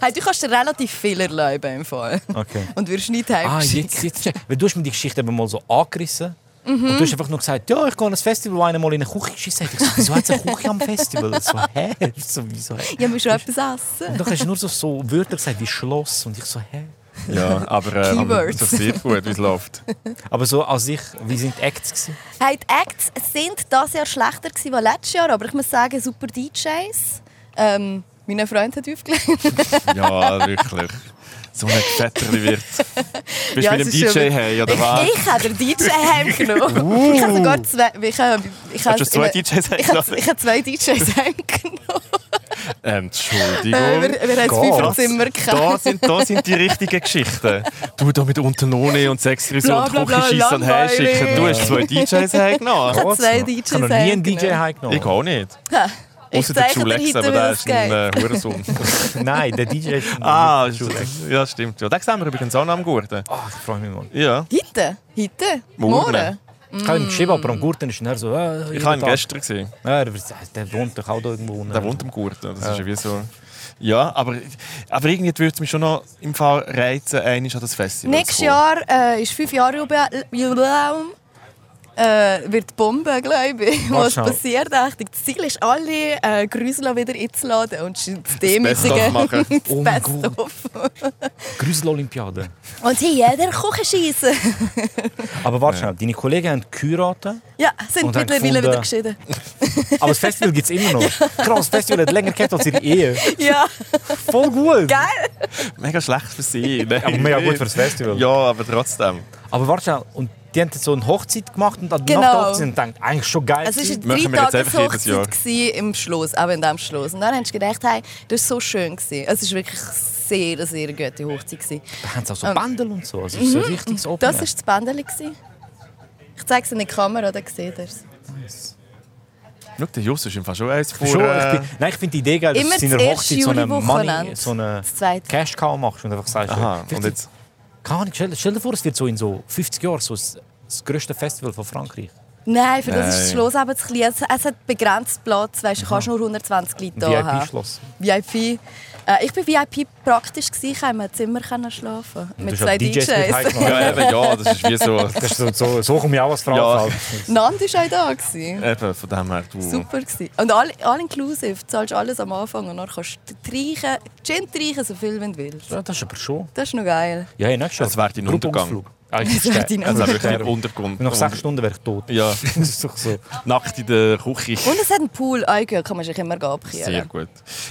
[SPEAKER 3] hey, du kannst dir relativ viel erlauben im Fall.
[SPEAKER 2] Okay.
[SPEAKER 3] Und wirst nicht
[SPEAKER 2] Ah,
[SPEAKER 3] heimgeschickt.
[SPEAKER 2] jetzt, jetzt. Weil du hast mir die Geschichte eben mal so angerissen. Und du hast einfach nur gesagt, ja, ich gehe an ein Festival, wo einer mal in eine Küche geschissen hat. Ich so, wieso hat es eine Küche am Festival? So, hä? So, wieso? hä?
[SPEAKER 3] Ja, wir schon etwas essen.
[SPEAKER 2] Und dann hast du nur so, so Wörter gesagt wie Schloss. Und ich so, hä?
[SPEAKER 1] Ja, aber äh, aber
[SPEAKER 3] Keywords.
[SPEAKER 1] ist doch sehr gut, wie es läuft.
[SPEAKER 2] Aber so an sich, wie sind die Acts gewesen?
[SPEAKER 3] Hey, die Acts sind dieses Jahr schlechter gewesen als letztes Jahr, aber ich muss sagen, super DJs. Ähm, mein Freund hat aufgelegt.
[SPEAKER 1] Ja, wirklich. So ein Fetterli wird. Bist du
[SPEAKER 3] Ja,
[SPEAKER 1] mit
[SPEAKER 3] es
[SPEAKER 1] dem
[SPEAKER 3] ist schon
[SPEAKER 1] DJ
[SPEAKER 3] wieder-
[SPEAKER 1] hey oder was? Uh.
[SPEAKER 3] Ich, [laughs] ich habe den DJ
[SPEAKER 1] [laughs]
[SPEAKER 3] heimgenommen. Ich habe sogar zwei... Ich habe, ich
[SPEAKER 1] Hast
[SPEAKER 3] habe,
[SPEAKER 1] du zwei
[SPEAKER 3] ich-
[SPEAKER 1] DJs
[SPEAKER 3] Ich habe,
[SPEAKER 1] eingeladen?
[SPEAKER 3] ich habe zwei DJs heimgenommen. Äh,
[SPEAKER 1] Entschuldigung.
[SPEAKER 3] wir, wir haben
[SPEAKER 2] Gott.
[SPEAKER 3] fünf Zimmer
[SPEAKER 1] Da
[SPEAKER 3] gehabt.
[SPEAKER 1] sind, da sind die richtigen Geschichten. Du da mit unten ohne und Sexgrüße
[SPEAKER 3] Bla,
[SPEAKER 1] und
[SPEAKER 3] bla, bla,
[SPEAKER 1] Kuchenschiessen und
[SPEAKER 3] langweilig.
[SPEAKER 1] Herschicken. Du hast zwei
[SPEAKER 3] [laughs]
[SPEAKER 1] DJs hergenommen.
[SPEAKER 3] habe zwei
[SPEAKER 2] Ich habe noch nie einen
[SPEAKER 3] DJs
[SPEAKER 2] DJ
[SPEAKER 1] Ich
[SPEAKER 2] heimgenommen.
[SPEAKER 1] auch nicht.
[SPEAKER 3] Ich
[SPEAKER 1] Außer der
[SPEAKER 3] zeige dir
[SPEAKER 1] Schulex,
[SPEAKER 3] heute,
[SPEAKER 1] aber
[SPEAKER 3] wie
[SPEAKER 1] der
[SPEAKER 3] das
[SPEAKER 1] ist
[SPEAKER 3] geht.
[SPEAKER 1] ein äh, Hurensohn. [laughs]
[SPEAKER 2] [laughs] Nein, der DJ ist...
[SPEAKER 1] ah, ja, stimmt. Ja, den sehen wir übrigens auch noch am Gurten.
[SPEAKER 2] Ach, Ah, ich freue mich mal.
[SPEAKER 1] Ja,
[SPEAKER 3] Heute? Heute?
[SPEAKER 1] Morgen.
[SPEAKER 3] Morgen?
[SPEAKER 2] Ich habe ihm geschrieben, aber am Gurten ist er so... Äh,
[SPEAKER 1] ich
[SPEAKER 2] jeden
[SPEAKER 1] habe ihn
[SPEAKER 2] Tag.
[SPEAKER 1] gestern gesehen.
[SPEAKER 2] Ja, der- der wohnt doch auch da irgendwo.
[SPEAKER 1] Der wohnt am Gurten. Das ist ja wie so... Ja, aber, aber irgendwie würde es mich schon noch im Fall reizen, einmal an das Festival
[SPEAKER 3] Nächstes
[SPEAKER 1] zu kommen.
[SPEAKER 3] Jahr äh, ist fünf Jahre Jubil- Jubiläum. Äh, wird die Bombe, glaube ich.
[SPEAKER 2] Warte
[SPEAKER 3] Was
[SPEAKER 2] schnell.
[SPEAKER 3] passiert? eigentlich? Das Ziel ist, alle äh, Grüsel wieder einzuladen und zu demütigen. [laughs]
[SPEAKER 1] Best-of machen.
[SPEAKER 2] Oh mein
[SPEAKER 3] Best
[SPEAKER 2] Gott.
[SPEAKER 3] of.
[SPEAKER 2] Grüsel-Olympiade.
[SPEAKER 3] Und hey, jeder Kuchen schießen. [laughs]
[SPEAKER 2] Aber warte schnell, deine Kollegen haben geheiratet,
[SPEAKER 3] Ja, sind
[SPEAKER 2] Und haben
[SPEAKER 3] mittlerweile
[SPEAKER 2] gefunden-
[SPEAKER 3] wieder geschieden. [laughs]
[SPEAKER 2] aber das Festival gibt es immer noch. Krass, das Festival hat länger gehabt als ihre Ehe.
[SPEAKER 3] Ja,
[SPEAKER 2] Voll gut.
[SPEAKER 3] geil.
[SPEAKER 1] Mega schlecht für
[SPEAKER 2] [laughs]
[SPEAKER 1] sie.
[SPEAKER 2] Aber mega gut fürs Festival.
[SPEAKER 1] Ja, aber trotzdem.
[SPEAKER 2] Aber warte schnell, und die haben jetzt so eine Hochzeit gemacht und an
[SPEAKER 3] Genau.
[SPEAKER 2] nach der Hochzeit denkt, eigentlich schon geil.
[SPEAKER 3] Also, Es war
[SPEAKER 1] Machen wir
[SPEAKER 3] eine
[SPEAKER 1] jetzt einfach jedes Jahr.
[SPEAKER 3] Dreitageshochzeit im Schloss, aber in diesem Schloss. Und dann haben sie gedacht, hey, das war so schön. gewesen. Also, Es war wirklich sehr, sehr gute Hochzeit. gewesen.
[SPEAKER 2] da haben sie auch so Bändel und so. also Es ist so ein richtiges Open.
[SPEAKER 3] Ähm, mhm.
[SPEAKER 2] Air.
[SPEAKER 3] Das war das Bändeli. gewesen. Ich zeige es in die Kamera, dann seht ihr es.
[SPEAKER 1] Schau, der Jus ist im Fall schon eins vor...
[SPEAKER 2] Schon, ich
[SPEAKER 1] äh,
[SPEAKER 2] bin, nein, ich finde die Idee geil, dass
[SPEAKER 3] Immer
[SPEAKER 2] du zu seiner
[SPEAKER 3] das erste
[SPEAKER 2] Hochzeit so eine Money,
[SPEAKER 3] Juli-Wochenende.
[SPEAKER 2] so eine
[SPEAKER 3] Das zweite.
[SPEAKER 2] Cash Cow machst und einfach sagst,
[SPEAKER 1] Aha,
[SPEAKER 2] vielleicht-
[SPEAKER 1] und jetzt...
[SPEAKER 2] keine Ahnung, stell, stell dir vor, es wird so in so 50 Jahren so das, das grösste Festival von Frankreich.
[SPEAKER 3] Nein, für das ist das
[SPEAKER 1] Nein.
[SPEAKER 3] Schloss eben zu klein. Es, es hat begrenzt Platz, weißt, du kannst nur 120 Leute da haben.
[SPEAKER 2] VIP-Schloss.
[SPEAKER 3] VIP. Äh, ich war VIP praktisch, gewesen, ich konnte in meinem Zimmer können schlafen. Mit
[SPEAKER 2] hast auch
[SPEAKER 3] zwei
[SPEAKER 2] DJs
[SPEAKER 3] DJs.
[SPEAKER 2] mit
[SPEAKER 1] [laughs]
[SPEAKER 2] heimgenommen.
[SPEAKER 1] Ja, eben, ja, das ist wie so...
[SPEAKER 2] [laughs] Das ist so, so, so komme ich auch als Frau
[SPEAKER 1] Ja.
[SPEAKER 2] vor.
[SPEAKER 3] [laughs] Nand war auch da. Gewesen.
[SPEAKER 1] Eben, von dem her, du...
[SPEAKER 3] Super. Gewesen. Und all, all inclusive, du zahlst alles am Anfang und dann kannst du trinken, Gin trinken, so viel wenn du willst.
[SPEAKER 2] Ja, das ist aber schon.
[SPEAKER 3] Das ist noch geil.
[SPEAKER 2] Ja, hey, nächstes Jahr.
[SPEAKER 1] Das wäre dein Untergang.
[SPEAKER 2] Eigentlich
[SPEAKER 3] Das wäre dein
[SPEAKER 1] Das ist
[SPEAKER 2] Ah,
[SPEAKER 3] Untergang.
[SPEAKER 2] Also,
[SPEAKER 1] wirklich ein Untergrund.
[SPEAKER 2] Nach sechs Stunden wäre ich tot.
[SPEAKER 1] Ja,
[SPEAKER 2] [laughs] Das ist doch so.
[SPEAKER 1] nackt in der Küche.
[SPEAKER 3] Und es hat einen Pool, Eingehört kann man sich immer
[SPEAKER 1] Sehr
[SPEAKER 3] abkehren.
[SPEAKER 1] gut.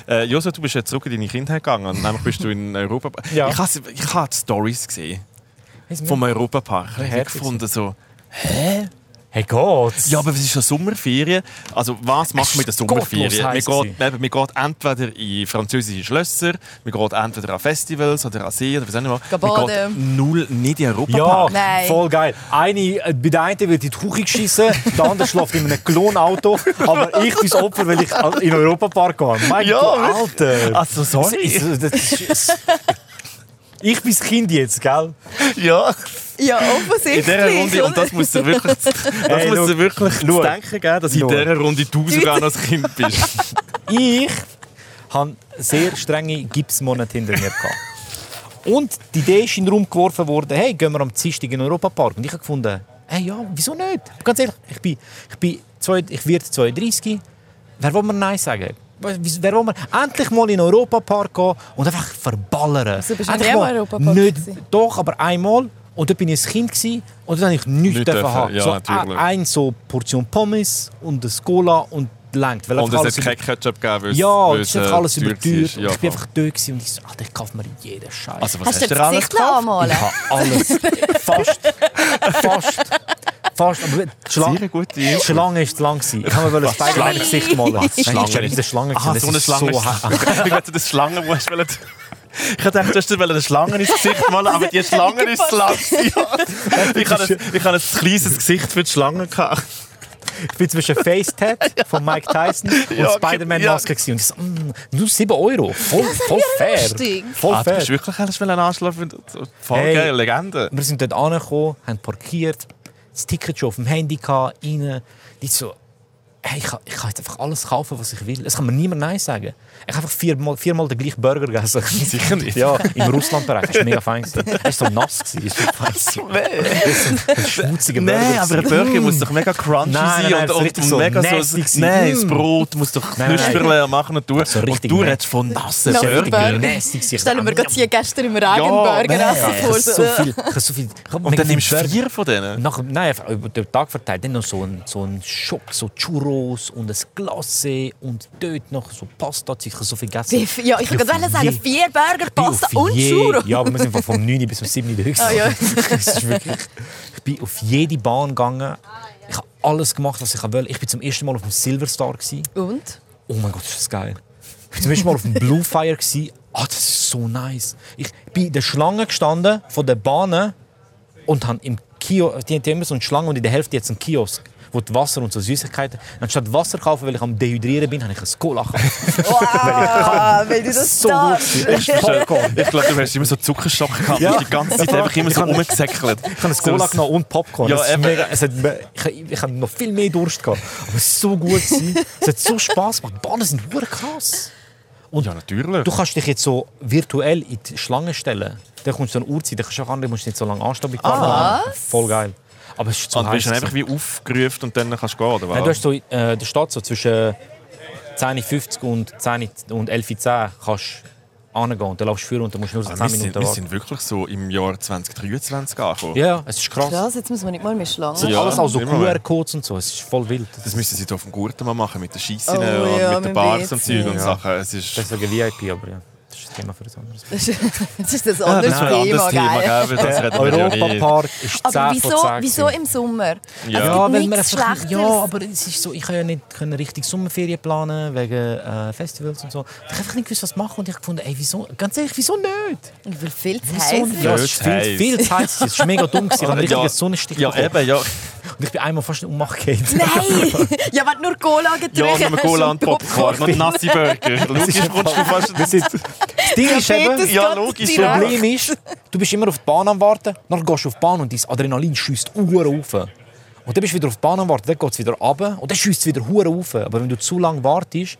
[SPEAKER 1] Äh, Josu, du bist ja zurück in deine Kindheit gegangen. Nämlich bist du in Europa.
[SPEAKER 2] Ja.
[SPEAKER 1] Ich habe ich habe die Stories gesehen vom Europapark. Ich habe
[SPEAKER 2] herzig.
[SPEAKER 1] gefunden so.
[SPEAKER 2] Hey Gott!
[SPEAKER 1] Ja, aber es ist ja Sommerferien. Also was macht man in der
[SPEAKER 2] ist gottlos
[SPEAKER 1] Sommerferien? Man
[SPEAKER 2] heiß
[SPEAKER 1] geht, eben, man geht entweder in französische Schlösser, man geht entweder an Festivals oder an See oder was auch immer. Man
[SPEAKER 3] Gebäude.
[SPEAKER 1] geht null nicht in den
[SPEAKER 2] ja
[SPEAKER 1] Europapark.
[SPEAKER 3] Nein.
[SPEAKER 2] voll geil. Eine, äh, bei der einen wird in die Küche geschissen, [laughs] der andere schläft in einem Klonauto, aber ich bin das Opfer, weil ich al- in den Europapark gehe. Mein
[SPEAKER 1] Ja,
[SPEAKER 2] Gott, Alter!
[SPEAKER 1] Also sorry.
[SPEAKER 2] Das- das- das ist- Ich bin das Kind jetzt, gell?
[SPEAKER 1] Ja,
[SPEAKER 3] Ja,
[SPEAKER 1] in
[SPEAKER 3] offensichtlich.
[SPEAKER 1] dieser Runde, und
[SPEAKER 3] oder?
[SPEAKER 1] das muss dir wirklich, das
[SPEAKER 2] Hey,
[SPEAKER 1] muss dir
[SPEAKER 2] schau,
[SPEAKER 1] wirklich zu
[SPEAKER 2] schau.
[SPEAKER 1] denken geben, dass in
[SPEAKER 2] Schau.
[SPEAKER 1] dieser Runde du sogar noch ein Kind bist.
[SPEAKER 2] Ich habe sehr strenge Gipsmonate hinter mir. Gehabt. Und die Idee ist in den Raum geworfen worden, hey, gehen wir am Dienstag in den Europapark. Und ich habe gefunden, hey, ja, wieso nicht? Aber ganz ehrlich, ich, bin, ich, bin zwei, ich werde 32. Wer will mir Nein sagen? Wer wer will mir endlich mal in den Europapark gehen und einfach verballern?
[SPEAKER 3] du bist noch
[SPEAKER 2] Endlich
[SPEAKER 3] nie im
[SPEAKER 2] mal-
[SPEAKER 3] Europapark
[SPEAKER 2] Nicht,
[SPEAKER 3] gewesen?
[SPEAKER 2] doch, aber einmal. Und dort bin ich ein Kind gewesen, und dann habe ich nichts
[SPEAKER 1] Nicht
[SPEAKER 2] dürfen
[SPEAKER 1] dürfen,
[SPEAKER 2] haben.
[SPEAKER 1] ja,
[SPEAKER 2] so,
[SPEAKER 1] natürlich.
[SPEAKER 2] ein, so Portion Pommes und ein Cola und längt. Weil
[SPEAKER 5] Und
[SPEAKER 1] dus
[SPEAKER 5] es
[SPEAKER 2] einfach
[SPEAKER 5] hat
[SPEAKER 2] alles
[SPEAKER 5] keinen Ketchup gegeben, weil
[SPEAKER 2] über- Ja,
[SPEAKER 5] weil
[SPEAKER 2] es
[SPEAKER 1] eh,
[SPEAKER 2] ist einfach
[SPEAKER 5] äh,
[SPEAKER 2] alles
[SPEAKER 5] teuer
[SPEAKER 2] überteuert.
[SPEAKER 5] war.
[SPEAKER 2] Und
[SPEAKER 5] Ja,
[SPEAKER 2] ich bin
[SPEAKER 5] voll.
[SPEAKER 2] einfach dort gewesen und ich so, Alter, ich kaufe mir jeden Scheiß.
[SPEAKER 5] Also, was
[SPEAKER 3] Hast
[SPEAKER 5] hast
[SPEAKER 3] du dir
[SPEAKER 5] du
[SPEAKER 3] das
[SPEAKER 5] alles
[SPEAKER 3] Gesicht
[SPEAKER 5] gekauft?
[SPEAKER 3] anmalen
[SPEAKER 2] Ich
[SPEAKER 3] lassen?
[SPEAKER 2] habe alles. Fast.
[SPEAKER 3] [laughs]
[SPEAKER 2] Fast. Fast. Aber die
[SPEAKER 1] Sehr
[SPEAKER 2] Schlange,
[SPEAKER 1] gute
[SPEAKER 2] die
[SPEAKER 1] Info.
[SPEAKER 2] Schlange ist zu lang. gewesen. Ich habe mir wollte ein Bein in mein Gesicht malen. Nein, ich
[SPEAKER 5] Schlange?
[SPEAKER 2] habe nicht eine Schlange gesehen.
[SPEAKER 1] Ah,
[SPEAKER 2] Das
[SPEAKER 1] so eine
[SPEAKER 2] ist
[SPEAKER 1] Schlange. [laughs]
[SPEAKER 2] so hart.
[SPEAKER 1] ich dachte, das Schlange, wo hast du wollen- Ich dachte, du hast dir eine Schlange ins Gesicht malen,
[SPEAKER 2] [laughs]
[SPEAKER 1] aber die Schlange ist zu lang. gewesen. Ich hatte ein, ich habe ein kleines Gesicht für die Schlange.
[SPEAKER 2] Oh,
[SPEAKER 1] gehabt.
[SPEAKER 2] Ich bin zwischen Face-Tat von Mike Tyson und
[SPEAKER 1] Ja,
[SPEAKER 2] Spider-Man-Maske. gewesen. Und ich so, mm, nur 7 Euro. Voll, voll fair.
[SPEAKER 3] lustig.
[SPEAKER 2] Voll
[SPEAKER 1] Ah, du
[SPEAKER 2] fair.
[SPEAKER 1] bist wirklich hast du einen Anschlag für Voll
[SPEAKER 2] Hey.
[SPEAKER 1] geil, Legende.
[SPEAKER 2] Wir sind dort angekommen, haben parkiert, das Ticket schon auf dem Handy gehabt, rein. Die so, hey, ich, kann, ich kann jetzt einfach alles kaufen, was ich will. Es kann mir niemand Nein sagen. Ich habe einfach viermal, viermal den gleichen Burger
[SPEAKER 1] [laughs]
[SPEAKER 2] gegessen.
[SPEAKER 1] Sicher nicht.
[SPEAKER 2] [laughs] Ja, im Russlandbereich. Das war mega fein. gewesen.
[SPEAKER 1] [laughs]
[SPEAKER 2] Er war so nass. gewesen, Das war fein. gewesen. [laughs] Das war ein schmutziger Burger.
[SPEAKER 1] Nein, aber der
[SPEAKER 2] gewesen.
[SPEAKER 1] Burger muss doch mega crunchy
[SPEAKER 2] Nein,
[SPEAKER 1] sein
[SPEAKER 2] nein,
[SPEAKER 1] und,
[SPEAKER 2] so
[SPEAKER 1] und,
[SPEAKER 2] richtig
[SPEAKER 1] und
[SPEAKER 2] so
[SPEAKER 1] mega so.
[SPEAKER 2] nasty sein.
[SPEAKER 1] Nein, das
[SPEAKER 2] Mm.
[SPEAKER 1] Brot muss doch
[SPEAKER 2] Nein, nein.
[SPEAKER 1] knusperle machen und du.
[SPEAKER 2] So richtig
[SPEAKER 1] und du
[SPEAKER 2] nasty.
[SPEAKER 1] redest von nassen
[SPEAKER 2] Nou,
[SPEAKER 3] Nasser
[SPEAKER 1] Burger.
[SPEAKER 3] Burger.
[SPEAKER 2] Nasty gewesen.
[SPEAKER 3] [laughs] Stellen wir gerade hier gestern im Regen
[SPEAKER 1] Ja,
[SPEAKER 3] einen Burger
[SPEAKER 2] Nein,
[SPEAKER 3] essen
[SPEAKER 2] ich
[SPEAKER 3] vor.
[SPEAKER 2] habe so viel. Ich habe so viel ich habe
[SPEAKER 1] Und
[SPEAKER 2] mega
[SPEAKER 1] dann
[SPEAKER 2] viel
[SPEAKER 1] nimmst du
[SPEAKER 2] Burger.
[SPEAKER 1] vier von denen.
[SPEAKER 2] Nach, nein, einfach über den Tag verteilt. Dann noch so ein, so ein Schock, so Churros und ein Glasse und dort noch so Pasta. Ich habe so viel gegessen.
[SPEAKER 3] Die- Ja, ich
[SPEAKER 2] bin
[SPEAKER 3] wollte gerade
[SPEAKER 2] auf
[SPEAKER 3] sagen,
[SPEAKER 2] je-
[SPEAKER 3] vier Burger,
[SPEAKER 2] ich bin
[SPEAKER 3] Pasta
[SPEAKER 2] auf
[SPEAKER 3] und
[SPEAKER 2] je-
[SPEAKER 3] Churro.
[SPEAKER 2] Ja, aber wir sind von- vom 9 bis um zum 7 höchst. [laughs]
[SPEAKER 3] Ah, ja.
[SPEAKER 2] Es ist wirklich, ich bin auf jede Bahn gegangen. Ich habe alles gemacht, was ich wollte. Ich war zum ersten Mal auf dem Silver Star. Gewesen.
[SPEAKER 1] [laughs]
[SPEAKER 3] Und?
[SPEAKER 2] Oh mein Gott, ist das geil. Ich war zum ersten Mal auf dem Blue Fire. gewesen. Ah, das ist so nice. Ich bin in der Schlange gestanden von der Bahn und habe im Kiosk, die haben immer so eine Schlange und in der Hälfte jetzt einen Kiosk, wo die Wasser und so Süßigkeiten. Anstatt Wasser kaufen, weil ich am Dehydrieren bin, habe ich ein Cola gekauft.
[SPEAKER 3] Wow, weil du das
[SPEAKER 2] So gut.
[SPEAKER 3] darfst.
[SPEAKER 2] gewesen. Ich voll geil.
[SPEAKER 1] Ich glaube, du hast immer so Zuckerschock gehabt.
[SPEAKER 2] Ja.
[SPEAKER 1] Du hast die ganze Zeit einfach immer so
[SPEAKER 2] Ich kann-
[SPEAKER 1] rumgesäckelt.
[SPEAKER 2] Ich habe ein Cola genommen und Popcorn.
[SPEAKER 1] Ja,
[SPEAKER 2] Es ist
[SPEAKER 1] eben.
[SPEAKER 2] mega, es hat, me- ich, ich, ich habe noch viel mehr Durst gehabt. Aber es war so gut. gewesen. es hat so Spass gemacht. Die Bahnen sind verdammt krass.
[SPEAKER 1] Ja, natürlich.
[SPEAKER 2] Du kannst dich jetzt so virtuell in die Schlange stellen. Dann kommst du an eine Uhrzeit, dann kannst du auch andere, musst nicht so lange anstehen bei ah. Voll geil. Aber es ist zu
[SPEAKER 1] und Ah, du
[SPEAKER 2] heiß.
[SPEAKER 1] bist dann
[SPEAKER 2] gewesen.
[SPEAKER 1] einfach wie aufgerufen und dann kannst du gehen, oder was?
[SPEAKER 2] Nein, du hast so, äh, der steht so zwischen 10.50 und 10 und 11.10 kannst du hingehen und dann laufst du vor und dann musst du nur so
[SPEAKER 1] Also
[SPEAKER 2] 10
[SPEAKER 1] wir, sind,
[SPEAKER 2] Minuten
[SPEAKER 1] wir
[SPEAKER 2] warten.
[SPEAKER 1] sind wirklich so im Jahr 2023 angekommen.
[SPEAKER 2] Ja, ja, es ist krass.
[SPEAKER 3] Krass, jetzt muss man nicht mal mehr schlagen.
[SPEAKER 2] Es sind
[SPEAKER 1] Ja,
[SPEAKER 2] alles auch so
[SPEAKER 1] immer mehr.
[SPEAKER 2] QR-Codes und so, es ist voll wild.
[SPEAKER 1] Das müssen sie hier auf dem Gurten mal machen, mit den Scheissinnen
[SPEAKER 3] Oh
[SPEAKER 1] und
[SPEAKER 3] ja,
[SPEAKER 1] mit den
[SPEAKER 3] mit
[SPEAKER 1] Bars und
[SPEAKER 3] Weizen.
[SPEAKER 1] Zeug und
[SPEAKER 3] Ja.
[SPEAKER 1] Sachen. Es ist,
[SPEAKER 2] Das ist wegen VIP, aber ja, das ist ein Thema für ein anderes.
[SPEAKER 3] [laughs] Das ist das ist ein
[SPEAKER 1] das
[SPEAKER 3] anderes
[SPEAKER 1] ist ein
[SPEAKER 3] Thema,
[SPEAKER 1] anderes Thema,
[SPEAKER 3] geil.
[SPEAKER 1] gell? weil Das reden wir ja nicht.
[SPEAKER 2] Europa-Park ist 10
[SPEAKER 3] Aber
[SPEAKER 2] von 10.
[SPEAKER 3] wieso, wieso
[SPEAKER 2] gewesen.
[SPEAKER 3] im Sommer?
[SPEAKER 1] Ja.
[SPEAKER 3] Also, Es
[SPEAKER 1] Ja,
[SPEAKER 3] gibt
[SPEAKER 2] Ja, weil wir
[SPEAKER 3] nichts
[SPEAKER 2] einfach,
[SPEAKER 3] Schlechteres.
[SPEAKER 2] ja, aber es ist so, ich kann ja nicht können richtig Sommerferien planen wegen äh, Festivals und so. Ich habe einfach nicht gewusst, was machen und ich habe gefunden, ey, wieso, ganz ehrlich, wieso nicht?
[SPEAKER 3] Ich will Also, viel zu heiß.
[SPEAKER 2] Wieso nicht? Ja, es ist
[SPEAKER 1] Viel zu
[SPEAKER 2] viel,
[SPEAKER 1] heiß.
[SPEAKER 2] viel zu heiß. Es war mega dumm,
[SPEAKER 1] [laughs]
[SPEAKER 2] gewesen. ich habe richtig
[SPEAKER 1] Ja.
[SPEAKER 2] einen Sonnenstich
[SPEAKER 1] Ja,
[SPEAKER 2] bekommen.
[SPEAKER 1] eben, ja.
[SPEAKER 2] Und ich bin einmal fast in Ohnmacht
[SPEAKER 3] [laughs]
[SPEAKER 2] gefallen.
[SPEAKER 3] Nein! Ja, wenn du nur Cola
[SPEAKER 1] Ja,
[SPEAKER 3] getrunken
[SPEAKER 1] und nur Cola und Popcorn und nasse
[SPEAKER 2] [laughs]
[SPEAKER 1] Burger. Logisch, kommst du fast...
[SPEAKER 2] Das ist- das Ding ist eben,
[SPEAKER 1] Ja, logisch,
[SPEAKER 2] das Problem ist, du bist immer auf die Bahn am Warten, dann gehst du auf die Bahn und dein Adrenalin schießt Uhr auf. Und dann bist du wieder auf die Bahn am Warten, dann geht es wieder runter und dann schießt es wieder Huren auf. Aber wenn du zu lange wartest,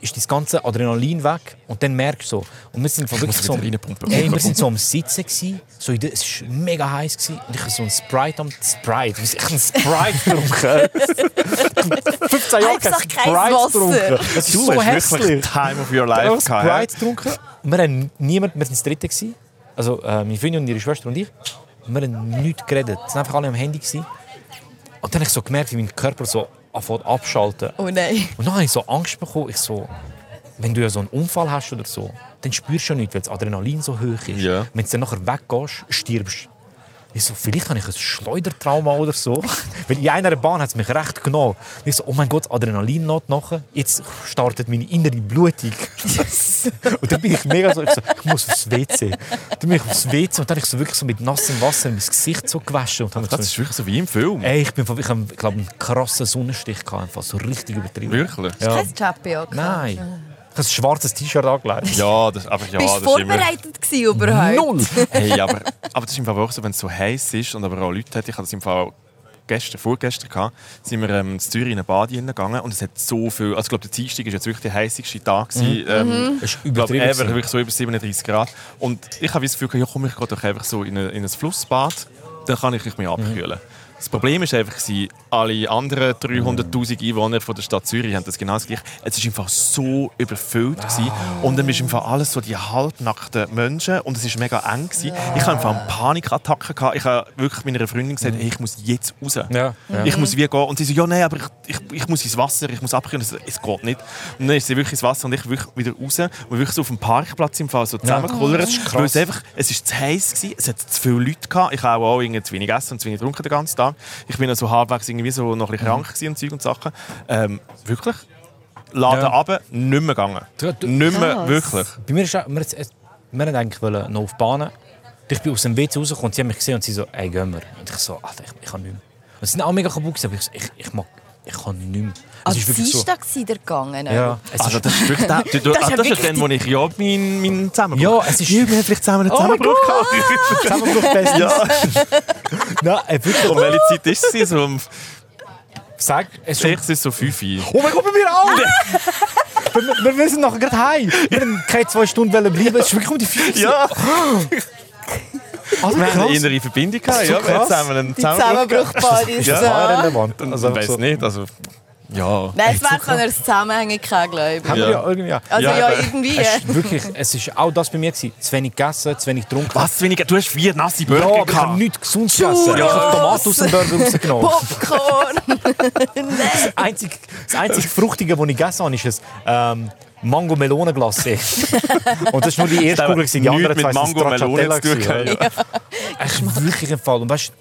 [SPEAKER 2] ist dein ganze Adrenalin weg und dann merkst du so. Und wir sind von wirklich
[SPEAKER 1] muss
[SPEAKER 2] so,
[SPEAKER 1] wieder reinpumpen.
[SPEAKER 2] Ey, wir sind so am Sitzen gsi, so in der, es war mega heiß gsi und ich habe so einen Sprite am Sprite, ich habe einen Sprite [laughs] getrunken. 15 Jahre kein
[SPEAKER 3] Hauptsache kein
[SPEAKER 2] Sprite
[SPEAKER 3] Wasser.
[SPEAKER 2] getrunken. Das ist
[SPEAKER 1] Du
[SPEAKER 2] so
[SPEAKER 1] hast
[SPEAKER 2] hässlich.
[SPEAKER 1] wirklich Time of your
[SPEAKER 2] Wir
[SPEAKER 1] life
[SPEAKER 2] haben Sprite
[SPEAKER 1] gehabt.
[SPEAKER 2] getrunken. Wir haben niemand, wir waren das Dritte. Gewesen. Also äh, meine Freundin und ihre Schwester und ich. Wir haben nichts geredet. Es waren einfach alle am Handy. Gewesen. Und dann habe ich so gemerkt, wie mein Körper so anfängt abschalten.
[SPEAKER 3] Oh nein.
[SPEAKER 2] Und dann habe ich so Angst bekommen. Ich so, wenn du ja so einen Unfall hast oder so, dann spürst du ja nichts, weil das Adrenalin so hoch ist.
[SPEAKER 1] Ja.
[SPEAKER 2] Wenn du dann nachher weggehst, stirbst du. Ich so, vielleicht habe ich ein Schleudertrauma oder so. [laughs] Weil in einer Bahn hat es mich recht genommen. Und ich so, oh mein Gott, das Adrenalin lässt nach. Jetzt startet meine innere Blutung. [laughs] und dann bin ich mega so, ich, so, ich muss aufs WC. Dann bin ich aufs WC und dann habe ich so wirklich so mit nassem Wasser mein Gesicht so gewaschen. Und habe mich
[SPEAKER 1] Das
[SPEAKER 2] so,
[SPEAKER 1] ist wirklich so wie im Film.
[SPEAKER 2] ey, ich, bin, voll- ich habe, ich glaube, einen krassen Sonnenstich gehabt. einfach So richtig übertrieben.
[SPEAKER 1] Wirklich.
[SPEAKER 2] Ja.
[SPEAKER 3] Kein Chappy auch.
[SPEAKER 2] Nein. Ich habe ein schwarzes T-Shirt angelegt.
[SPEAKER 1] Ja, das, aber ja,
[SPEAKER 3] Bist
[SPEAKER 1] das
[SPEAKER 3] du
[SPEAKER 1] ist immer...
[SPEAKER 3] vorbereitet gewesen überhaupt?
[SPEAKER 2] Null!
[SPEAKER 1] Hey, aber, aber das ist im Fall auch so, wenn es so heiß ist und aber auch Leute hat. Ich hatte das im Fall gestern, vorgestern, gehabt, sind wir ähm, in Zürich in eine Bade gegangen und es hat so viel... Also ich glaube, der Dienstag war jetzt wirklich der heißeste Tag. gewesen, Ähm,
[SPEAKER 2] Das [laughs] ist
[SPEAKER 1] Ich glaube,
[SPEAKER 2] übertrieben.
[SPEAKER 1] ever,
[SPEAKER 2] gewesen.
[SPEAKER 1] wirklich so über 37 Grad. Und ich habe das Gefühl, gehabt, ja, komm, ich gehe doch einfach so in, eine, in ein Flussbad dann kann ich
[SPEAKER 2] Mhm.
[SPEAKER 1] mich abkühlen. Das Problem ist einfach, sie, alle anderen 300'000 Einwohner von der Stadt Zürich haben das genau das gleiche. Es war im Fall so überfüllt. gewesen. Und dann ist im Fall alles so die halbnackten Menschen und es war mega eng. Gewesen. Ich hatte im Fall eine Panikattacke. Gehabt. Ich habe wirklich meiner Freundin gesagt, hey, ich muss jetzt raus.
[SPEAKER 2] Mhm. Ja, ja.
[SPEAKER 1] Ich muss wie gehen. Und sie so, ja nein, aber ich, ich, ich muss ins Wasser, ich muss abkühlen. Ich so, Es geht nicht. Und dann ist sie wirklich ins Wasser und ich wirklich wieder raus. Und wirklich so auf dem Parkplatz im Fall so zusammengekollert. weil es einfach, es war zu heiß, gewesen, es hat zu viele Leute gehabt. Ich habe auch irgendwie zu wenig essen und zu wenig getrunken den ganzen Tag. Ich bin also halbwegs irgendwie so noch ein bisschen krank gewesen und Zeug und Sachen. Ähm, wirklich, Laden
[SPEAKER 2] Ja.
[SPEAKER 1] runter, nicht mehr gegangen.
[SPEAKER 2] Du- du-
[SPEAKER 1] Nicht mehr,
[SPEAKER 3] Krass.
[SPEAKER 1] wirklich.
[SPEAKER 2] Bei mir ist auch, wir, wir haben eigentlich wollen noch auf die Bahn. Ich bin aus dem WC rausgekommen und sie haben mich gesehen und sie so, ey, gehen wir. Und ich so, Alter, ich, ich kann nicht mehr. Und sie sind auch mega kaputt gewesen, aber ich, so, ich, ich mag, ich kann nicht mehr.
[SPEAKER 3] Am Dienstag war der gegangen.
[SPEAKER 2] Ja, es
[SPEAKER 1] Also
[SPEAKER 2] ist,
[SPEAKER 1] das ist
[SPEAKER 2] [laughs]
[SPEAKER 1] wirklich der, du, du,
[SPEAKER 3] Das ist
[SPEAKER 1] ah,
[SPEAKER 3] ja
[SPEAKER 1] das ist
[SPEAKER 3] wirklich
[SPEAKER 1] dann, wo ich ja meinen mein Zusammenbruch...
[SPEAKER 2] ja, es ist
[SPEAKER 1] Ja, wir haben vielleicht zusammen einen
[SPEAKER 2] Oh mein
[SPEAKER 1] Zusammenbruch gehabt.
[SPEAKER 2] Zusammenbruch bestens.
[SPEAKER 1] Ja.
[SPEAKER 2] [laughs] Nein, ey,
[SPEAKER 1] [laughs]
[SPEAKER 2] wirklich.
[SPEAKER 1] Um welche Zeit ist es? So um
[SPEAKER 2] Sag, es ist schon
[SPEAKER 1] Vielleicht sind es so fünf Uhr.
[SPEAKER 2] Oh mein Gott, bei mir auch! wir, wir- wir müssen nachher gerade heim. Wir haben keine zwei Stunden wollen bleiben. Es ist wirklich um die vier.
[SPEAKER 1] Ja,
[SPEAKER 2] also,
[SPEAKER 1] wir haben eine
[SPEAKER 2] krass.
[SPEAKER 1] innere Verbindung gehabt.
[SPEAKER 2] So
[SPEAKER 1] Ja, wir haben
[SPEAKER 2] krass.
[SPEAKER 1] zusammen einen
[SPEAKER 3] Die
[SPEAKER 1] Zusammenbruch.
[SPEAKER 3] Zusammenbruchparty
[SPEAKER 1] [laughs]
[SPEAKER 3] ist
[SPEAKER 1] Ja.
[SPEAKER 2] Das war
[SPEAKER 3] da.
[SPEAKER 2] relevant.
[SPEAKER 1] Und
[SPEAKER 2] Also,
[SPEAKER 1] ich weiss
[SPEAKER 2] so-
[SPEAKER 1] nicht, also... Ja.
[SPEAKER 3] Nein, es wäre so ein Zusammenhängen, glaube ich.
[SPEAKER 2] Haben wir
[SPEAKER 1] Ja.
[SPEAKER 2] ja irgendwie.
[SPEAKER 3] Also
[SPEAKER 1] Ja,
[SPEAKER 3] ja,
[SPEAKER 1] eben.
[SPEAKER 3] irgendwie.
[SPEAKER 2] Es ist wirklich, es ist auch das bei mir gewesen. Zu wenig gegessen, zu wenig getrunken.
[SPEAKER 1] Was, weniger? Du hast vier nasse
[SPEAKER 2] Ja,
[SPEAKER 1] Burger
[SPEAKER 2] aber ich habe
[SPEAKER 1] gehabt.
[SPEAKER 2] nichts gesund gegessen. Ich habe Tomaten aus dem Burger rausgenommen.
[SPEAKER 1] [laughs]
[SPEAKER 3] Popcorn. Nein.
[SPEAKER 2] Das einzige, das einzige Fruchtige, das ich gegessen habe, ist ein ähm, Mango-Melone-Glacé. Und das war nur die erste Kugel. gewesen. Die
[SPEAKER 1] Nichts
[SPEAKER 2] anderen
[SPEAKER 1] mit
[SPEAKER 2] zwei
[SPEAKER 1] Mango und Melone zu tun
[SPEAKER 2] gewesen,
[SPEAKER 1] gehabt, ja.
[SPEAKER 2] Echt wirklich im Fall. Und weißt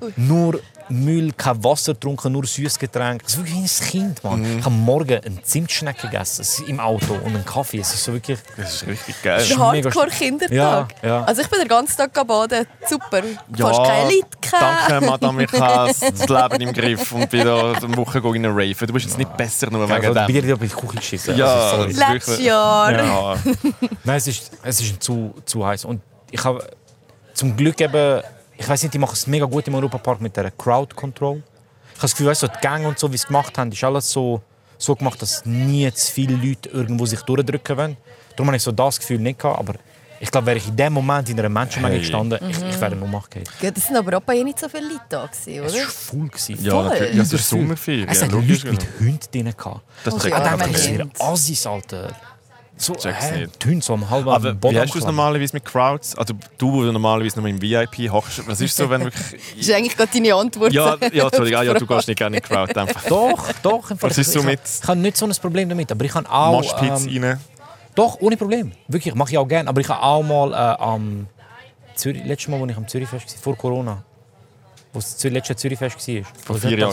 [SPEAKER 2] du, nur Müll, kein Wasser getrunken, nur süßes Getränk. Das ist wirklich wie ein Kind, Mann.
[SPEAKER 1] Mhm.
[SPEAKER 2] Ich habe morgen einen Zimtschnecke gegessen im Auto und einen Kaffee. Es ist so wirklich...
[SPEAKER 1] Das ist richtig geil.
[SPEAKER 3] Der Hardcore-Kindertag.
[SPEAKER 2] Ja, ja.
[SPEAKER 3] Also ich bin den ganzen Tag am Baden. Super. Du hast keine Leute gehabt.
[SPEAKER 1] danke, Madame, ich habe das Leben im Griff und bin da eine Woche in einen Rave. Du bist jetzt nicht besser, nur
[SPEAKER 2] Also,
[SPEAKER 1] wegen
[SPEAKER 2] bei dir
[SPEAKER 1] dem.
[SPEAKER 2] ich habe ich die Küche geschissen.
[SPEAKER 1] Ja,
[SPEAKER 2] Also, sorry.
[SPEAKER 1] das ist
[SPEAKER 3] [laughs] Letztes
[SPEAKER 1] wirklich-
[SPEAKER 3] [laughs] Jahr.
[SPEAKER 1] Ja.
[SPEAKER 2] Nein, es ist, es ist zu, zu heiß. Und ich habe zum Glück eben, ich weiß nicht, die machen es mega gut im Europapark mit der Crowd Control. Ich habe das Gefühl, weißt, du, so die Gänge und so, wie sie es gemacht haben, ist alles so, so gemacht, dass nie zu viele Leute irgendwo sich durchdrücken wollen. Darum habe ich so das Gefühl nicht gehabt. Aber ich glaube, wäre ich in dem Moment in einer Menschenmenge
[SPEAKER 1] Hey. Mhm.
[SPEAKER 2] gestanden, ich, ich wäre nur nachgegangen.
[SPEAKER 3] Gut, es sind aber auch bei ihr nicht so viele Leute da, gewesen,
[SPEAKER 2] Es war
[SPEAKER 3] oder?
[SPEAKER 2] voll. Gewesen.
[SPEAKER 1] Ja, natürlich. Ja, es ist
[SPEAKER 2] Überfüllt.
[SPEAKER 1] Sommerferien.
[SPEAKER 2] Es hat
[SPEAKER 1] logisch, genau.
[SPEAKER 2] Leute mit Hunden drin. gehabt.
[SPEAKER 1] Das
[SPEAKER 3] Okay,
[SPEAKER 1] checkt
[SPEAKER 3] ja,
[SPEAKER 1] man
[SPEAKER 2] Ich dachte,
[SPEAKER 3] mit
[SPEAKER 2] das
[SPEAKER 1] nicht.
[SPEAKER 2] sind
[SPEAKER 3] Hund.
[SPEAKER 2] Assis, Alter. So,
[SPEAKER 1] Check's
[SPEAKER 2] hä,
[SPEAKER 1] nicht.
[SPEAKER 2] die Hunde so am halben am
[SPEAKER 1] Aber
[SPEAKER 2] Boden
[SPEAKER 1] Also, wie hast du es
[SPEAKER 2] klammern.
[SPEAKER 1] normalerweise mit Crowds? Also du, wo du normalerweise nur im VIP hockst, was ist so, wenn
[SPEAKER 3] Das [laughs]
[SPEAKER 1] wirklich...
[SPEAKER 3] ist eigentlich gerade deine
[SPEAKER 1] [laughs]
[SPEAKER 3] Antwort. [laughs]
[SPEAKER 1] Ja, ja, sorry, ah, ja, du gehst nicht gerne in Crowd.
[SPEAKER 2] [laughs]
[SPEAKER 1] Einfach
[SPEAKER 2] Doch, doch. Im Fall.
[SPEAKER 1] Was ist so
[SPEAKER 2] ich,
[SPEAKER 1] mit-
[SPEAKER 2] Ich habe nicht so ein Problem damit, aber ich kann auch...
[SPEAKER 1] Moshpits
[SPEAKER 2] ähm,
[SPEAKER 1] rein.
[SPEAKER 2] doch, ohne Problem. Wirklich, mache ich auch gerne. Aber ich habe auch mal äh, am... Zürich, letztes Mal, als ich am Zürichfest war, vor Corona, wo das Zür letzte Zürichfest war. Vor
[SPEAKER 1] vier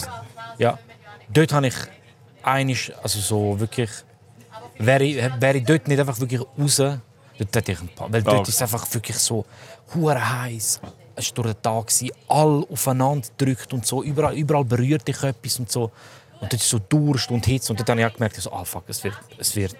[SPEAKER 2] Ja. Dort habe ich einisch, also so wirklich... Wäre ich, wäre ich dort nicht einfach wirklich raus, dort hätte ich ein paar... Weil dort
[SPEAKER 1] Ah.
[SPEAKER 2] ist es einfach wirklich so... hure heiß. Es war durch den Tag, gewesen, all aufeinander gedrückt und so. Überall, überall berührt dich etwas und so. Und dort ist so Durst und Hitze. Und dort habe ich auch gemerkt, ich so, ah fuck, es wird, es wird.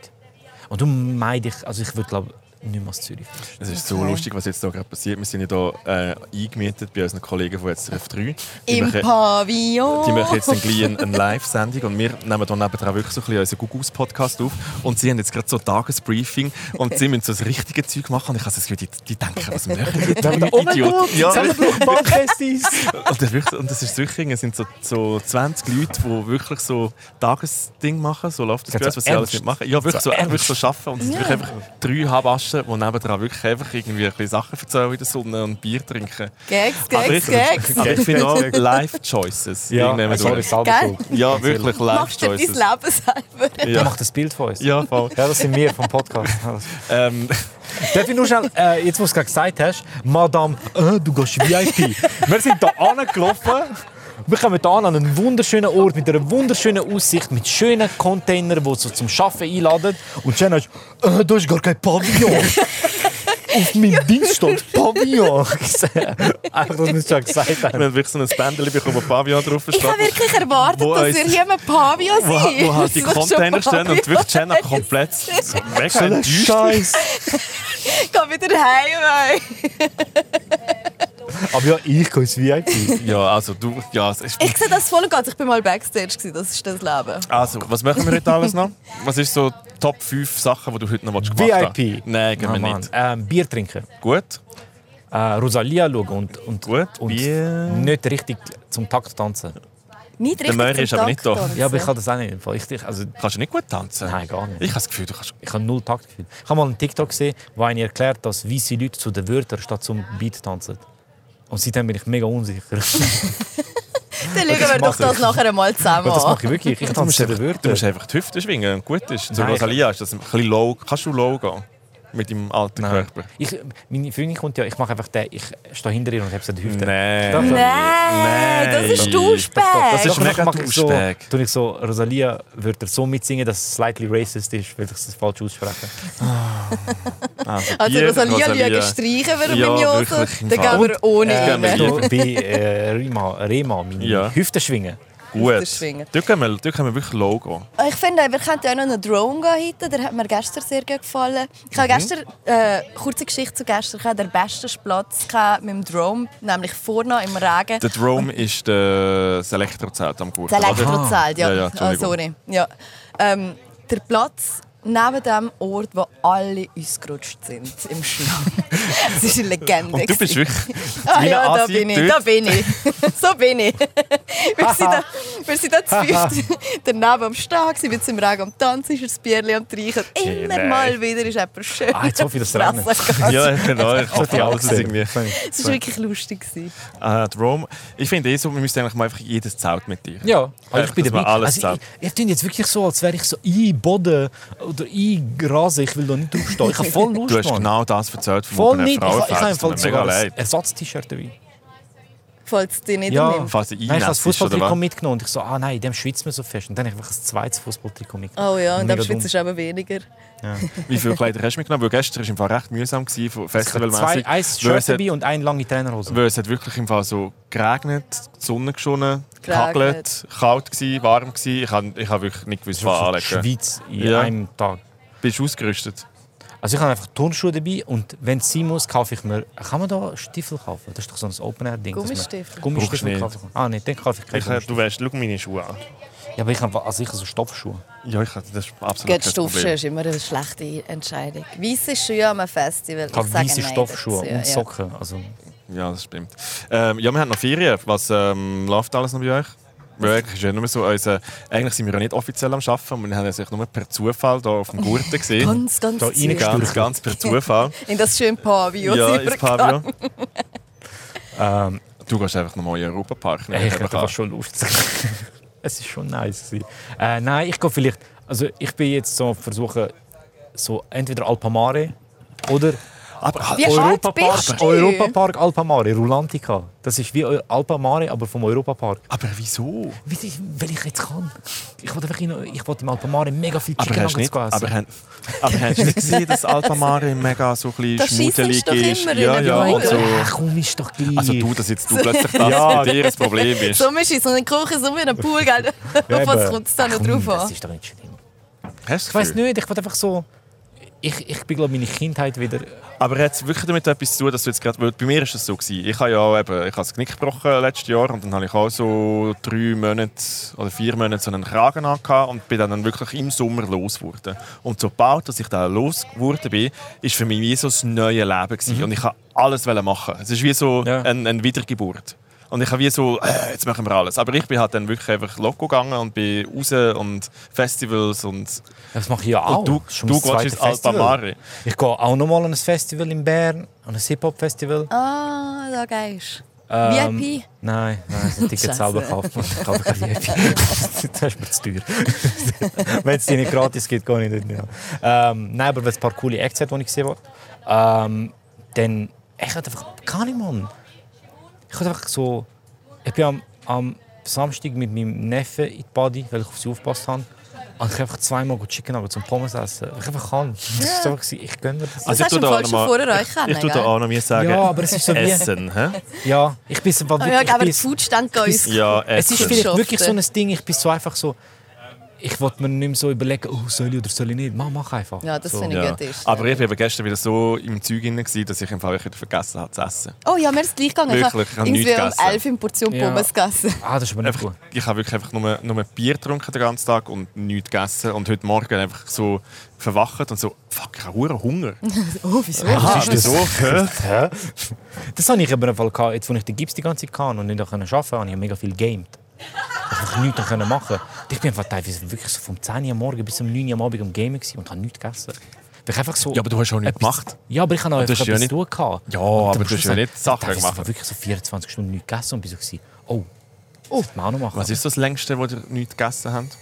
[SPEAKER 2] Und darum meide ich, also ich würde glaube nicht mehr als Zürich.
[SPEAKER 1] Es ist so lustig, was jetzt hier gerade passiert. Wir sind ja hier äh, eingemietet bei unseren Kollegen von jetzt auf 3. Die
[SPEAKER 3] Im
[SPEAKER 1] machen-
[SPEAKER 3] Pavillon.
[SPEAKER 1] die machen jetzt dann gleich eine, eine Live-Sendung und wir nehmen hier nebenan wirklich so ein bisschen unseren Gugus-Podcast auf und sie haben jetzt gerade so ein Tagesbriefing und sie müssen so das richtige Zeug machen und ich habe das Gefühl, die, die denken, was machen die?
[SPEAKER 2] Oh mein Gott,
[SPEAKER 1] Ja.
[SPEAKER 2] Zusammenbruch Badfestis!
[SPEAKER 1] Und, das wirklich, und das ist wirklich, es sind so, so 20 Leute, die wirklich so Tagesding machen, so läuft das
[SPEAKER 2] Ganz
[SPEAKER 1] bei uns, was sie alles
[SPEAKER 2] ernst?
[SPEAKER 1] nicht machen. Ja, wirklich so, äh,
[SPEAKER 2] So ernst?
[SPEAKER 1] wirklich so arbeiten und es sind wirklich einfach drei Habaschen, die nebenan wirklich einfach irgendwie ein bisschen Sachen erzählen in der Sonne und Bier trinken.
[SPEAKER 3] Gags,
[SPEAKER 1] Aber
[SPEAKER 3] Gags, Gags.
[SPEAKER 1] ich, aber ich finde
[SPEAKER 3] [laughs]
[SPEAKER 1] auch Life-Choices. irgendwie
[SPEAKER 2] sorry,
[SPEAKER 1] durch.
[SPEAKER 2] selber
[SPEAKER 3] Geil.
[SPEAKER 2] schuld.
[SPEAKER 1] ja wirklich
[SPEAKER 3] [laughs] Machst du dein
[SPEAKER 1] Life-Choices.
[SPEAKER 3] Leben selber?
[SPEAKER 2] Der
[SPEAKER 1] Ja.
[SPEAKER 2] macht ein Bild von uns.
[SPEAKER 1] ja, voll.
[SPEAKER 2] Ja, das sind wir vom Podcast. [laughs]
[SPEAKER 1] Ähm,
[SPEAKER 2] Darf ich nur schnell, äh, jetzt wo du es gerade gesagt hast, Madame, äh, du gehst VIP. wir sind hier angelaufen. Wir kommen hier an, an einen wunderschönen Ort mit einer wunderschönen Aussicht, mit schönen Containern, die so zum Arbeiten einladen. Und dann hast du, äh, da ist gar kein Pavillon. Auf meinem Dienst steht Pavillon. Einfach, dass wir es schon gesagt haben.
[SPEAKER 1] wir haben wirklich so ein Bändchen bekommen, ein Pavillon drauf
[SPEAKER 3] Ich habe wirklich erwartet,
[SPEAKER 1] Wo
[SPEAKER 3] dass
[SPEAKER 1] uns-
[SPEAKER 3] wir hier im Pavillon sind.
[SPEAKER 1] wo, wo halt die
[SPEAKER 3] Das ist schon
[SPEAKER 1] Container stehen und
[SPEAKER 3] Pavillon.
[SPEAKER 1] wirklich Jenna komplett
[SPEAKER 3] [laughs]
[SPEAKER 1] mega enttäuscht.
[SPEAKER 2] Scheiße.
[SPEAKER 3] Ich gehe wieder heim. ey.
[SPEAKER 2] Aber ja, ich gehe ins VIP.
[SPEAKER 1] Ja, also du, ja, es ist,
[SPEAKER 3] Ich sehe das voll und ganz. Ich bin mal Backstage. gewesen. Das ist das Leben.
[SPEAKER 1] also, was machen wir heute alles noch? Was ist so Top 5 Sachen, die du heute noch gemacht hast?
[SPEAKER 2] VIP.
[SPEAKER 1] Nein, gehen
[SPEAKER 2] Ah,
[SPEAKER 1] wir
[SPEAKER 2] Mann.
[SPEAKER 1] nicht.
[SPEAKER 2] Ähm, Bier trinken.
[SPEAKER 1] Gut.
[SPEAKER 2] äh, Rosalia schauen und, und,
[SPEAKER 1] Gut,
[SPEAKER 2] und
[SPEAKER 1] Bier.
[SPEAKER 2] nicht richtig zum Takt tanzen.
[SPEAKER 3] Nicht richtig
[SPEAKER 1] Möhrer
[SPEAKER 3] zum
[SPEAKER 1] ist aber
[SPEAKER 3] Takt
[SPEAKER 1] nicht da.
[SPEAKER 3] tanzen.
[SPEAKER 2] Ja, aber ich kann das auch nicht. im Fall. Ich, ich- also,
[SPEAKER 1] Kannst du nicht gut tanzen?
[SPEAKER 2] Nein, gar nicht.
[SPEAKER 1] Ich habe das Gefühl, du kannst...
[SPEAKER 2] ich habe null Taktgefühl. Ich habe mal einen TikTok gesehen, wo einer erklärt, dass weiße Leute zu den Wörtern statt zum Beat tanzen. Und seitdem bin ich mega unsicher. [laughs]
[SPEAKER 3] Dann schauen wir doch
[SPEAKER 1] mache
[SPEAKER 3] das
[SPEAKER 1] ich.
[SPEAKER 3] nachher mal zusammen
[SPEAKER 2] Aber das
[SPEAKER 3] an.
[SPEAKER 2] mache ich wirklich. Ich
[SPEAKER 1] Du
[SPEAKER 2] tanze
[SPEAKER 1] musst,
[SPEAKER 2] zu den
[SPEAKER 1] einfach, du musst
[SPEAKER 2] Wörtern.
[SPEAKER 1] einfach die Hüfte schwingen und gut ist. Zu
[SPEAKER 2] Nein, ich-
[SPEAKER 1] Rosalia ist das ein bisschen low. Kannst du low gehen? Mit deinem alten
[SPEAKER 2] Nein.
[SPEAKER 1] Körper?
[SPEAKER 2] Ich, meine Freundin kommt ja, ich mache einfach den, ich stehe hinter ihr und habe sie an die Hüfte.
[SPEAKER 1] Nein.
[SPEAKER 2] Nein.
[SPEAKER 3] Nein, das ist Duschbag.
[SPEAKER 1] Das ist
[SPEAKER 2] Doch,
[SPEAKER 1] mega
[SPEAKER 2] mache ich so,
[SPEAKER 1] Duschbag.
[SPEAKER 2] tue ich so Rosalia-Wörter so mitsingen, dass es slightly racist ist, weil ich es falsch ausspreche.
[SPEAKER 3] Also
[SPEAKER 1] Bier,
[SPEAKER 3] Rosalia
[SPEAKER 1] Rosalia.
[SPEAKER 3] schauen, streichen wir
[SPEAKER 1] Ja,
[SPEAKER 3] beim
[SPEAKER 1] wirklich,
[SPEAKER 3] Josef.
[SPEAKER 1] im
[SPEAKER 3] Dann
[SPEAKER 1] Fall.
[SPEAKER 3] gehen wir ohne
[SPEAKER 1] gehen wir
[SPEAKER 3] ihn.
[SPEAKER 1] hier.
[SPEAKER 2] Ähm, So, bei äh, Rima, Rema, meine
[SPEAKER 1] Ja.
[SPEAKER 2] Hüfte schwingen.
[SPEAKER 1] Gut.
[SPEAKER 3] schwingen.
[SPEAKER 1] Dort können, wir, dort können wir wirklich low gehen.
[SPEAKER 3] Ich finde, wir könnten auch noch einen Drone gehen heute. Der hat mir gestern sehr gut gefallen. Ich
[SPEAKER 1] Mhm.
[SPEAKER 3] habe gestern, äh, kurze Geschichte zu gestern, ich hatte den besten Platz gehabt mit dem Drone, nämlich vorne im Regen.
[SPEAKER 1] Der Drome ist äh, das Elektrozelt am Gurt.
[SPEAKER 3] Das Elektrozelt, ja.
[SPEAKER 1] Ja, ja,
[SPEAKER 3] ah,
[SPEAKER 1] Entschuldigung.
[SPEAKER 3] sorry. Ja. Ähm, der Platz neben dem Ort, wo alle ausgerutscht sind im
[SPEAKER 1] [laughs]
[SPEAKER 3] Schlamm. Es ist eine Legende.
[SPEAKER 1] Und du bist
[SPEAKER 3] gewesen.
[SPEAKER 1] wirklich...
[SPEAKER 3] Ah ja, da
[SPEAKER 1] Ansicht
[SPEAKER 3] bin ich,
[SPEAKER 1] dort.
[SPEAKER 3] da bin ich. [laughs] so bin ich. [laughs] wir sind da, wir sind
[SPEAKER 1] [laughs]
[SPEAKER 3] da zu fünft daneben am Stag, sind jetzt im Regen am Tanzen, ist das Bierli am Trinken. Immer
[SPEAKER 1] nein.
[SPEAKER 3] mal wieder ist jemand schön.
[SPEAKER 2] Ah, jetzt hoffe ich, dass es
[SPEAKER 3] [laughs]
[SPEAKER 2] regnet.
[SPEAKER 3] Wasser gegangen.
[SPEAKER 1] Ja, genau. Ich hoffe, alles ist irgendwie... [laughs]
[SPEAKER 3] Es war wirklich lustig. gewesen.
[SPEAKER 1] Äh, Drome. Ich finde eh so, wir müssen eigentlich mal einfach jedes Zelt mit dir.
[SPEAKER 2] Ja, aber Also ich bin
[SPEAKER 1] dass
[SPEAKER 2] dabei.
[SPEAKER 1] man alles
[SPEAKER 2] Also, ich, ihr tut jetzt wirklich so, als wäre ich so ein Boden oder ein Gras. Ich will da nicht draufstehen. Ich habe voll Lust,
[SPEAKER 1] Du hast
[SPEAKER 2] Mann.
[SPEAKER 1] genau das erzählt vom
[SPEAKER 2] Voll
[SPEAKER 1] offenen
[SPEAKER 2] nicht. Ich, ich,
[SPEAKER 1] Frauenfest.
[SPEAKER 2] habe im
[SPEAKER 1] Es tut
[SPEAKER 2] Fall
[SPEAKER 1] mir
[SPEAKER 2] sogar
[SPEAKER 1] mega
[SPEAKER 2] ein
[SPEAKER 1] leid.
[SPEAKER 2] Ersatz-T-Shirt dabei.
[SPEAKER 3] Falls es dich nicht
[SPEAKER 2] Ja.
[SPEAKER 3] nimmt.
[SPEAKER 1] Falls du einnässt
[SPEAKER 2] Nein, ich habe das
[SPEAKER 1] bist, oder
[SPEAKER 2] Fußballtrikot
[SPEAKER 1] was?
[SPEAKER 2] mitgenommen und ich so, ah nein, in dem schwitzt man so fest. Und dann habe ich einfach ein zweites Fußballtrikot mitgenommen.
[SPEAKER 3] Oh ja, und am
[SPEAKER 2] Mega
[SPEAKER 3] Schweiz ist eben weniger.
[SPEAKER 1] Wie viele Kleider hast du mitgenommen? Weil gestern war es im Fall recht mühsam, gewesen,
[SPEAKER 2] dumm. Zwei,
[SPEAKER 1] festivalmässig.
[SPEAKER 2] ein
[SPEAKER 1] Weil
[SPEAKER 2] Shirt
[SPEAKER 1] es hat-
[SPEAKER 2] dabei und eine lange Trainerhose.
[SPEAKER 1] Weil es hat wirklich im Fall so geregnet, die Sonne geschonnen,
[SPEAKER 3] Geregnet.
[SPEAKER 1] gehagelt, kalt gsi, warm gsi. Ich habe ich hab wirklich nicht gewusst, was
[SPEAKER 2] So die
[SPEAKER 1] anlegen.
[SPEAKER 2] Schweiz in
[SPEAKER 1] Ja.
[SPEAKER 2] einem Tag.
[SPEAKER 1] Bist du ausgerüstet?
[SPEAKER 2] Also ich habe einfach Turnschuhe dabei und wenn es sein muss, kaufe ich mir... Kann man da Stiefel kaufen? Das ist doch so ein Open-Air-Ding. dass man
[SPEAKER 3] Gummistiefel.
[SPEAKER 1] Brauchst du
[SPEAKER 2] Gummistiefel
[SPEAKER 1] nicht.
[SPEAKER 2] kaufen kann. Ah, nein, dann kaufe ich keine
[SPEAKER 1] Ich, äh, du
[SPEAKER 2] Gummistiefel.
[SPEAKER 1] weißt, schau meine Schuhe an.
[SPEAKER 2] Ja, aber ich habe, also ich habe so Stoffschuhe.
[SPEAKER 1] Ja, ich, das ist absolut
[SPEAKER 3] Geht
[SPEAKER 1] kein
[SPEAKER 3] Stoffschuhe
[SPEAKER 1] Problem.
[SPEAKER 3] ist immer eine schlechte Entscheidung. Weiße Schuhe am Festival.
[SPEAKER 2] Ich habe
[SPEAKER 3] sage
[SPEAKER 2] weisse
[SPEAKER 3] nein
[SPEAKER 2] Stoffschuhe
[SPEAKER 3] dazu,
[SPEAKER 2] und
[SPEAKER 3] ja.
[SPEAKER 2] Socken. Also,
[SPEAKER 1] Ja, das stimmt. Ähm, ja, wir haben noch Ferien. Was ähm, läuft alles noch bei euch? Weil Eigentlich, ist ja nur so, unser, eigentlich sind wir ja nicht offiziell am Arbeiten. Wir haben uns eigentlich nur per Zufall hier auf dem Gurten gesehen.
[SPEAKER 3] Ganz, ganz
[SPEAKER 2] Da
[SPEAKER 3] süß.
[SPEAKER 1] ganz, ganz per
[SPEAKER 3] [laughs]
[SPEAKER 1] Zufall.
[SPEAKER 3] In das schöne Pavillon.
[SPEAKER 1] ja,
[SPEAKER 3] sind wir
[SPEAKER 1] ins Pavillon.
[SPEAKER 2] ähm,
[SPEAKER 1] Du gehst einfach nochmal in den Europapark.
[SPEAKER 2] Ey, ich
[SPEAKER 1] Einfach
[SPEAKER 2] hätte
[SPEAKER 1] an.
[SPEAKER 2] fast schon Lust. [laughs] es ist schon nice. gewesen. Äh, nein, ich gehe vielleicht. Also ich bin jetzt so am versuchen, so entweder Alpamare oder
[SPEAKER 1] Aber, ah, oh,
[SPEAKER 3] Wie alt bist
[SPEAKER 2] Europapark,
[SPEAKER 3] du?
[SPEAKER 2] Europapark Alpamare, Rulantica. Das ist wie Eu- Alpamare, aber vom Europapark.
[SPEAKER 1] aber wieso?
[SPEAKER 2] Weil ich, weil ich jetzt kann. Ich wollte einfach in, ich wollte im Alpamare mega viel
[SPEAKER 1] Aber
[SPEAKER 2] Chicken
[SPEAKER 1] hast, du
[SPEAKER 2] Nuggets
[SPEAKER 1] nicht,
[SPEAKER 2] essen.
[SPEAKER 1] aber, haben- aber hast du nicht gesehen,
[SPEAKER 3] [laughs]
[SPEAKER 1] dass Alpamare mega so ein
[SPEAKER 3] Da
[SPEAKER 1] bisschen schmuddelig
[SPEAKER 3] scheissen's doch
[SPEAKER 1] ist?
[SPEAKER 3] immer
[SPEAKER 1] ja,
[SPEAKER 3] in den
[SPEAKER 1] ja,
[SPEAKER 3] Augen.
[SPEAKER 1] und so.
[SPEAKER 2] Ach, komm, ist doch gleich.
[SPEAKER 1] Also du, dass jetzt du
[SPEAKER 3] [laughs]
[SPEAKER 1] plötzlich das ja. bei dir ein Problem ist.
[SPEAKER 3] So ist es, so eine Küche, so wie ein Pool. [laughs] Gell? Auf was
[SPEAKER 2] eben.
[SPEAKER 3] kommt es da noch
[SPEAKER 2] Komm,
[SPEAKER 3] drauf
[SPEAKER 2] Das
[SPEAKER 3] an?
[SPEAKER 2] ist doch nicht schlimm.
[SPEAKER 1] Hast du das
[SPEAKER 2] Ich weiß
[SPEAKER 1] Gefühl?
[SPEAKER 2] nicht, ich wollte einfach so... Ich, ich bin, glaube ich, meine Kindheit wieder...
[SPEAKER 1] Aber hat es wirklich damit etwas zu tun, dass du jetzt gerade... weil Bei mir war es so. Gewesen. Ich habe ja auch eben, ich habe das Knick gebrochen letztes Jahr und dann habe ich auch so drei Monate oder vier Monate so einen Kragen angehabt und bin dann wirklich im Sommer los geworden. Und sobald dass ich da los geworden bin, ist für mich wie so das neue Leben gewesen. und ich habe alles wollen machen. Es ist wie so
[SPEAKER 2] Mhm. Ja.
[SPEAKER 1] ein, eine Wiedergeburt. Und ich habe wie so, äh, jetzt machen wir alles. Aber ich bin halt dann wirklich einfach loco gegangen und bin raus und Festivals und
[SPEAKER 2] Das mache ich ja auch.
[SPEAKER 1] Und du-
[SPEAKER 2] Das ist schon
[SPEAKER 1] du
[SPEAKER 2] mein
[SPEAKER 1] gehst
[SPEAKER 2] zweites
[SPEAKER 1] ins Alpamare.
[SPEAKER 2] Ich gehe auch nochmal an ein Festival in Bern, an ein Hip-Hop-Festival.
[SPEAKER 3] Ah, da gehst du.
[SPEAKER 2] Ähm,
[SPEAKER 3] VIP.
[SPEAKER 2] Nein, nein, das Ticket
[SPEAKER 3] Scheiße.
[SPEAKER 2] selber kaufen. Ich kaufe kein VIP. [laughs] das ist mir zu teuer. [laughs] wenn es die nicht gratis gibt, gehe ich nicht mehr. Ähm, nein, aber wenn es ein paar coole Acts hat, die ich gesehen habe, ähm, dann... Ich hatte einfach... Keine Ahnung, Mann. Ich hatte einfach so... Ich bin am, am Samstag mit meinem Neffen in die Party, weil ich auf sie aufgepasst habe. Und ich habe einfach zweimal Chicken Nuggets und Pommes essen. weil Ich einfach kann. Das war so, ich gönne mir das.
[SPEAKER 3] Das hast
[SPEAKER 1] Also ich
[SPEAKER 3] du
[SPEAKER 1] tu da
[SPEAKER 3] im Fall schon
[SPEAKER 1] noch mal-
[SPEAKER 3] vorher euch
[SPEAKER 1] Ich
[SPEAKER 3] kennen,
[SPEAKER 1] tue da
[SPEAKER 3] gell?
[SPEAKER 1] auch noch mir sagen,
[SPEAKER 2] Ja, aber es ist so wie-
[SPEAKER 1] Essen. Hä?
[SPEAKER 2] Ja, ich bin so...
[SPEAKER 3] Ah, ja,
[SPEAKER 2] ich
[SPEAKER 3] aber
[SPEAKER 2] bin-
[SPEAKER 3] die Foodstände gehen uns.
[SPEAKER 1] Ja,
[SPEAKER 2] Es
[SPEAKER 1] Essen.
[SPEAKER 2] ist vielleicht
[SPEAKER 3] Schafft
[SPEAKER 2] wirklich
[SPEAKER 3] er.
[SPEAKER 2] so ein Ding, ich bin so einfach so. ich wollte mir nicht mehr so überlegen, oh, soll ich oder soll ich nicht. Mach, mach einfach.
[SPEAKER 3] Ja, das
[SPEAKER 2] so.
[SPEAKER 3] finde ich
[SPEAKER 1] Ja.
[SPEAKER 3] gut ist.
[SPEAKER 1] Aber ich war eben gestern wieder so im Zeug drin, gewesen, dass ich im Fall wieder vergessen habe zu essen.
[SPEAKER 3] Oh ja, mir ist es gleich gegangen.
[SPEAKER 1] Wirklich, ich
[SPEAKER 3] ich
[SPEAKER 1] habe
[SPEAKER 3] habe
[SPEAKER 1] nichts
[SPEAKER 3] irgendwie um
[SPEAKER 1] gegessen.
[SPEAKER 3] 11 in Portion
[SPEAKER 2] Ja.
[SPEAKER 3] Pommes gegessen.
[SPEAKER 2] Ah, das ist aber nicht
[SPEAKER 1] Einfach,
[SPEAKER 2] gut.
[SPEAKER 1] ich habe wirklich einfach nur, nur Bier getrunken den ganzen Tag und nichts gegessen. Und heute Morgen einfach so verwacht und so, fuck, ich habe verdammt Hunger.
[SPEAKER 3] Oh, wieso?
[SPEAKER 2] Aha. ist das?
[SPEAKER 1] wieso? Hä?
[SPEAKER 2] Hä? Das hatte ich aber Fall gehabt. Jetzt, als ich den Gips die ganze Zeit hatte und nicht arbeiten konnte, habe ich mega viel gamed. Ich konnte nichts mehr machen. Und ich bin einfach teilweise wirklich so vom 10 Uhr am morgen bis um 9 Uhr am Abend am Gamen gewesen und habe nichts gegessen. Weil ich einfach so
[SPEAKER 1] Ja, aber du hast auch nichts
[SPEAKER 2] etwas-
[SPEAKER 1] gemacht.
[SPEAKER 2] Ja, aber ich habe auch
[SPEAKER 1] hast
[SPEAKER 2] einfach
[SPEAKER 1] ja
[SPEAKER 2] etwas
[SPEAKER 1] nicht-
[SPEAKER 2] zu tun. gehabt.
[SPEAKER 1] Ja,
[SPEAKER 2] Und am
[SPEAKER 1] aber du hast
[SPEAKER 2] Schluss
[SPEAKER 1] ja
[SPEAKER 2] habe
[SPEAKER 1] nicht
[SPEAKER 2] ich
[SPEAKER 1] Sachen
[SPEAKER 2] teilweise
[SPEAKER 1] gemacht.
[SPEAKER 2] wirklich so 24 Stunden nichts gegessen und bin so gewesen, oh, oh. das auch noch machen.
[SPEAKER 1] Was ist so das Längste, wo ihr nichts gegessen habt?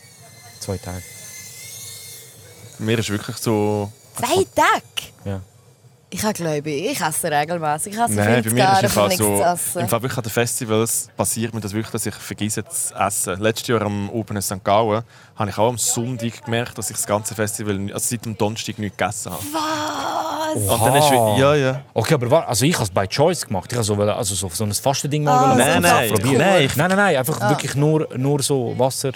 [SPEAKER 2] Zwei Tage.
[SPEAKER 1] Mir ist wirklich so...
[SPEAKER 3] Zwei Tage?
[SPEAKER 2] Ja.
[SPEAKER 3] Ich habe, glaube ich, ich esse regelmäßig. Ich esse
[SPEAKER 1] Nein, bei
[SPEAKER 3] 50
[SPEAKER 1] mir ist
[SPEAKER 3] Jahre
[SPEAKER 1] im
[SPEAKER 3] von
[SPEAKER 1] Fall
[SPEAKER 3] nichts
[SPEAKER 1] so.
[SPEAKER 3] zu essen.
[SPEAKER 1] Im Fall wirklich an den Festivals passiert mir das wirklich, dass ich vergesse zu essen. Letztes Jahr am Open in St. Gallen habe ich auch am Sonntag gemerkt, dass ich das ganze Festival nicht- also seit dem Donnerstag nichts gegessen habe.
[SPEAKER 3] Was?
[SPEAKER 1] Und dann ist wieder, ja, ja.
[SPEAKER 2] Okay, aber warte, also ich habe es by choice gemacht. Ich habe so, wollen- also so, so ein Fastending mal
[SPEAKER 3] Ah,
[SPEAKER 2] wollen
[SPEAKER 3] Nein,
[SPEAKER 2] machen,
[SPEAKER 1] nein,
[SPEAKER 2] probieren.
[SPEAKER 1] nein, ich-
[SPEAKER 2] nein, nein, nein,
[SPEAKER 1] Ah.
[SPEAKER 2] einfach wirklich nur, nur so Wasser.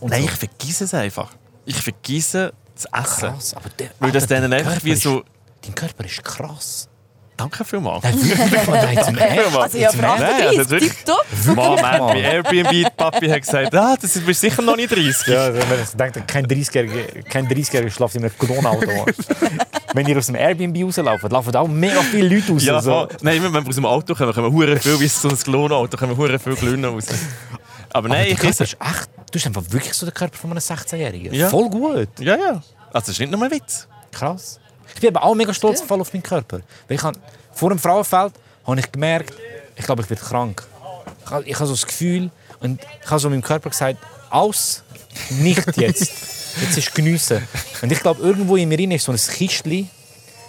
[SPEAKER 2] Und
[SPEAKER 1] Nein,
[SPEAKER 2] so.
[SPEAKER 1] ich vergesse es einfach. Ich vergesse zu essen.
[SPEAKER 2] krass. Aber der,
[SPEAKER 1] Weil das
[SPEAKER 2] Alter,
[SPEAKER 1] dann
[SPEAKER 2] dein
[SPEAKER 1] einfach
[SPEAKER 2] Körper
[SPEAKER 1] wie
[SPEAKER 2] ist-
[SPEAKER 1] so-
[SPEAKER 2] Dein Körper ist [laughs] krass.
[SPEAKER 1] Danke vielmals.
[SPEAKER 2] Nein, wirklich. Nein, jetzt im Ernst.
[SPEAKER 3] Also ja,
[SPEAKER 1] Nein,
[SPEAKER 3] Frage
[SPEAKER 1] also
[SPEAKER 3] 30,
[SPEAKER 1] wirklich.
[SPEAKER 3] tipptopp.
[SPEAKER 1] Mann,
[SPEAKER 2] Wirklich,
[SPEAKER 1] Mann,
[SPEAKER 2] Mann.
[SPEAKER 1] bei Airbnb, Papi hat gesagt, ah, das bist sicher noch nicht 30.
[SPEAKER 2] Ja, wenn ich denke, kein 30-Jähriger kein 30 schläft in einem Clown-Auto. wenn ihr aus dem Airbnb rauslauft, laufen auch mega viele Leute raus.
[SPEAKER 1] Ja,
[SPEAKER 2] Also so.
[SPEAKER 1] voll. nein, wenn wir aus dem Auto kommen, kommen wir hure viel, wie so ein Klonauto, kommen wir hure viel Glühne raus. Aber
[SPEAKER 2] Aber
[SPEAKER 1] nein,
[SPEAKER 2] dein
[SPEAKER 1] ich esse
[SPEAKER 2] Körper ist echt, du bist einfach wirklich so der Körper von einem 16-Jährigen.
[SPEAKER 1] Ja.
[SPEAKER 2] Voll gut.
[SPEAKER 1] Ja, ja. Also, das ist nicht nur ein Witz.
[SPEAKER 2] Krass. Ich bin aber auch mega stolz voll auf meinen Körper. Weil ich hab, vor dem Frauenfeld habe ich gemerkt, ich glaube, ich werde krank. Ich habe ich hab so das Gefühl und ich habe so meinem Körper gesagt, aus, nicht
[SPEAKER 3] [laughs]
[SPEAKER 2] jetzt. jetzt ist geniessen. Und ich glaube, irgendwo in mir rein ist so ein Kistchen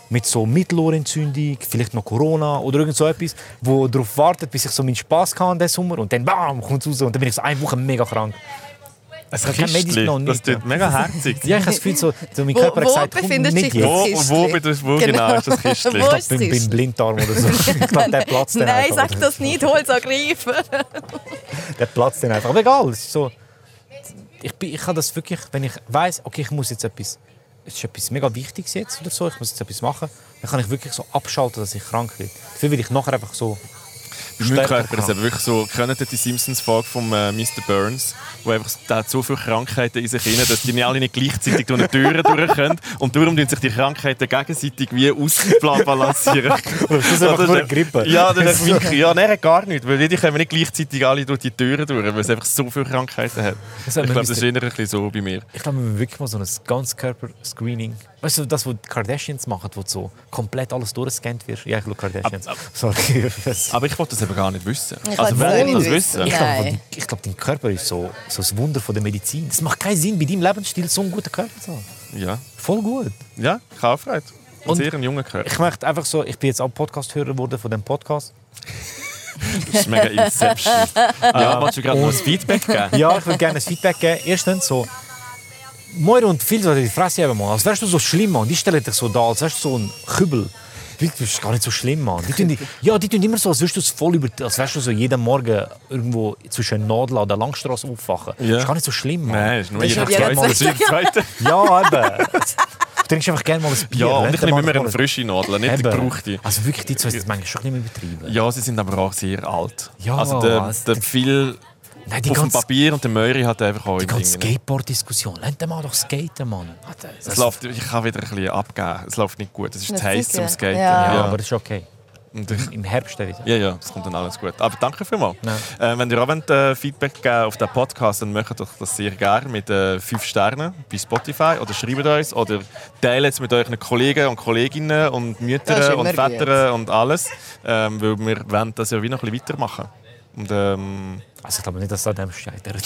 [SPEAKER 2] mit so Mittelohrentzündung, vielleicht noch Corona oder irgend so etwas, wo darauf wartet, bis ich so meinen Spass kann diesen Sommer und dann bam, kommt es raus und dann bin ich so eine Woche mega krank.
[SPEAKER 1] Es
[SPEAKER 2] hat kein Medizin noch
[SPEAKER 1] Das
[SPEAKER 2] nicht,
[SPEAKER 1] tut mega herzig.
[SPEAKER 2] [laughs] Ja, ich habe das Gefühl, so, so mein
[SPEAKER 3] Wo,
[SPEAKER 2] Körper hat
[SPEAKER 3] wo
[SPEAKER 2] gesagt, komm,
[SPEAKER 3] befindet
[SPEAKER 2] nicht
[SPEAKER 3] sich
[SPEAKER 2] jetzt.
[SPEAKER 1] Wo-
[SPEAKER 3] das Kistchen?
[SPEAKER 1] wo bitte- wo genau ist das Kistchen?
[SPEAKER 3] [laughs] Wo
[SPEAKER 2] Ich
[SPEAKER 3] ist
[SPEAKER 2] glaub, beim, beim
[SPEAKER 3] es?
[SPEAKER 2] Blinddarm oder
[SPEAKER 3] [laughs]
[SPEAKER 2] so. Ich glaub, der platzt dann
[SPEAKER 3] Nein,
[SPEAKER 2] einfach.
[SPEAKER 3] sag das nicht,
[SPEAKER 2] [laughs]
[SPEAKER 3] hol's angreifen.
[SPEAKER 2] Der platzt dann einfach. Aber egal, es ist so. Ich, bin, ich kann das wirklich, wenn ich weiß, okay, ich muss jetzt etwas, es ist etwas mega Wichtiges jetzt oder so, ich muss jetzt etwas machen, dann kann ich wirklich so abschalten, dass ich krank werde. Dafür will ich nachher einfach so.
[SPEAKER 1] Mein
[SPEAKER 2] stärker
[SPEAKER 1] Körper ist
[SPEAKER 2] krank.
[SPEAKER 1] eben wirklich so. Kennen die Simpsons-Folge von äh, Mr. Burns? Wo einfach, der hat so viele Krankheiten in sich rein, dass die nicht alle nicht gleichzeitig durch eine Tür durch können. Und darum tun sich die Krankheiten gegenseitig wie ausbalancieren.
[SPEAKER 2] [laughs] [laughs] Das ist einfach nur eine Grippe.
[SPEAKER 1] Ja, dann ist mein, ja, nein, gar nicht. Weil die kommen nicht gleichzeitig alle durch die Türen durch, weil es einfach so viele Krankheiten hat. Ich
[SPEAKER 2] Das hat man
[SPEAKER 1] glaube, das
[SPEAKER 2] müsste-
[SPEAKER 1] ist eher ein bisschen so bei mir.
[SPEAKER 2] Ich glaube, wir müssen wirklich mal so ein Ganzkörper-Screening. Weißt du, das, was die Kardashians machen, wo so komplett alles durchscannt wird. Ja, ich schaue Kardashians.
[SPEAKER 1] Ab- ab-
[SPEAKER 2] Sorry. [laughs]
[SPEAKER 1] Aber ich wollte das eben gar nicht wissen.
[SPEAKER 3] Ich
[SPEAKER 1] also,
[SPEAKER 3] wollte
[SPEAKER 1] wer
[SPEAKER 3] es auch
[SPEAKER 1] will das wissen?
[SPEAKER 3] nicht wissen.
[SPEAKER 2] Ich glaube,
[SPEAKER 3] Nein.
[SPEAKER 2] dein- ich glaube, dein Körper ist so, so das Wunder von der Medizin. Es macht keinen Sinn, bei deinem Lebensstil so einen guten Körper zu haben.
[SPEAKER 1] Ja,
[SPEAKER 2] Voll gut.
[SPEAKER 1] ja Kaufreit. Und
[SPEAKER 2] Und-
[SPEAKER 1] sehr ein junger Körper. [laughs]
[SPEAKER 2] Ich möchte einfach so, ich bin jetzt auch Podcast-Hörer geworden von dem Podcast.
[SPEAKER 1] Das ist mega Inception.
[SPEAKER 2] Ah.
[SPEAKER 1] ja, wolltest du gerade
[SPEAKER 2] Oh.
[SPEAKER 1] noch ein Feedback [laughs] geben?
[SPEAKER 2] Ja, ich würde gerne ein Feedback geben. Erstens so, Moira und Phil sollten die Fresse haben, Mann. Als wärst du so schlimm, Mann. Die stellen dich so da, als wärst du so ein Kübel. Du bist gar nicht so schlimm, Mann. Die tun, die- ja, die tun immer so, als wärst du es voll über, als wärst du so jeden Morgen irgendwo zwischen Nadel und der Langstrasse aufwachen.
[SPEAKER 1] Ja.
[SPEAKER 2] Das ist gar nicht so schlimm, Mann.
[SPEAKER 1] Nein, ist nur
[SPEAKER 3] Das
[SPEAKER 1] jeder
[SPEAKER 3] ist ja
[SPEAKER 1] zweite.
[SPEAKER 3] jetzt-
[SPEAKER 1] Das ist jeder zweite.
[SPEAKER 2] Ja, eben. [laughs] Du trinkst einfach gerne mal ein Bier.
[SPEAKER 1] Ja, und ich
[SPEAKER 2] Letzte
[SPEAKER 1] nehme
[SPEAKER 2] Mal
[SPEAKER 1] immer eine
[SPEAKER 2] vor-
[SPEAKER 1] frische Nadel, nicht
[SPEAKER 2] Eben.
[SPEAKER 1] eine gebrauchte.
[SPEAKER 2] Also wirklich, die zwei sind manchmal schon ein bisschen übertrieben.
[SPEAKER 1] Ja, sie sind aber auch sehr alt.
[SPEAKER 2] Ja,
[SPEAKER 1] also der,
[SPEAKER 2] was?
[SPEAKER 1] der viel
[SPEAKER 2] Nein, die
[SPEAKER 1] auf dem
[SPEAKER 2] ganze,
[SPEAKER 1] Papier ne? und der Möri hat einfach auch
[SPEAKER 2] die
[SPEAKER 1] im
[SPEAKER 2] ganze
[SPEAKER 1] Ding.
[SPEAKER 2] Skateboard-Diskussion. Lernt den mal doch skaten, Mann.
[SPEAKER 1] Es läuft, ich kann wieder ein bisschen abgeben. Es läuft nicht gut. Es ist
[SPEAKER 3] Das
[SPEAKER 1] zu heiß
[SPEAKER 3] ist
[SPEAKER 1] zum
[SPEAKER 3] ja-
[SPEAKER 1] Skaten.
[SPEAKER 2] Ja,
[SPEAKER 3] Ja.
[SPEAKER 2] aber das ist okay.
[SPEAKER 1] Und ich,
[SPEAKER 2] Im Herbst dann wieder.
[SPEAKER 1] ja, ja, es kommt dann alles gut. Aber danke vielmals.
[SPEAKER 2] Ja.
[SPEAKER 1] Äh, wenn ihr auch wollt, äh, Feedback geben auf diesen Podcast, dann macht euch das sehr gerne mit äh, 5 Sternen bei Spotify oder schreibt uns oder teilt es mit euren Kollegen und Kolleginnen und
[SPEAKER 3] Das ist
[SPEAKER 1] Müttern
[SPEAKER 3] immer
[SPEAKER 1] und
[SPEAKER 3] gut.
[SPEAKER 1] Vätern und alles, ähm, weil wir wollen das ja wie noch ein bisschen weitermachen. Und, ähm,
[SPEAKER 2] Also ich glaube nicht, dass das an
[SPEAKER 1] [laughs]
[SPEAKER 2] dem scheitert.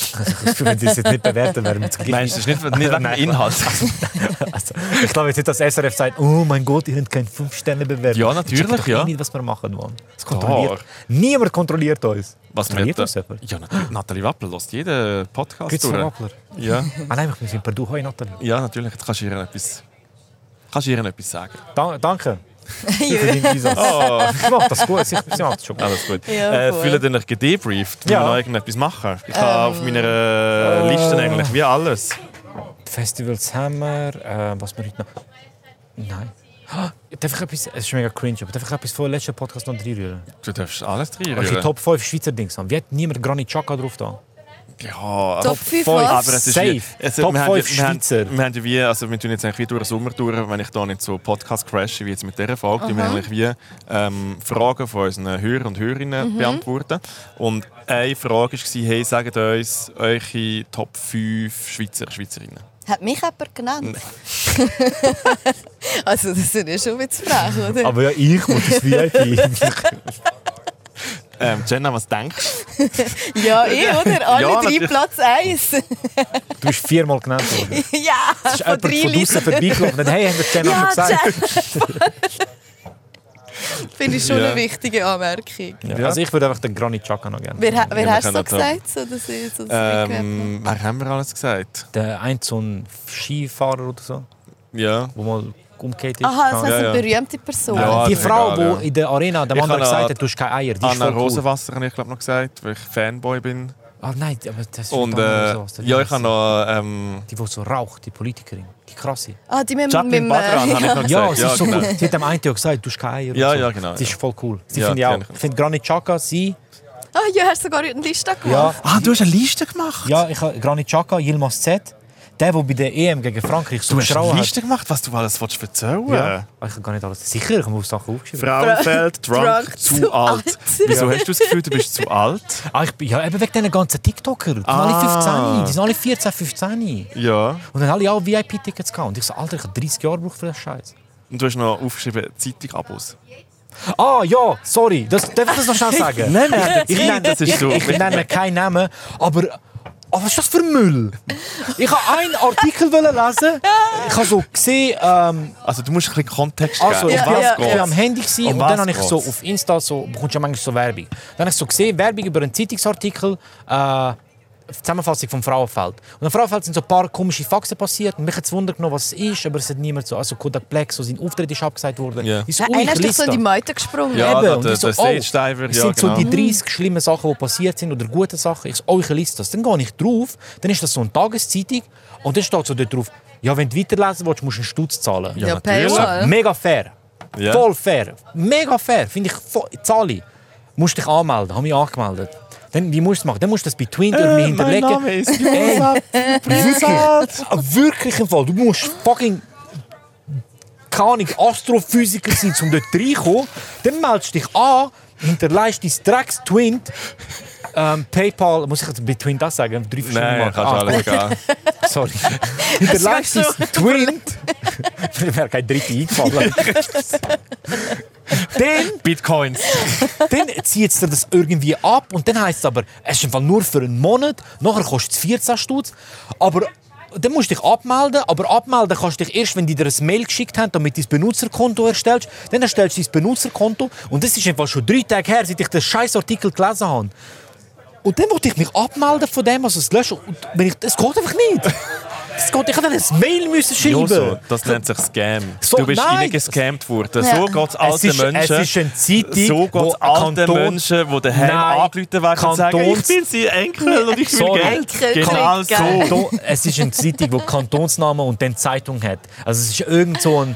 [SPEAKER 2] Also, wenn sie es jetzt nicht bewerten, wäre mir das gleich.
[SPEAKER 1] nein, es ist nicht, nicht
[SPEAKER 2] [laughs]
[SPEAKER 1] wegen dem Inhalt.
[SPEAKER 2] Also, ich glaube jetzt nicht, dass SRF sagt, oh mein Gott, ihr habt keine 5 sterne bewertung
[SPEAKER 1] Ja, natürlich,
[SPEAKER 2] Ich doch
[SPEAKER 1] ja.
[SPEAKER 2] nicht, was wir machen, Mann. Es kontrolliert. Niemand kontrolliert uns.
[SPEAKER 1] Was
[SPEAKER 2] kontrolliert
[SPEAKER 1] wir-
[SPEAKER 2] uns jemand?
[SPEAKER 1] Ja, natürlich. Nathalie Wappel lässt jeden Podcast
[SPEAKER 2] Gibt's
[SPEAKER 1] durch.
[SPEAKER 2] noch Wappler?
[SPEAKER 1] Ja,
[SPEAKER 2] Ah nein, ich muss in Perdu. Hoi, Nathalie.
[SPEAKER 1] ja, natürlich. Jetzt kannst du ihr etwas, kannst du ihr etwas sagen.
[SPEAKER 2] Da, danke.
[SPEAKER 1] [laughs]
[SPEAKER 2] für deinen Einsatz.
[SPEAKER 1] Ah,
[SPEAKER 2] Ich mache das gut, sie, sie macht das schon gut.
[SPEAKER 1] alles gut.
[SPEAKER 3] Ja,
[SPEAKER 1] äh,
[SPEAKER 3] voll.
[SPEAKER 1] fühlt ihr euch gedebrieft? Müssen
[SPEAKER 2] Ja. Ähm,
[SPEAKER 1] wir noch irgendetwas machen? Ich habe auf meiner äh, Liste eigentlich wie alles.
[SPEAKER 2] Festivals haben wir, äh, was wir heute noch... Nein. Ah, [gasps] Darf ich etwas, es ist mega cringe, aber darf ich etwas vom letzten Podcast noch reinrühren?
[SPEAKER 1] Du darfst alles
[SPEAKER 2] Weil ich die
[SPEAKER 1] reinrühren.
[SPEAKER 2] Top 5 Schweizer Dings haben. Wie hat niemand Granit Xhaka drauf da?
[SPEAKER 1] Ja,
[SPEAKER 3] Top
[SPEAKER 1] aber-
[SPEAKER 3] fünf was?
[SPEAKER 1] aber es ist wie-
[SPEAKER 2] Safe.
[SPEAKER 1] also,
[SPEAKER 2] Top
[SPEAKER 1] wir haben-
[SPEAKER 2] fünf
[SPEAKER 1] wir haben-
[SPEAKER 2] Schweizer.
[SPEAKER 1] Wir haben ja wie, also wir tun jetzt eigentlich wie durch den Sommer durch, wenn ich da nicht so Podcast crashe wie jetzt mit dieser Folge, die wir eigentlich wie ähm, Fragen von unseren Hörern und Hörerinnen
[SPEAKER 2] Mhm.
[SPEAKER 1] beantworten. Und eine Frage war, hey, sagt uns eure Top 5 Schweizer, Schweizerinnen.
[SPEAKER 3] Hat mich jemand genannt? [laughs] also, das sind ja schon wieder Fragen, oder?
[SPEAKER 2] Aber ja, ich muss das VIP.
[SPEAKER 1] Ähm, Jenna, was denkst
[SPEAKER 3] ja, ich, oder? Alle
[SPEAKER 1] Ja,
[SPEAKER 3] drei
[SPEAKER 1] natürlich.
[SPEAKER 3] Platz
[SPEAKER 2] [laughs]
[SPEAKER 3] eins. [laughs]
[SPEAKER 2] du bist viermal genannt worden.
[SPEAKER 3] ja,
[SPEAKER 2] Es ist
[SPEAKER 3] von
[SPEAKER 2] jemand
[SPEAKER 3] drei
[SPEAKER 2] von
[SPEAKER 3] Leuten.
[SPEAKER 2] draußen vorbeigelaufen und hat, hey, haben wir das Thema
[SPEAKER 3] Ja,
[SPEAKER 2] schon gesagt?
[SPEAKER 3] Finde ich schon
[SPEAKER 1] Ja.
[SPEAKER 3] eine wichtige Anmerkung.
[SPEAKER 2] Ja.
[SPEAKER 1] Ja.
[SPEAKER 2] Also ich würde einfach den Granit Xhaka noch gerne.
[SPEAKER 3] Wer, ha- wer
[SPEAKER 1] wir
[SPEAKER 3] hast du so
[SPEAKER 1] können da-
[SPEAKER 3] gesagt? So, dass ich so
[SPEAKER 1] du?
[SPEAKER 2] ne?
[SPEAKER 1] Ähm, wer haben wir alles gesagt?
[SPEAKER 2] Der eine so ein Skifahrer oder so,
[SPEAKER 1] Ja.
[SPEAKER 2] der mal umgekehrt ist.
[SPEAKER 3] Aha, so
[SPEAKER 1] Ja,
[SPEAKER 3] eine
[SPEAKER 1] ja.
[SPEAKER 3] berühmte Person.
[SPEAKER 1] Ja.
[SPEAKER 2] Ähm, die
[SPEAKER 1] das ist
[SPEAKER 2] Frau, die
[SPEAKER 1] egal, ja.
[SPEAKER 2] in der Arena dem
[SPEAKER 1] Ich habe
[SPEAKER 2] anderen gesagt
[SPEAKER 1] noch
[SPEAKER 2] hat, du hast keine Eier, die ist
[SPEAKER 1] Anna
[SPEAKER 2] voll cool.
[SPEAKER 1] Rosenwasser habe ich glaube noch gesagt, weil ich Fanboy bin.
[SPEAKER 2] Ah nein, aber das ist
[SPEAKER 1] Und
[SPEAKER 2] doch
[SPEAKER 1] äh,
[SPEAKER 2] noch sowas.
[SPEAKER 1] ja, ich habe noch... Ähm,
[SPEAKER 2] Die, die so raucht, die Politikerin, die krasse.
[SPEAKER 3] Ah, die mit, mit,
[SPEAKER 1] Jacqueline
[SPEAKER 3] mit,
[SPEAKER 1] Badran
[SPEAKER 3] [laughs]
[SPEAKER 1] habe ich noch gesagt.
[SPEAKER 2] Ja, sie ist so
[SPEAKER 1] genau.
[SPEAKER 2] cool. Sie hat dem einen ja gesagt, du hast keine Eier. und
[SPEAKER 1] Ja,
[SPEAKER 2] so.
[SPEAKER 1] ja, genau,
[SPEAKER 2] Sie ist voll cool. Sie
[SPEAKER 1] Ja,
[SPEAKER 2] finde ich auch.
[SPEAKER 1] die habe ich-
[SPEAKER 2] Ich finde Granit Xhaka, sie...
[SPEAKER 3] Ah, ja, hast du sogar eine Liste gemacht?
[SPEAKER 2] Ja,
[SPEAKER 1] Ah, du hast eine Liste gemacht?
[SPEAKER 2] ja ich habe Granit Xhaka, Yilmaz Z. Der, der bei der EM gegen Frankreich so
[SPEAKER 1] Du hast
[SPEAKER 2] geschrauen
[SPEAKER 1] eine
[SPEAKER 2] hat.
[SPEAKER 1] Liste gemacht, was du alles willst erzählen
[SPEAKER 2] Ja. Ah, Ich habe gar nicht alles... Sicher, ich habe Sachen aufgeschrieben.
[SPEAKER 1] Frauenfeld, drunk,
[SPEAKER 3] Drunk,
[SPEAKER 1] zu,
[SPEAKER 3] zu
[SPEAKER 1] alt.
[SPEAKER 3] alt.
[SPEAKER 1] Wieso hast du das Gefühl, du bist zu alt?
[SPEAKER 2] Ah, ich bin, ja, eben wegen diesen ganzen TikToker. Die sind
[SPEAKER 1] Ah.
[SPEAKER 2] alle 15, die sind alle 14, 15.
[SPEAKER 1] Ja.
[SPEAKER 2] Und dann alle auch VIP-Tickets gehabt. Und ich so, Alter, ich habe 30 Jahre gebraucht für den Scheiß.
[SPEAKER 1] Und du hast noch aufgeschrieben, Zeitungabos.
[SPEAKER 2] Ah, ja, sorry. Das, darf ich das noch schnell sagen? nein, nein. Ich nenne,
[SPEAKER 1] das ist
[SPEAKER 2] ich,
[SPEAKER 1] so.
[SPEAKER 2] ich nenne keinen Namen, aber... Oh, was ist das für Müll? Ich habe einen Artikel wollen lesen. Ich habe so gesehen, ähm,
[SPEAKER 1] Also du musst ein bisschen Kontext geben.
[SPEAKER 2] also
[SPEAKER 1] Um
[SPEAKER 2] ich,
[SPEAKER 3] Ja,
[SPEAKER 2] bin,
[SPEAKER 3] ja,
[SPEAKER 2] ich bin
[SPEAKER 1] geht's?
[SPEAKER 2] am Handy gewesen,
[SPEAKER 1] Um
[SPEAKER 2] und
[SPEAKER 1] was
[SPEAKER 2] dann habe ich so
[SPEAKER 1] geht's?
[SPEAKER 2] auf Insta so bekommst du ja manchmal so Werbung. Dann habe ich so gesehen Werbung über einen Zeitungsartikel. Äh, Zusammenfassung vom Frauenfeld. Und im Frauenfeld sind so ein paar komische Faxen passiert. Und mich hat es Wunder genommen, was es ist, aber es hat niemand so. Also Kodak Black, so sein Auftritt ist abgesagt worden.
[SPEAKER 1] Ja.
[SPEAKER 2] Ich so,
[SPEAKER 3] Ja,
[SPEAKER 2] ui, ich
[SPEAKER 3] Einer ist doch
[SPEAKER 2] lese
[SPEAKER 3] so in
[SPEAKER 2] das.
[SPEAKER 3] die Meute gesprungen.
[SPEAKER 1] Ja.
[SPEAKER 2] Eben,
[SPEAKER 1] der-
[SPEAKER 2] und
[SPEAKER 1] der-
[SPEAKER 2] ich so,
[SPEAKER 1] der Stage-Diver,
[SPEAKER 2] oh, das
[SPEAKER 1] ja,
[SPEAKER 2] sind
[SPEAKER 1] genau.
[SPEAKER 2] so die
[SPEAKER 3] Mhm.
[SPEAKER 2] 30 schlimmen Sachen, die passiert sind oder gute Sachen. Ich so, oh, ich lese das. Dann gehe ich drauf, dann ist das so eine Tageszeitung und dann steht so dort drauf, ja, wenn du weiterlesen willst, musst du einen Stutz zahlen.
[SPEAKER 3] Ja,
[SPEAKER 1] natürlich.
[SPEAKER 3] Paywall.
[SPEAKER 2] Mega fair.
[SPEAKER 1] Ja.
[SPEAKER 2] Voll fair. Mega fair. Finde ich voll. Zahle ich. Musst dich anmelden. Habe mich angemeldet. Dann, wie musst du es machen? Dann musst du das bei Twitter
[SPEAKER 1] Eh,
[SPEAKER 2] mir hinterlegen.
[SPEAKER 1] ist
[SPEAKER 2] Ey, [laughs] wirklich, Ah, wirklich im Fall. Du musst fucking keine Ahnung, Astrophysiker sein, um dort reinzukommen. Dann meldest du dich an, hinterlässt dein Drecks Twint. Ähm, PayPal, muss ich jetzt bei Twint das sagen? Drei verschiedene
[SPEAKER 1] Nein,
[SPEAKER 2] Marken.
[SPEAKER 1] kannst du alles gehen.
[SPEAKER 2] Ah, sorry. hinterlässt dein [laughs] Twint. Mir wäre kein dritter eingefallen. dann
[SPEAKER 1] Bitcoins.
[SPEAKER 2] dann zieht es dir das irgendwie ab und dann heisst es aber, es ist im Fall nur für einen Monat, nachher kostet es 14 Stutz, aber dann musst du dich abmelden, aber abmelden kannst du dich erst, wenn die dir ein Mail geschickt haben, damit du dein Benutzerkonto erstellst, dann erstellst du dein Benutzerkonto und das ist im Fall schon drei Tage her, seit ich den scheiß Artikel gelesen habe. Und dann wollte ich mich abmelden von dem, also es löschen, und wenn ich, es geht einfach nicht. Es geht, ich hätte ein Mail müssen schreiben.
[SPEAKER 1] Joso, das nennt sich Scam.
[SPEAKER 2] So,
[SPEAKER 1] du bist
[SPEAKER 2] nein.
[SPEAKER 1] reingescammt worden.
[SPEAKER 3] Ja.
[SPEAKER 1] So geht es
[SPEAKER 2] Es
[SPEAKER 1] alten
[SPEAKER 2] ist,
[SPEAKER 1] Menschen.
[SPEAKER 2] es ist eine Zeitung,
[SPEAKER 1] so geht
[SPEAKER 2] wo
[SPEAKER 1] es alten
[SPEAKER 2] Kanton-
[SPEAKER 1] Menschen, die daheim
[SPEAKER 2] Nein.
[SPEAKER 1] angerufen werden und sagen, ich
[SPEAKER 2] Kantons-
[SPEAKER 1] bin sein Enkel und ich will
[SPEAKER 2] Sorry.
[SPEAKER 1] Geld.
[SPEAKER 3] Enkel,
[SPEAKER 1] Genau
[SPEAKER 3] Enkel.
[SPEAKER 1] so.
[SPEAKER 2] Kanton, es ist eine Zeitung, die Kantonsnamen und dann Zeitung hat. Also es ist irgend so eine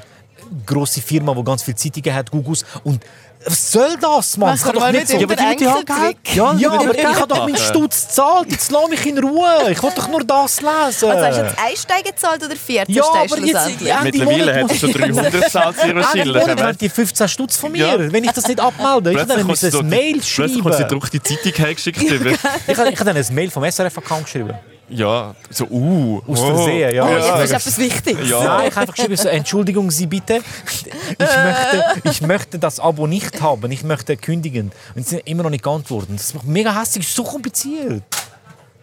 [SPEAKER 2] grosse Firma, die ganz viele Zeitungen hat, Gugus. Und was soll das, Mann?
[SPEAKER 3] Mach
[SPEAKER 2] Das kann
[SPEAKER 3] doch
[SPEAKER 2] doch
[SPEAKER 3] mal
[SPEAKER 2] nicht so...
[SPEAKER 3] nicht über
[SPEAKER 2] aber die Leute
[SPEAKER 3] Enkeltrick.
[SPEAKER 2] haben Geld. Ja,
[SPEAKER 1] die
[SPEAKER 2] ja,
[SPEAKER 1] wollen
[SPEAKER 2] aber
[SPEAKER 1] doch
[SPEAKER 2] ich
[SPEAKER 1] Geld
[SPEAKER 2] habe doch meinen
[SPEAKER 1] machen.
[SPEAKER 2] Stutz gezahlt. Jetzt lass mich in Ruhe. Ich wollte doch nur das lesen.
[SPEAKER 3] Also hast du jetzt Einsteigen gezahlt oder 14
[SPEAKER 2] ja,
[SPEAKER 3] hast du
[SPEAKER 2] aber jetzt...
[SPEAKER 3] schlussendlich?
[SPEAKER 2] Ende
[SPEAKER 1] Mittlerweile
[SPEAKER 2] Monat
[SPEAKER 1] hat
[SPEAKER 2] muss-
[SPEAKER 1] es schon 300 gezahlt, sehr
[SPEAKER 2] Ende
[SPEAKER 1] wahrscheinlich.
[SPEAKER 2] Monat
[SPEAKER 1] aber-
[SPEAKER 2] haben die 15 Stutz von mir,
[SPEAKER 1] Ja.
[SPEAKER 2] wenn ich das nicht abmelde. Ich habe dann
[SPEAKER 1] kommst du
[SPEAKER 2] müssen
[SPEAKER 1] so-
[SPEAKER 2] ein Mail
[SPEAKER 1] Plötzlich kommt sie
[SPEAKER 2] schreiben.
[SPEAKER 1] durch die Zeitung hergeschickt. über.
[SPEAKER 2] Ich habe ich habe dann ein Mail vom SRF-Account geschrieben.
[SPEAKER 1] Ja, so, uh.
[SPEAKER 2] Aus Versehen, ja.
[SPEAKER 3] Oh, jetzt
[SPEAKER 1] Ja.
[SPEAKER 3] ist etwas Wichtiges.
[SPEAKER 1] Ja.
[SPEAKER 2] Nein, ich habe einfach geschrieben, so, Entschuldigung Sie bitte, ich möchte, ich möchte das Abo nicht haben, ich möchte kündigen. Und sie sind immer noch nicht geantwortet. Das macht mega hässlich, ist so kompliziert.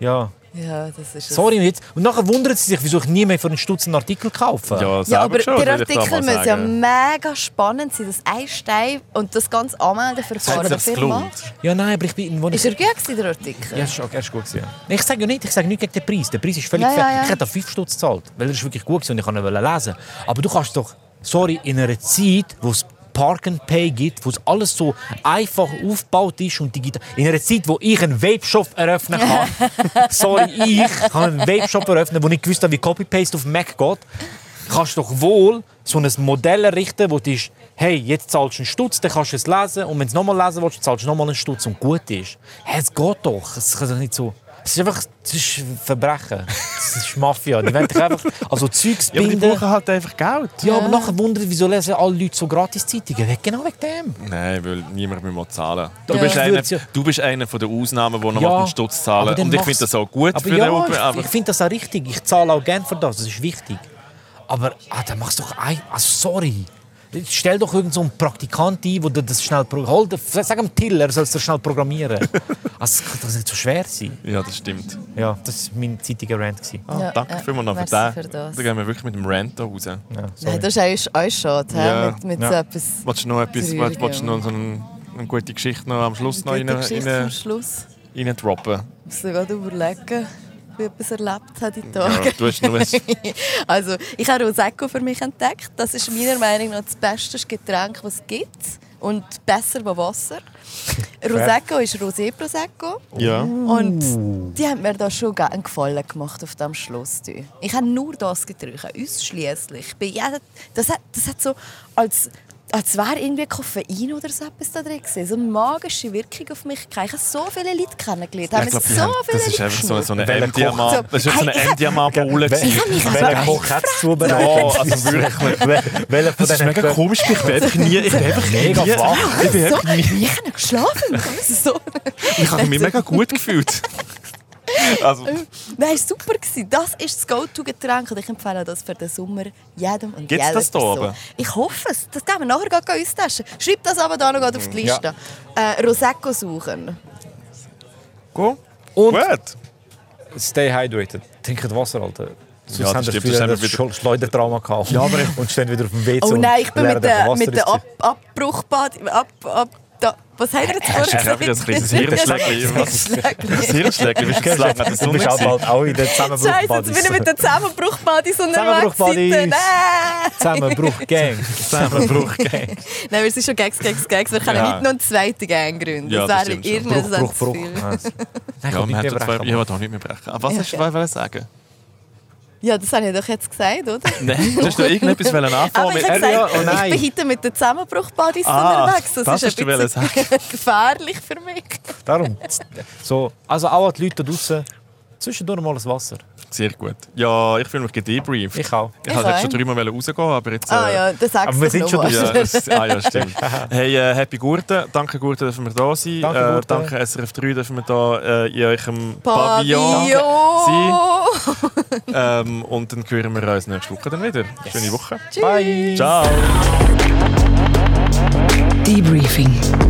[SPEAKER 2] Ja,
[SPEAKER 3] Ja, das ist es.
[SPEAKER 2] sorry. Und, jetzt, und nachher wundern sie sich, wieso ich nie mehr für einen Stutzen einen Artikel kaufe.
[SPEAKER 1] Ja, selber
[SPEAKER 3] Ja, aber
[SPEAKER 1] schuld,
[SPEAKER 3] der
[SPEAKER 1] würde ich da
[SPEAKER 3] Artikel
[SPEAKER 1] mal
[SPEAKER 3] muss ja
[SPEAKER 1] sagen.
[SPEAKER 3] mega spannend sein. Das Einsteigen und das ganze
[SPEAKER 1] Hat
[SPEAKER 3] Anmeldeverfahren
[SPEAKER 1] sich's
[SPEAKER 3] der Firma.
[SPEAKER 1] gelohnt?
[SPEAKER 2] Ja, nein, aber ich bin... Wo
[SPEAKER 3] Ist
[SPEAKER 2] ich,
[SPEAKER 3] er gut, gewesen, der Artikel?
[SPEAKER 2] ja, ist auch erst gut gewesen. Ich sage ja nicht, ich sage nichts gegen den Preis. Der Preis ist völlig
[SPEAKER 3] Ja,
[SPEAKER 2] fair.
[SPEAKER 3] ja, ja.
[SPEAKER 2] Ich hätte 5 Stutz gezahlt, weil er ist wirklich gut gewesen und ich kann ihn lesen. Aber du kannst doch, sorry, in einer Zeit, wo es Park and Pay gibt, wo es alles so einfach aufgebaut ist und digital. In einer Zeit, wo ich einen Webshop eröffnen
[SPEAKER 3] [laughs]
[SPEAKER 2] kann, sorry, ich kann einen Webshop eröffnen, wo ich gewusst habe, wie Copy-Paste auf Mac geht, kannst du doch wohl so ein Modell errichten, wo du ist, hey, jetzt zahlst du einen Stutz, dann kannst du es lesen und wenn du es nochmal lesen willst, zahlst du nochmal einen Stutz und gut ist. Hey, es geht doch. Es kann doch nicht so... Es ist einfach es ist Verbrechen. Es ist Mafia. Die wollen dich einfach also Zeugs
[SPEAKER 1] Ja, aber die
[SPEAKER 2] binden.
[SPEAKER 1] brauchen halt einfach Geld.
[SPEAKER 2] Ja, aber nachher wundert, wieso lesen alle Leute so gratis Zeitungen? Weg- Genau wegen dem.
[SPEAKER 1] Nein, weil niemand mehr muss zahlen Du,
[SPEAKER 2] Ja.
[SPEAKER 1] bist
[SPEAKER 2] Ich
[SPEAKER 1] einer,
[SPEAKER 2] würd's ja-
[SPEAKER 1] du bist einer von den Ausnahmen, die noch
[SPEAKER 2] Ja,
[SPEAKER 1] einen Stutz zahlen.
[SPEAKER 2] aber dann
[SPEAKER 1] Und ich
[SPEAKER 2] mach's.
[SPEAKER 1] finde das auch gut
[SPEAKER 2] Aber
[SPEAKER 1] für
[SPEAKER 2] ja,
[SPEAKER 1] den Open.
[SPEAKER 2] ich-
[SPEAKER 1] Aber
[SPEAKER 2] ich finde das auch richtig. Ich zahle auch gerne für das. Das ist wichtig. Aber ah, dann machst du doch ein... Also, sorry. Stell doch irgendeinen so einen Praktikant ein, der das schnell... pro- Hol, den- sag dem Till, er soll es
[SPEAKER 1] [laughs]
[SPEAKER 2] schnell programmieren. also, das kann doch nicht so schwer sein.
[SPEAKER 1] ja, das stimmt.
[SPEAKER 2] Ja, das war mein zeitiger Rant. gewesen.
[SPEAKER 1] Ah,
[SPEAKER 3] Ja,
[SPEAKER 1] danke
[SPEAKER 3] ja.
[SPEAKER 1] vielmals noch für
[SPEAKER 3] Merci
[SPEAKER 1] den.
[SPEAKER 3] für das.
[SPEAKER 1] Dann gehen wir wirklich mit dem Rant da raus.
[SPEAKER 2] Ja,
[SPEAKER 3] Nein,
[SPEAKER 2] sorry.
[SPEAKER 3] das ist eigentlich auch schade, hä?
[SPEAKER 1] Ja.
[SPEAKER 3] mit, mit
[SPEAKER 2] Ja.
[SPEAKER 3] so etwas.
[SPEAKER 1] Willst du noch etwas,
[SPEAKER 3] Traurig,
[SPEAKER 1] willst, willst du
[SPEAKER 3] ja.
[SPEAKER 1] noch so eine, eine gute Geschichte noch am Schluss noch
[SPEAKER 3] Gute
[SPEAKER 1] rein,
[SPEAKER 3] Geschichte
[SPEAKER 1] rein,
[SPEAKER 3] zum Schluss.
[SPEAKER 1] rein
[SPEAKER 3] [laughs]
[SPEAKER 1] droppen?
[SPEAKER 3] Ich muss gerade überlegen, wie ich etwas erlebt habe die Tage.
[SPEAKER 1] Ja, du hast
[SPEAKER 3] [laughs]
[SPEAKER 1] nur ein
[SPEAKER 3] Also, ich habe Prosecco für mich entdeckt. Das ist meiner Meinung nach das beste Getränk, das es gibt. Und besser als Wasser. Prosecco ist Rosé-Prosecco.
[SPEAKER 1] ja.
[SPEAKER 3] Und die haben mir da schon ge- einen Gefallen gemacht auf dem Schloss. du. Ich habe nur das getrunken, ausschließlich. Das hat, das hat so, als, als wäre irgendwie Koffein oder so etwas da drin gewesen. So eine magische Wirkung auf mich. gehabt. Ich habe so viele Leute kennengelernt.
[SPEAKER 1] Ja,
[SPEAKER 3] haben
[SPEAKER 1] ich glaub,
[SPEAKER 3] so
[SPEAKER 1] die haben-
[SPEAKER 3] viele
[SPEAKER 1] das ist
[SPEAKER 3] Leute
[SPEAKER 1] einfach so, so eine
[SPEAKER 2] Welcher
[SPEAKER 1] M-Diamant.
[SPEAKER 3] Koch?
[SPEAKER 1] Das ist so eine
[SPEAKER 3] Hey, ich hab-
[SPEAKER 1] M-Diamant-Bowl. gewesen.
[SPEAKER 3] mich also
[SPEAKER 2] Welcher
[SPEAKER 3] echt
[SPEAKER 2] Koch hat es
[SPEAKER 1] Ja,
[SPEAKER 2] zubereitet?
[SPEAKER 1] also wirklich.
[SPEAKER 2] Welcher von
[SPEAKER 1] Das ist
[SPEAKER 2] denen
[SPEAKER 1] mega komisch, ich bin einfach nie... Ich bin einfach
[SPEAKER 2] Mega
[SPEAKER 1] nie-
[SPEAKER 2] flach.
[SPEAKER 1] [laughs] Ich bin
[SPEAKER 3] so,
[SPEAKER 1] einfach nie...
[SPEAKER 3] ich habe geschlafen. Das ist so.
[SPEAKER 1] Ich habe mich mega gut
[SPEAKER 3] [laughs]
[SPEAKER 1] gefühlt. Also,
[SPEAKER 3] Äh. Nein, es war super. gewesen. Das ist das Go-To-Getränk und ich empfehle das für den Sommer jedem und
[SPEAKER 1] Gibt's
[SPEAKER 3] jeder
[SPEAKER 1] das da
[SPEAKER 3] Person.
[SPEAKER 1] oben?
[SPEAKER 3] Ich hoffe es. Das gehen wir nachher gleich austesten. Schreib das aber da noch gleich
[SPEAKER 1] Mhm.
[SPEAKER 3] auf die Liste. Äh, Prosecco suchen.
[SPEAKER 1] go.
[SPEAKER 2] Und
[SPEAKER 1] Gut.
[SPEAKER 2] Stay hydrated. Trinkt Wasser, Alter. Sonst
[SPEAKER 1] Ja, das
[SPEAKER 2] haben wir
[SPEAKER 1] stimmt,
[SPEAKER 2] das
[SPEAKER 1] das haben wir
[SPEAKER 2] das
[SPEAKER 1] wieder-
[SPEAKER 2] Schl- Schleudertrauma gehabt. Ja, aber und stehen wieder auf dem WC
[SPEAKER 3] Oh
[SPEAKER 2] und
[SPEAKER 3] nein, ich bin
[SPEAKER 2] leeren
[SPEAKER 3] mit
[SPEAKER 2] den
[SPEAKER 3] der,
[SPEAKER 2] Wasser
[SPEAKER 3] mit der
[SPEAKER 2] ins-
[SPEAKER 3] Ab Abbruchbad... Ab, ab, da. Was haben wir
[SPEAKER 1] Hast
[SPEAKER 3] jetzt
[SPEAKER 1] du
[SPEAKER 3] vorhin
[SPEAKER 1] gerade wieder äh, ein kleines
[SPEAKER 3] [laughs]
[SPEAKER 1] Hirnschlägli? Was? Das
[SPEAKER 3] Hirnschlägli.
[SPEAKER 1] Hirnschläge, wie viel zu lange hat das
[SPEAKER 2] Du
[SPEAKER 1] Sonne
[SPEAKER 2] bist auch bald auch in der
[SPEAKER 3] Scheiße, jetzt bin ich mit
[SPEAKER 2] Zusammenbruchbadis.
[SPEAKER 3] der Zusammenbruchbadis unterwegs.
[SPEAKER 2] Zusammenbruchbadis.
[SPEAKER 3] Seite. Nein!
[SPEAKER 2] Zusammenbruchgang.
[SPEAKER 1] Zusammenbruch.
[SPEAKER 3] Nein, wir sind schon Gags, Gags, Gags. Wir können
[SPEAKER 1] Ja.
[SPEAKER 3] heute noch eine zweite Gang gründen.
[SPEAKER 1] Ja, das
[SPEAKER 3] das wäre
[SPEAKER 1] stimmt schon.
[SPEAKER 3] irgendein
[SPEAKER 2] Bruch, Bruch, Bruch.
[SPEAKER 3] Satz.
[SPEAKER 2] Nein, ich
[SPEAKER 1] Ja,
[SPEAKER 2] kann
[SPEAKER 1] man
[SPEAKER 2] nicht
[SPEAKER 1] hat
[SPEAKER 2] mehr
[SPEAKER 1] schon zwei... Ich
[SPEAKER 2] brechen.
[SPEAKER 1] wollte auch nicht mehr brechen. Aber was
[SPEAKER 3] Ja,
[SPEAKER 1] hast du
[SPEAKER 3] okay.
[SPEAKER 1] wollen sagen?
[SPEAKER 3] Ja, das habe ich doch jetzt gesagt, oder?
[SPEAKER 1] [laughs] Nein, du hast doch irgendetwas wollen anfangen
[SPEAKER 3] Aber Ah, ich
[SPEAKER 1] mit...
[SPEAKER 3] habe
[SPEAKER 2] ja,
[SPEAKER 3] gesagt,
[SPEAKER 2] oh nein.
[SPEAKER 3] ich bin heute mit der Zusammenbruchbadis
[SPEAKER 1] Ah,
[SPEAKER 3] unterwegs. Das,
[SPEAKER 1] das
[SPEAKER 3] ist
[SPEAKER 1] hast du wollen
[SPEAKER 3] ein bisschen [laughs] gefährlich für mich.
[SPEAKER 2] Darum. So, also auch an die Leute da draußen. Zwischendurch mal das Wasser.
[SPEAKER 1] Sehr gut. Ja, ich fühle mich gedebrieft.
[SPEAKER 2] Ich auch.
[SPEAKER 1] Ich
[SPEAKER 3] Ich
[SPEAKER 1] wollte
[SPEAKER 3] auch.
[SPEAKER 1] schon dreimal rausgehen, aber jetzt...
[SPEAKER 3] Ah
[SPEAKER 1] äh,
[SPEAKER 3] ja, das
[SPEAKER 2] aber
[SPEAKER 3] sagst
[SPEAKER 2] wir
[SPEAKER 3] du
[SPEAKER 2] sind
[SPEAKER 3] doch
[SPEAKER 2] schon
[SPEAKER 3] noch.
[SPEAKER 1] Ja,
[SPEAKER 2] durch.
[SPEAKER 3] [laughs]
[SPEAKER 1] es, ah ja, stimmt. Hey, äh, happy Gurten. Danke Gurten, dass wir da sind.
[SPEAKER 2] Danke,
[SPEAKER 1] äh,
[SPEAKER 2] Gurten.
[SPEAKER 1] danke SRF 3, dass wir da äh, in eurem Pavillon,
[SPEAKER 3] Pavillon!
[SPEAKER 1] sind. Ähm, und dann hören wir uns nächste Woche dann wieder. Schöne Woche.
[SPEAKER 2] Bye.
[SPEAKER 1] Ciao.
[SPEAKER 4] Debriefing.